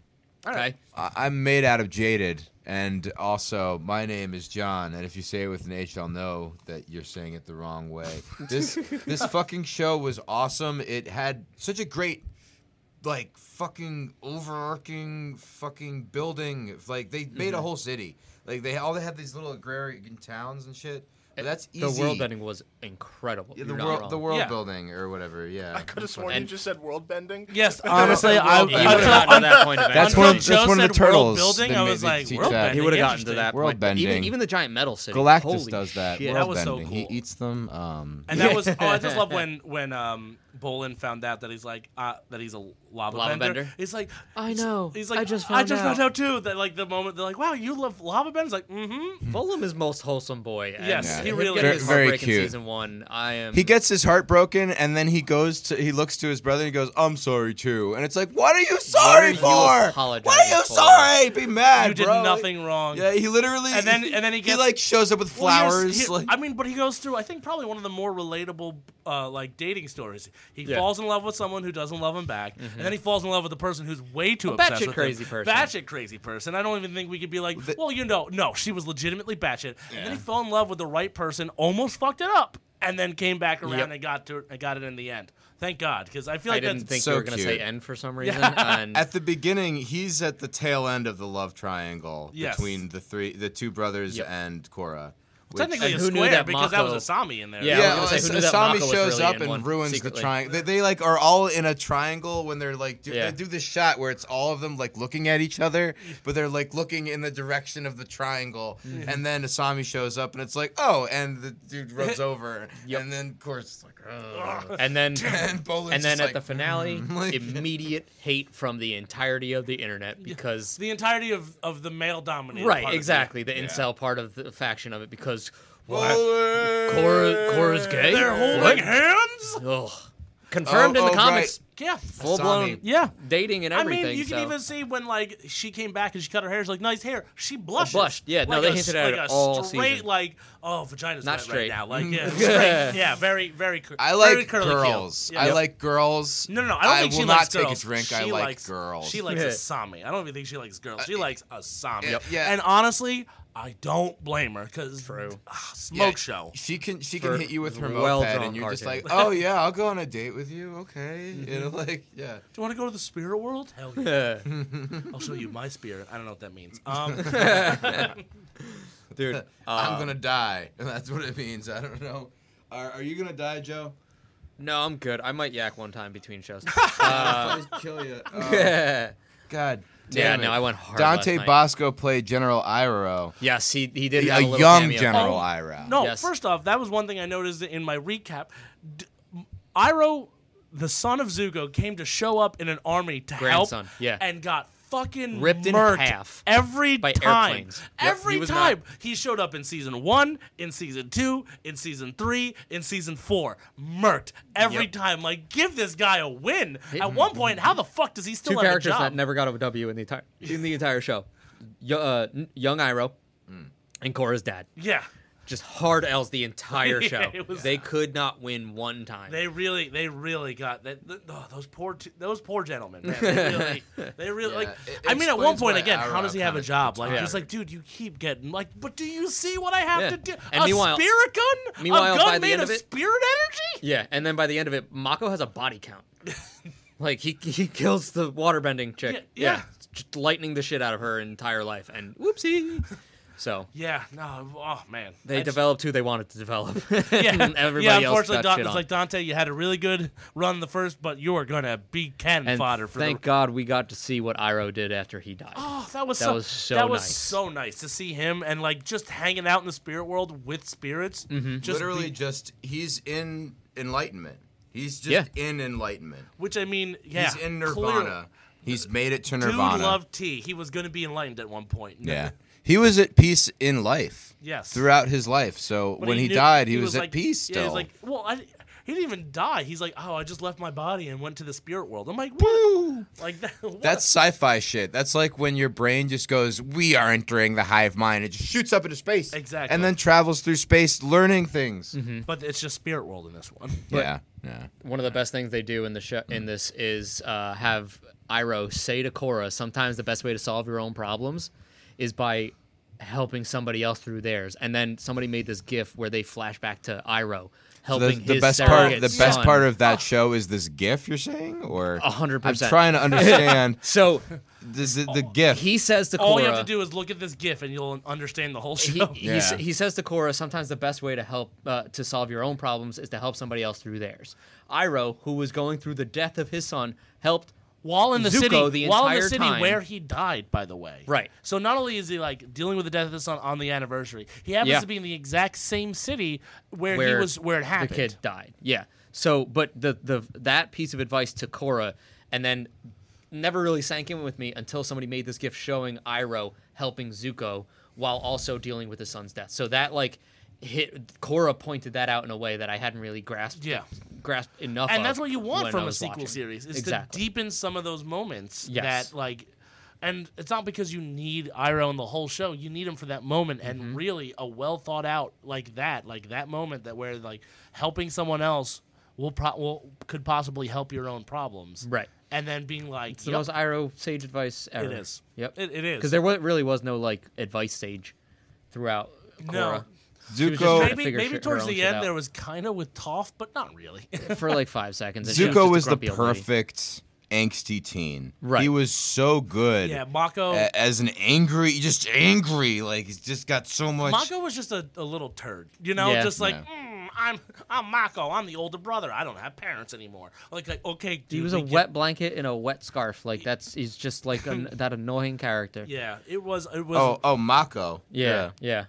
Speaker 2: okay,
Speaker 1: I- I'm made out of jaded, and also my name is John. And if you say it with an H, I'll know that you're saying it the wrong way. This this fucking show was awesome. It had such a great, like fucking overarching fucking building. Like they made a whole city. Like they all they had these little agrarian towns and shit. But that's easy.
Speaker 2: Eh, the world building was incredible.
Speaker 1: Yeah, the
Speaker 2: You're not
Speaker 1: world,
Speaker 2: wrong.
Speaker 1: the world
Speaker 3: Yeah.
Speaker 1: building or whatever. Yeah.
Speaker 4: I could have sworn you
Speaker 2: And-
Speaker 4: just said world bending.
Speaker 3: Yes, honestly, I,
Speaker 1: World
Speaker 2: He would have
Speaker 1: building.
Speaker 3: I,
Speaker 2: gotten to that point. eventually.
Speaker 1: That's
Speaker 3: Until
Speaker 1: one. That's
Speaker 3: Joe
Speaker 1: one of
Speaker 3: said
Speaker 1: the
Speaker 3: world
Speaker 1: turtles.
Speaker 3: building,
Speaker 1: that
Speaker 3: I
Speaker 1: made
Speaker 3: was
Speaker 1: me
Speaker 3: like,
Speaker 1: teach
Speaker 3: world
Speaker 1: that.
Speaker 3: building?
Speaker 2: he would have gotten to
Speaker 3: Interesting.
Speaker 2: that
Speaker 1: World
Speaker 2: point. But Even,
Speaker 1: bending.
Speaker 2: even the giant metal city.
Speaker 1: Galactus
Speaker 2: Holy
Speaker 1: does that.
Speaker 2: shit.
Speaker 1: World
Speaker 3: That was so
Speaker 1: bending.
Speaker 3: cool.
Speaker 1: He eats them. Um,
Speaker 3: And that was oh, I just love when when um Bolin found out that he's like uh, that he's a lava,
Speaker 2: Lava
Speaker 3: bender.
Speaker 2: bender.
Speaker 3: He's like
Speaker 2: I know.
Speaker 3: He's like
Speaker 2: I just
Speaker 3: I
Speaker 2: found
Speaker 3: just found
Speaker 2: out."
Speaker 3: out too that like the moment they're like wow you love lava benders like mm-hmm
Speaker 2: Bolum is most wholesome boy. and
Speaker 3: Yes, he
Speaker 2: him
Speaker 3: really
Speaker 2: getting
Speaker 3: is.
Speaker 2: his
Speaker 1: Very
Speaker 2: heartbreak in
Speaker 1: cute.
Speaker 2: Season one. I am.
Speaker 1: He gets his heart broken, and then he goes to he looks to his brother and he goes, "I'm sorry too." And it's like, "What are you sorry
Speaker 2: you
Speaker 1: for? What are
Speaker 2: apologizing
Speaker 1: you
Speaker 2: for?
Speaker 1: sorry? Be mad,
Speaker 3: you did
Speaker 1: bro."
Speaker 3: nothing wrong
Speaker 1: Yeah, he literally.
Speaker 3: And then- and then he gets-
Speaker 1: like shows up with
Speaker 3: Well,
Speaker 1: flowers.
Speaker 3: here's- here-
Speaker 1: like,
Speaker 3: I mean, but he goes through I think probably one of the more relatable uh, like dating stories. He
Speaker 2: Yeah.
Speaker 3: falls in love with someone who doesn't love him back,
Speaker 1: Mm-hmm.
Speaker 3: and then he falls in love with a person who's way too
Speaker 2: A
Speaker 3: obsessed
Speaker 2: batshit
Speaker 3: with
Speaker 2: crazy
Speaker 3: him.
Speaker 2: person.
Speaker 3: Batshit crazy person. I don't even think we could be like,
Speaker 1: The-
Speaker 3: well, you know, no, she was legitimately batshit, and then he fell in love with the right person, almost fucked it up, and then came back around
Speaker 2: Yep.
Speaker 3: and got to and got it in the end. Thank God, because I feel
Speaker 2: I
Speaker 3: like
Speaker 2: didn't
Speaker 3: that's
Speaker 2: think
Speaker 1: so
Speaker 2: you were going to say
Speaker 1: cute.
Speaker 2: end for some reason. And
Speaker 1: at the beginning, he's at the tail end of the love triangle
Speaker 3: Yes.
Speaker 1: between the three, the two brothers
Speaker 2: Yep.
Speaker 1: and Cora. which-
Speaker 3: technically
Speaker 2: And
Speaker 3: a
Speaker 2: who knew
Speaker 3: square
Speaker 2: that
Speaker 3: because that was
Speaker 2: Mako-
Speaker 3: a Sami in there.
Speaker 2: Yeah, I
Speaker 1: Yeah,
Speaker 2: was gonna say, who
Speaker 1: well,
Speaker 2: knew that
Speaker 1: Asami
Speaker 2: Mako was
Speaker 1: shows
Speaker 2: really
Speaker 1: up
Speaker 2: in
Speaker 1: and
Speaker 2: one
Speaker 1: ruins the
Speaker 2: secretly?
Speaker 1: triangle. They, they like are all in a triangle when they're like do,
Speaker 2: Yeah.
Speaker 1: they do this shot where it's all of them like looking at each other, but they're like looking in the direction of the triangle.
Speaker 3: Mm-hmm.
Speaker 1: And then Asami shows up and it's like oh, and the dude rubs over, and then of course it's like oh.
Speaker 2: and then
Speaker 1: and, Bolin's
Speaker 2: and then
Speaker 1: just
Speaker 2: at
Speaker 1: like,
Speaker 2: the finale,
Speaker 1: "Mm," like-
Speaker 2: immediate hate from the entirety of the internet because
Speaker 3: the entirety of, of the male dominated. part
Speaker 2: right,
Speaker 3: of it.
Speaker 2: exactly the incel part of the faction of it because what?
Speaker 1: Bolin!
Speaker 2: Cora Cora's gay.
Speaker 3: They're
Speaker 2: What?
Speaker 3: holding hands.
Speaker 2: Ugh. Confirmed
Speaker 1: Oh,
Speaker 2: in the
Speaker 1: oh,
Speaker 2: comics,
Speaker 3: Yeah,
Speaker 2: full blown
Speaker 1: Asami.
Speaker 3: yeah.
Speaker 2: dating and
Speaker 3: I
Speaker 2: everything.
Speaker 3: mean, you
Speaker 2: so.
Speaker 3: can even see when like she came back and she cut her hair. She's like, "Nice hair." She blushed.
Speaker 2: blushed. Yeah, no,
Speaker 3: like
Speaker 2: they
Speaker 3: a,
Speaker 2: hinted at
Speaker 3: like
Speaker 2: it
Speaker 3: a
Speaker 2: all
Speaker 3: straight,
Speaker 2: season.
Speaker 3: Like, oh, vagina's
Speaker 2: Not
Speaker 3: wet
Speaker 2: straight.
Speaker 3: right now. Like, yeah, straight. yeah, very, very. cur-
Speaker 1: I
Speaker 3: very
Speaker 1: like
Speaker 3: curly
Speaker 1: girls.
Speaker 3: Cute. Yeah.
Speaker 1: I like girls.
Speaker 3: No, no, no. I don't think
Speaker 1: will
Speaker 3: she
Speaker 1: not
Speaker 3: likes
Speaker 1: take
Speaker 3: girls.
Speaker 1: a drink.
Speaker 3: She
Speaker 1: I like
Speaker 3: likes,
Speaker 1: girls.
Speaker 3: She likes
Speaker 2: Yeah.
Speaker 3: Asami. I don't even think she likes girls. She likes Asami.
Speaker 1: yeah, yeah.
Speaker 3: And honestly, I don't blame her because
Speaker 2: True.
Speaker 1: Yeah,
Speaker 3: smoke show.
Speaker 1: She can she
Speaker 2: For
Speaker 1: can hit you with her
Speaker 2: well
Speaker 1: moped,
Speaker 2: drawn
Speaker 1: and you're just like,
Speaker 2: cartoon. Mm-hmm.
Speaker 1: oh yeah, I'll go on a date with you. Okay, you know, like yeah.
Speaker 3: Do you want to go to the spirit world? Hell yeah.
Speaker 2: Yeah.
Speaker 3: I'll show you my spirit. I don't know what that means. Um,
Speaker 2: dude.
Speaker 3: uh,
Speaker 2: Um,
Speaker 1: I'm gonna die, and that's what it means. I don't know. Are, are you gonna die, Joe?
Speaker 2: No, I'm good. I might yak one time between shows.
Speaker 1: Oh. I'll probably kill you. Oh, God.
Speaker 2: yeah,
Speaker 1: Damn it.
Speaker 2: no, I went hard.
Speaker 1: Dante
Speaker 2: last night.
Speaker 1: Bosco played General Iroh,
Speaker 2: Yes, he he did
Speaker 1: a,
Speaker 2: have a little
Speaker 1: young
Speaker 2: cameo.
Speaker 1: General
Speaker 3: Oh,
Speaker 1: Iroh.
Speaker 3: No,
Speaker 2: Yes.
Speaker 3: first off, that was one thing I noticed in my recap. D- Iroh, the son of Zuko, came to show up in an army to
Speaker 2: Grandson,
Speaker 3: help
Speaker 2: yeah.
Speaker 3: and got fucking
Speaker 2: Ripped in
Speaker 3: murked
Speaker 2: half
Speaker 3: every
Speaker 2: by
Speaker 3: time.
Speaker 2: airplanes. Yep,
Speaker 3: Every
Speaker 2: he was
Speaker 3: time.
Speaker 2: not-
Speaker 3: He showed up in season one, in season two, in season three, in season four. Murked every
Speaker 2: Yep.
Speaker 3: time. Like, give this guy a win. At one point, how the fuck does he still
Speaker 2: Two
Speaker 3: have
Speaker 2: characters
Speaker 3: a job?
Speaker 2: that never got a W in the entire in the entire show. Yo, uh, n- young Iroh
Speaker 1: Hmm.
Speaker 2: and Korra's dad.
Speaker 3: yeah.
Speaker 2: Just hard L's the entire
Speaker 3: Yeah,
Speaker 2: show.
Speaker 3: it was-
Speaker 2: they could not win one time.
Speaker 3: They really, they really got that. th- oh, those poor, t- those poor gentlemen. Man, they really, they really
Speaker 1: Yeah,
Speaker 3: like.
Speaker 1: it
Speaker 3: I mean, at one
Speaker 1: explains
Speaker 3: point
Speaker 1: why
Speaker 3: again, how
Speaker 1: Arrow
Speaker 3: does he have a
Speaker 1: kinda
Speaker 3: job? Like,
Speaker 2: Yeah.
Speaker 3: he's like, dude, you keep getting like, but do you see what I have
Speaker 2: Yeah.
Speaker 3: to do?
Speaker 2: And
Speaker 3: a
Speaker 2: meanwhile-
Speaker 3: spirit gun?
Speaker 2: meanwhile,
Speaker 3: a gun
Speaker 2: by the
Speaker 3: made
Speaker 2: end
Speaker 3: of
Speaker 2: of it-
Speaker 3: spirit energy?
Speaker 2: yeah, and then by the end of it, Mako has a body count. like he he kills the waterbending chick.
Speaker 3: Yeah, yeah.
Speaker 2: just lightning the shit out of her entire life, and whoopsie. So
Speaker 3: Yeah. No. Oh man.
Speaker 2: they
Speaker 3: I just-
Speaker 2: developed who they wanted to develop.
Speaker 3: Yeah.
Speaker 2: and everybody
Speaker 3: yeah.
Speaker 2: else
Speaker 3: Unfortunately,
Speaker 2: got
Speaker 3: Don,
Speaker 2: shit
Speaker 3: it's
Speaker 2: on.
Speaker 3: like Dante. You had a really good run the first, but you are gonna be cannon
Speaker 2: and
Speaker 3: fodder for
Speaker 2: thank
Speaker 3: the.
Speaker 2: God we got to see what Iroh did after he died.
Speaker 3: Oh, that was
Speaker 2: That
Speaker 3: so,
Speaker 2: was so
Speaker 3: that was
Speaker 2: nice.
Speaker 3: so nice to see him and like just hanging out in the spirit world with spirits.
Speaker 2: Mm-hmm.
Speaker 3: Just
Speaker 1: Literally,
Speaker 3: be-
Speaker 1: just he's in enlightenment. He's just
Speaker 2: Yeah.
Speaker 1: in enlightenment.
Speaker 3: Which I mean, yeah,
Speaker 1: he's in
Speaker 3: clearly.
Speaker 1: Nirvana. He's made it to
Speaker 3: Dude
Speaker 1: Nirvana.
Speaker 3: loved tea. He was going to be enlightened at one point.
Speaker 1: yeah, he was at peace in life.
Speaker 3: Yes.
Speaker 1: throughout his life. So
Speaker 3: But
Speaker 1: when he,
Speaker 3: knew-
Speaker 1: died, he, was, at
Speaker 3: like-
Speaker 1: peace still.
Speaker 3: Yeah, he was like, well, I, He didn't even die. He's like, oh, I just left my body and went to the spirit world. I'm like, woo! Like that, what?
Speaker 1: That's sci-fi shit. That's like when your brain just goes, "We are entering the hive mind." It just shoots up into space,
Speaker 3: Exactly.
Speaker 1: and then travels through space, learning things.
Speaker 2: Mm-hmm.
Speaker 3: but it's just spirit world in this one.
Speaker 1: Yeah, yeah. Mm.
Speaker 2: One of the best things they do in the show in this is uh, have Iroh say to Korra, sometimes the best way to solve your own problems is by helping somebody else through theirs. And then somebody made this gif where they flash back to Iroh
Speaker 1: The,
Speaker 2: helping
Speaker 1: the
Speaker 2: his
Speaker 1: best part, the
Speaker 2: surrogate
Speaker 1: best
Speaker 2: son.
Speaker 1: part of
Speaker 3: Ah.
Speaker 1: that show is this GIF you're saying, or
Speaker 2: A hundred
Speaker 1: I'm
Speaker 2: percent.
Speaker 1: trying to understand
Speaker 2: So
Speaker 1: the, the, the GIF.
Speaker 2: he says to Korra,
Speaker 3: All you have to do is look at this GIF and you'll understand the whole
Speaker 2: he,
Speaker 3: show.
Speaker 2: he s-
Speaker 1: Yeah.
Speaker 2: he says to Korra, sometimes the best way to help uh, to solve your own problems is to help somebody else through theirs. Iroh, who was going through the death of his son, helped
Speaker 3: while in the
Speaker 2: Zuko
Speaker 3: city,
Speaker 2: the
Speaker 3: while in the
Speaker 2: entire
Speaker 3: city
Speaker 2: time.
Speaker 3: where he died, by the way.
Speaker 2: Right.
Speaker 3: So not only is he like dealing with the death of his son on the anniversary, he happens
Speaker 2: Yeah.
Speaker 3: to be in the exact same city where, he was where it happened.
Speaker 2: The kid died. Yeah. So, but the the that piece of advice to Korra, and then never really sank in with me until somebody made this gift showing Iroh helping Zuko while also dealing with his son's death. So that like hit Korra pointed that out in a way that I hadn't really grasped.
Speaker 3: Yeah.
Speaker 2: Grasped enough.
Speaker 3: and
Speaker 2: of
Speaker 3: that's what you want
Speaker 2: when I
Speaker 3: from a
Speaker 2: was
Speaker 3: sequel
Speaker 2: watching.
Speaker 3: series is
Speaker 2: exactly.
Speaker 3: to deepen some of those moments
Speaker 2: Yes.
Speaker 3: that like and it's not because you need Iroh in the whole show you need him for that moment
Speaker 2: Mm-hmm.
Speaker 3: and really a well thought out like that like that moment that where like helping someone else will pro- will could possibly help your own problems
Speaker 2: Right.
Speaker 3: and then being like
Speaker 2: It's the
Speaker 3: "Yup,
Speaker 2: most Iroh sage advice ever.
Speaker 3: it is
Speaker 2: Yep.
Speaker 3: it, it is
Speaker 2: Because there wa- really was no like advice sage throughout. Korra.
Speaker 3: No.
Speaker 2: was just
Speaker 1: Zuko,
Speaker 2: trying to
Speaker 3: maybe
Speaker 2: Oh, figure
Speaker 3: maybe
Speaker 2: shit- her
Speaker 3: towards
Speaker 2: own
Speaker 3: the
Speaker 2: shit
Speaker 3: end
Speaker 2: out.
Speaker 3: there was kind of with Toph but not really
Speaker 2: for like five seconds. and she
Speaker 1: Zuko was
Speaker 2: just a
Speaker 1: the
Speaker 2: grumpy old lady.
Speaker 1: perfect angsty teen.
Speaker 2: Right.
Speaker 1: He was so good.
Speaker 3: yeah Mako
Speaker 2: Eh,
Speaker 1: a- as an angry, just angry. Like he's just got so much.
Speaker 3: Mako was just a, a little turd, you know,
Speaker 2: Yeah.
Speaker 3: just like
Speaker 1: Yeah.
Speaker 3: "Mm, I'm I'm Mako, I'm the older brother. I don't have parents anymore. Like, like okay, dude,
Speaker 2: He was
Speaker 3: we
Speaker 2: a
Speaker 3: get-
Speaker 2: wet blanket in a wet scarf. Like that's he's just like an, that annoying character.
Speaker 3: Yeah, it was it was
Speaker 1: oh, oh, Mako.
Speaker 2: yeah, yeah.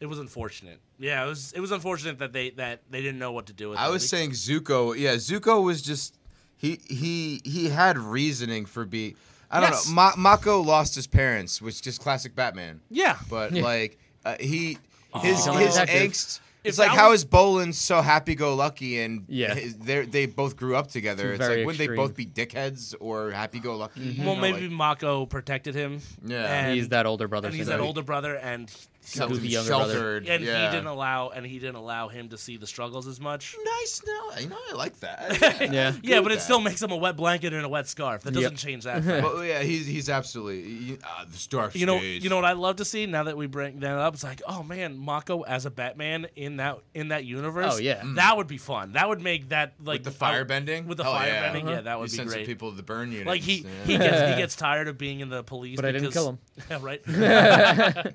Speaker 3: it was unfortunate. Yeah, it was it was unfortunate that they that they didn't know what to do with.
Speaker 1: I
Speaker 3: him.
Speaker 1: was
Speaker 3: They-
Speaker 1: saying Zuko. Yeah, Zuko was just he he he had reasoning for being. I don't
Speaker 3: Yes.
Speaker 1: know. Ma- Mako lost his parents, which is just classic Batman.
Speaker 3: yeah,
Speaker 1: But
Speaker 2: Yeah.
Speaker 1: like uh, he his
Speaker 2: Become Oh, a
Speaker 1: his
Speaker 2: detective.
Speaker 1: angst.
Speaker 3: If
Speaker 1: It's like
Speaker 3: that
Speaker 1: how
Speaker 3: was-
Speaker 1: is Bolin so happy-go-lucky and
Speaker 2: Yeah.
Speaker 1: his, they're- they both grew up together.
Speaker 2: Two
Speaker 1: it's like
Speaker 2: very
Speaker 1: wouldn't they
Speaker 2: extreme- Mm-hmm.
Speaker 1: both be dickheads or happy-go-lucky? You
Speaker 3: well,
Speaker 1: know,
Speaker 3: maybe
Speaker 1: like,
Speaker 3: Mako protected him.
Speaker 1: Yeah.
Speaker 3: and,
Speaker 2: he's that older brother.
Speaker 3: and he's
Speaker 2: syndrome.
Speaker 3: that older brother, and
Speaker 1: kept
Speaker 2: Goofy
Speaker 1: him
Speaker 2: younger brother.
Speaker 1: sheltered.
Speaker 3: and
Speaker 1: yeah.
Speaker 3: he didn't allow and he didn't allow him to see the struggles as much.
Speaker 1: nice now. You know, I like that.
Speaker 2: Yeah.
Speaker 3: Yeah, but it
Speaker 1: that.
Speaker 3: still makes him a wet blanket and a wet scarf. That
Speaker 2: Yep.
Speaker 3: doesn't change that. fact.
Speaker 1: But yeah, he's he's absolutely he, uh, the star.
Speaker 3: You know, you know what I love to see now that we bring that up. It's like, oh man, Mako as a Batman in that in that universe.
Speaker 2: Oh, yeah. Mm.
Speaker 3: that would be fun. That would make that like
Speaker 1: with the fire
Speaker 3: I-
Speaker 1: bending.
Speaker 3: With the
Speaker 1: Hell
Speaker 3: fire
Speaker 1: yeah. Uh-huh.
Speaker 3: bending, yeah, that would
Speaker 1: you
Speaker 3: be
Speaker 1: send some
Speaker 3: great.
Speaker 1: people to the burn unit.
Speaker 3: like he he gets he gets tired of being in the police.
Speaker 2: But I didn't
Speaker 3: because,
Speaker 2: kill him.
Speaker 3: Yeah, right.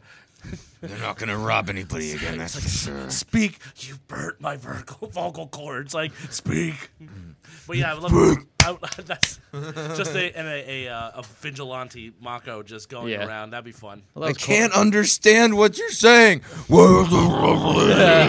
Speaker 1: they're not gonna rob anybody again. That's for sure.
Speaker 3: speak, you burnt my vocal vocal cords. Like speak. But yeah, I would love. I, that's just a, and a a, uh, a vigilante Mako just going
Speaker 2: Yeah.
Speaker 3: around. That'd be fun.
Speaker 2: Well, that was cool.
Speaker 1: understand what you're saying.
Speaker 3: It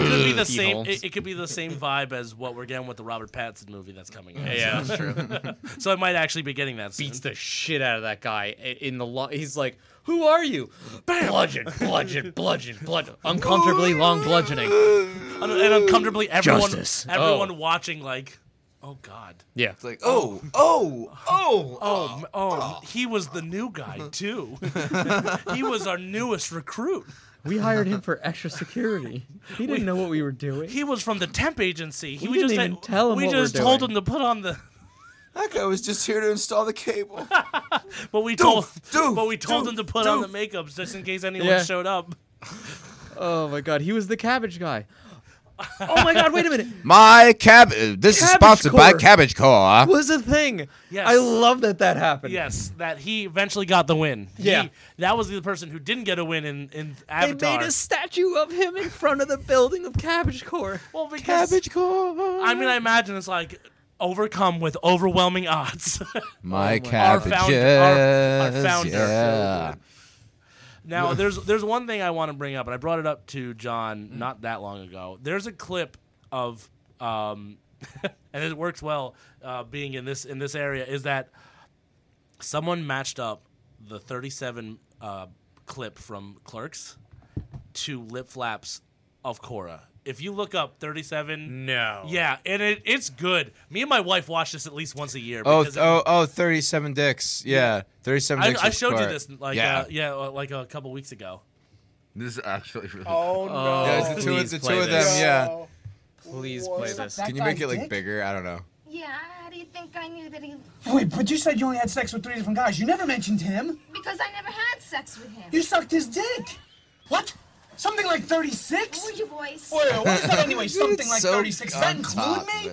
Speaker 3: could be the
Speaker 2: Pete
Speaker 3: same.
Speaker 2: Holmes.
Speaker 3: It, it could be the same vibe as what we're getting with the Robert Pattinson movie that's coming out.
Speaker 2: Yeah, that's true.
Speaker 3: So I might actually be getting that soon.
Speaker 2: Beats the shit out of that guy i- in the lo- He's like, "Who are you?" Bludgeon, bludgeon, bludgeon, bludgeon. Uncomfortably long bludgeoning.
Speaker 3: and, and uncomfortably everyone
Speaker 2: Justice.
Speaker 3: everyone
Speaker 2: Oh.
Speaker 3: watching like oh god.
Speaker 2: Yeah.
Speaker 1: It's like oh oh oh
Speaker 3: Oh, m- oh, he was the new guy too. he was our newest recruit.
Speaker 2: We hired him for extra security. He didn't know what we were doing.
Speaker 3: He was from the temp agency. He
Speaker 2: We didn't
Speaker 3: was just
Speaker 2: even tell him
Speaker 3: We
Speaker 2: what we're
Speaker 3: just told
Speaker 2: doing.
Speaker 3: him to put on the.
Speaker 1: that guy was just here to install the cable.
Speaker 3: But we told.
Speaker 1: doof,
Speaker 3: but we told
Speaker 1: doof,
Speaker 3: him to put on the makeup just in case anyone
Speaker 2: Yeah.
Speaker 3: showed up.
Speaker 2: Oh my god, he was the cabbage guy. Oh my god, wait a minute.
Speaker 1: My cab. uh, This is
Speaker 2: Cabbage
Speaker 1: sponsored by
Speaker 2: Corp.
Speaker 1: Cabbage Core.
Speaker 2: Was a thing.
Speaker 3: Yes.
Speaker 2: I love that that happened.
Speaker 3: Yes, that he eventually got the win. He-
Speaker 2: Yeah.
Speaker 3: that was the person who didn't get a win in in
Speaker 2: They
Speaker 3: Avatar.
Speaker 2: made a statue of him in front of the building of Cabbage Corps.
Speaker 3: well, because,
Speaker 1: Core.
Speaker 3: I mean, I imagine it's like overcome with overwhelming odds.
Speaker 1: My
Speaker 3: Our
Speaker 1: cabbages.
Speaker 3: founder- our- our founder.
Speaker 1: Yeah.
Speaker 3: now, there's there's one thing I want to bring up, and I brought it up to
Speaker 1: Mm-hmm.
Speaker 3: John not that long ago. There's a clip of, um, and it works well uh, being in this in this area. Is that someone matched up the 37 uh, clip from Clerks to Lip Flap's of Korra. If you look up 37
Speaker 7: No.
Speaker 3: Yeah, and it, it's good. Me and my wife watch this at least once a year.
Speaker 1: Oh,
Speaker 3: because it-
Speaker 1: oh, oh, 37 dicks. Yeah, 37
Speaker 3: I,
Speaker 1: dicks.
Speaker 3: I
Speaker 1: with
Speaker 3: showed you
Speaker 1: Picard.
Speaker 3: this like
Speaker 1: yeah.
Speaker 3: uh, yeah uh, like a couple weeks ago.
Speaker 1: This is actually really
Speaker 4: Oh no.
Speaker 1: Guys, the two,
Speaker 7: Please
Speaker 1: the two
Speaker 7: play
Speaker 1: of them,
Speaker 7: this.
Speaker 1: yeah.
Speaker 7: Please play
Speaker 8: Suck
Speaker 7: this.
Speaker 8: that
Speaker 1: Can you
Speaker 8: guy's
Speaker 1: make it like
Speaker 8: dick?
Speaker 1: bigger? I don't know.
Speaker 9: Yeah, how do you think I knew that he?
Speaker 8: Wait, but you said you only had sex with three different guys. You never mentioned him.
Speaker 9: Because I never had sex with him.
Speaker 8: You sucked his dick. What? Something like 36?
Speaker 9: Lower your voice.
Speaker 8: Wait, what is that anyway? Something
Speaker 1: It's
Speaker 8: like
Speaker 1: so
Speaker 8: 36. Does
Speaker 1: on
Speaker 8: that include
Speaker 1: top
Speaker 8: me?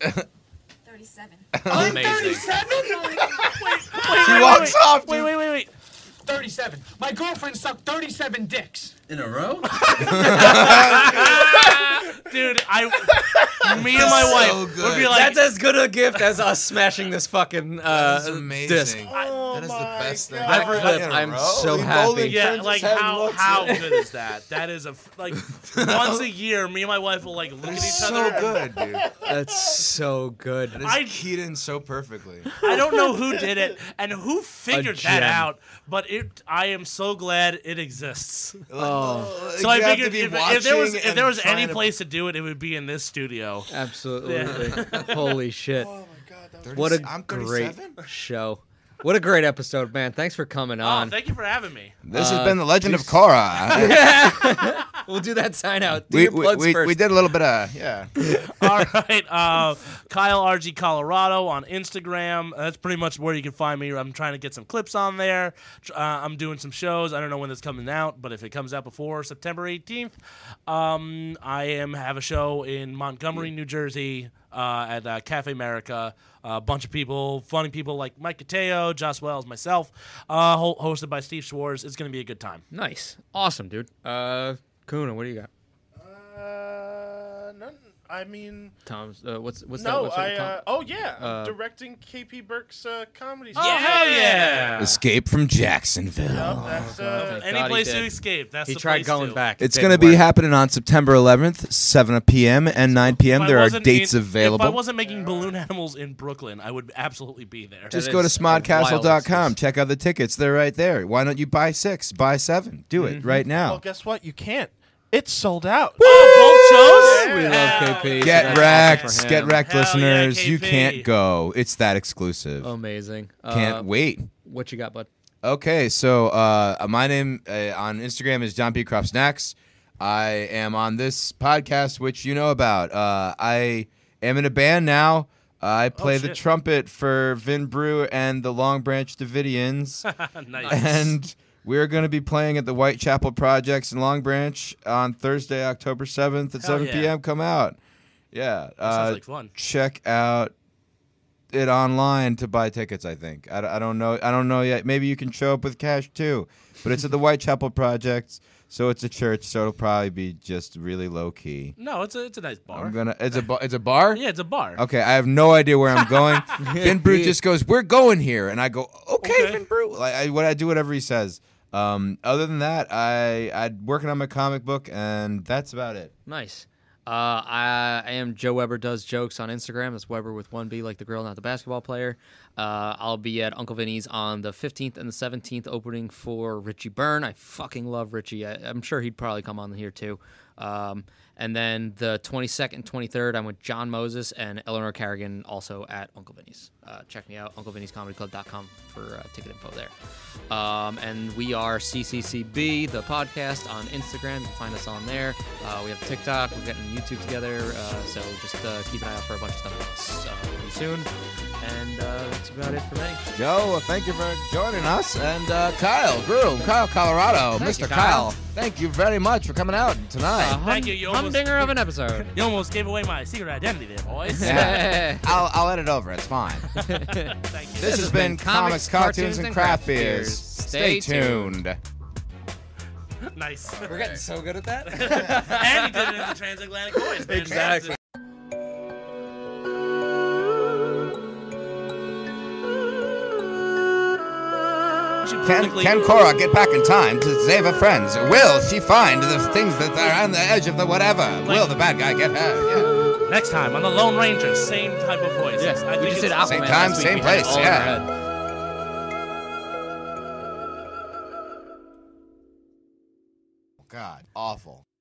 Speaker 1: of it.
Speaker 9: Thirty-seven.
Speaker 8: I'm
Speaker 7: Amazing.
Speaker 8: 37?
Speaker 1: She walks off,
Speaker 3: Wait,
Speaker 1: dude.
Speaker 3: wait, wait, wait.
Speaker 8: 37. My girlfriend sucked 37 dicks.
Speaker 6: In a row?
Speaker 3: Dude, I me and my wife
Speaker 1: so
Speaker 3: would be
Speaker 1: good.
Speaker 3: like
Speaker 7: That's as good a gift as us smashing this fucking uh,
Speaker 1: That's
Speaker 7: disc.
Speaker 1: amazing.
Speaker 4: Oh
Speaker 1: that is the
Speaker 4: my
Speaker 1: best thing.
Speaker 4: God.
Speaker 7: I've heard that.
Speaker 1: In a
Speaker 7: I'm
Speaker 1: row?
Speaker 7: so
Speaker 1: We've
Speaker 7: happy.
Speaker 1: only
Speaker 3: yeah,
Speaker 1: turned
Speaker 3: like
Speaker 1: his head
Speaker 3: how
Speaker 1: once.
Speaker 3: how good is that? That is a f- like once a year. Me and my wife will like look at each
Speaker 1: so
Speaker 3: other.
Speaker 1: good, dude.
Speaker 7: That's so good.
Speaker 1: That
Speaker 3: I-
Speaker 1: is keyed in so perfectly.
Speaker 3: I don't know who did it and who figured that
Speaker 7: gem.
Speaker 3: out, but it. I am so glad it exists.
Speaker 1: Oh,
Speaker 3: So I figured if, if there was if there was any place to do it, it would be in this studio.
Speaker 2: Absolutely. Holy shit.
Speaker 4: Oh my god, that was
Speaker 2: What a
Speaker 1: I'm
Speaker 2: great
Speaker 1: 37?
Speaker 2: show. What a great episode, man. Thanks for coming
Speaker 3: Oh,
Speaker 2: on.
Speaker 3: thank you for having me.
Speaker 1: This has been the Legend of Korra.
Speaker 2: we'll do that sign out. Do
Speaker 1: we,
Speaker 2: your
Speaker 1: we,
Speaker 2: plugs
Speaker 1: we,
Speaker 2: first.
Speaker 1: we did a little bit of yeah.
Speaker 3: All right, uh, Kyle RG Colorado on Instagram. Uh, That's pretty much where you can find me. I'm trying to get some clips on there. Tr- Uh, I'm doing some shows. I don't know when this coming out, but if it comes out before September 18th, um, I am have a show in Montgomery, New Jersey, uh, at uh, Cafe America. A bunch of people, funny people like Mike Cateo, Joss Wells, myself, uh, ho- hosted by Steve Schwartz. It's going to be a good time.
Speaker 2: Nice. Awesome, dude. Uh Kuna, what do you got?
Speaker 4: Uh, none. I mean,
Speaker 2: Tom's uh, what's what's that
Speaker 4: no,
Speaker 2: what's that
Speaker 4: I.
Speaker 2: Tom-
Speaker 4: Uh, oh yeah, I'm directing KP Burke's uh, comedy. show.
Speaker 3: Oh, hell yeah!
Speaker 1: Escape from Jacksonville.
Speaker 4: Yep, that's uh,
Speaker 2: thank
Speaker 3: Any
Speaker 2: God he
Speaker 3: place to
Speaker 2: did.
Speaker 3: escape. That's
Speaker 2: He
Speaker 3: the
Speaker 2: tried
Speaker 3: place
Speaker 2: going
Speaker 3: to.
Speaker 2: back. It
Speaker 1: It's
Speaker 2: didn't
Speaker 1: going to be
Speaker 2: work.
Speaker 1: happening on September 11th, 7 p.m. and 9 p.m.
Speaker 3: If I
Speaker 1: There are
Speaker 3: wasn't
Speaker 1: dates
Speaker 3: in-
Speaker 1: available.
Speaker 3: If I wasn't making balloon animals in Brooklyn, I would absolutely be there.
Speaker 1: Just
Speaker 2: That
Speaker 1: go to
Speaker 2: is a wild
Speaker 1: smodcastle.com.
Speaker 2: excuse.
Speaker 1: Check out the tickets. They're right there. Why don't you buy six? Buy seven. Do it right now.
Speaker 4: Well, guess what? You can't. It's sold out.
Speaker 3: Oh, both shows.
Speaker 2: We love KP. so
Speaker 1: Get
Speaker 2: that's
Speaker 1: wrecked.
Speaker 2: awesome for
Speaker 1: Get
Speaker 2: him.
Speaker 1: wrecked,
Speaker 3: Hell yeah,
Speaker 1: listeners. you
Speaker 3: KP.
Speaker 1: can't go. It's that exclusive.
Speaker 2: Amazing.
Speaker 1: can't
Speaker 2: Um, Uh,
Speaker 1: wait.
Speaker 2: What you got, bud?
Speaker 1: Okay, so uh, my name uh, on Instagram is John P. Crop Snacks. I am on this podcast, which you know about. Uh, I am in a band now. I play the
Speaker 3: shit.
Speaker 1: trumpet for Vin Brew and the Long Branch Davidians.
Speaker 3: nice.
Speaker 1: and we're going to be playing at the Whitechapel Projects in Long Branch on Thursday, October 7th at
Speaker 3: Hell
Speaker 1: 7
Speaker 3: yeah.
Speaker 1: p.m. Come out. Yeah.
Speaker 3: Sounds
Speaker 1: uh,
Speaker 3: like fun.
Speaker 1: check out it online to buy tickets. I think I, d- I don't know. I don't know yet. Maybe you can show up with cash too. But it's at the Whitechapel Project, so it's a church, so it'll probably be just really low key.
Speaker 3: No, it's a it's a nice bar.
Speaker 1: I'm gonna. It's a. Ba- it's a bar.
Speaker 3: yeah, it's a bar.
Speaker 1: Okay, I have no idea where I'm going. Vin Brew just goes, "We're going here," and I go, "Okay,
Speaker 3: Okay.
Speaker 1: Vin Brew." Like I, what I do, whatever he says. Um, other than that, I I'm working on my comic book, and that's about it.
Speaker 2: Nice. Uh, I, I am Joe Weber does jokes on Instagram. That's Weber with one B, like the girl, not the basketball player. Uh, I'll be at Uncle Vinny's on the 15th and the 17th, opening for Richie Byrne. I fucking love Richie. I, I'm sure he'd probably come on here too. Um, and then the 22nd, 23rd, I'm with John Moses and Eleanor Carrigan, also at Uncle Vinny's. Uh, check me out, UncleVinny'sComedyClub.com for uh, ticket info there. Um, and we are CCCB, the podcast, on Instagram. You can find us on there. Uh, we have TikTok. We're getting YouTube together. Uh, so just uh, keep an eye out for a bunch of stuff else, uh, pretty soon. And uh, that's about it for me.
Speaker 1: Joe, well, thank you for joining us. And uh, Kyle, Groom, Kyle, Colorado,
Speaker 2: Thank
Speaker 1: Mr.
Speaker 2: you,
Speaker 1: Kyle. Uh-huh.
Speaker 2: Kyle.
Speaker 1: thank you very much for coming out tonight.
Speaker 2: A
Speaker 3: Thank you, you almost-
Speaker 2: humdinger of an episode.
Speaker 3: You almost gave away my secret identity there, boys.
Speaker 1: Yeah. I'll, I'll edit over. It's fine. this,
Speaker 3: Thank you.
Speaker 1: has been comics, cartoons, and craft beers. Stay, tuned.
Speaker 3: nice.
Speaker 2: We're getting so good at that.
Speaker 3: and you did it in the transatlantic voice. man.
Speaker 2: Exactly.
Speaker 1: Can, can Cora get back in time to save her friends? Will she find the things that are on the edge of the whatever? Will the bad guy get her?
Speaker 3: Next time on the Lone Ranger, same type of voice.
Speaker 2: Yes,
Speaker 3: I
Speaker 2: we
Speaker 3: think
Speaker 2: just did
Speaker 3: it's-
Speaker 2: Aquaman.
Speaker 1: Same
Speaker 2: last
Speaker 1: time,
Speaker 2: week.
Speaker 1: same
Speaker 2: We had it
Speaker 1: place,
Speaker 2: all in our
Speaker 1: yeah. Yeah.
Speaker 2: head.
Speaker 1: God, awful.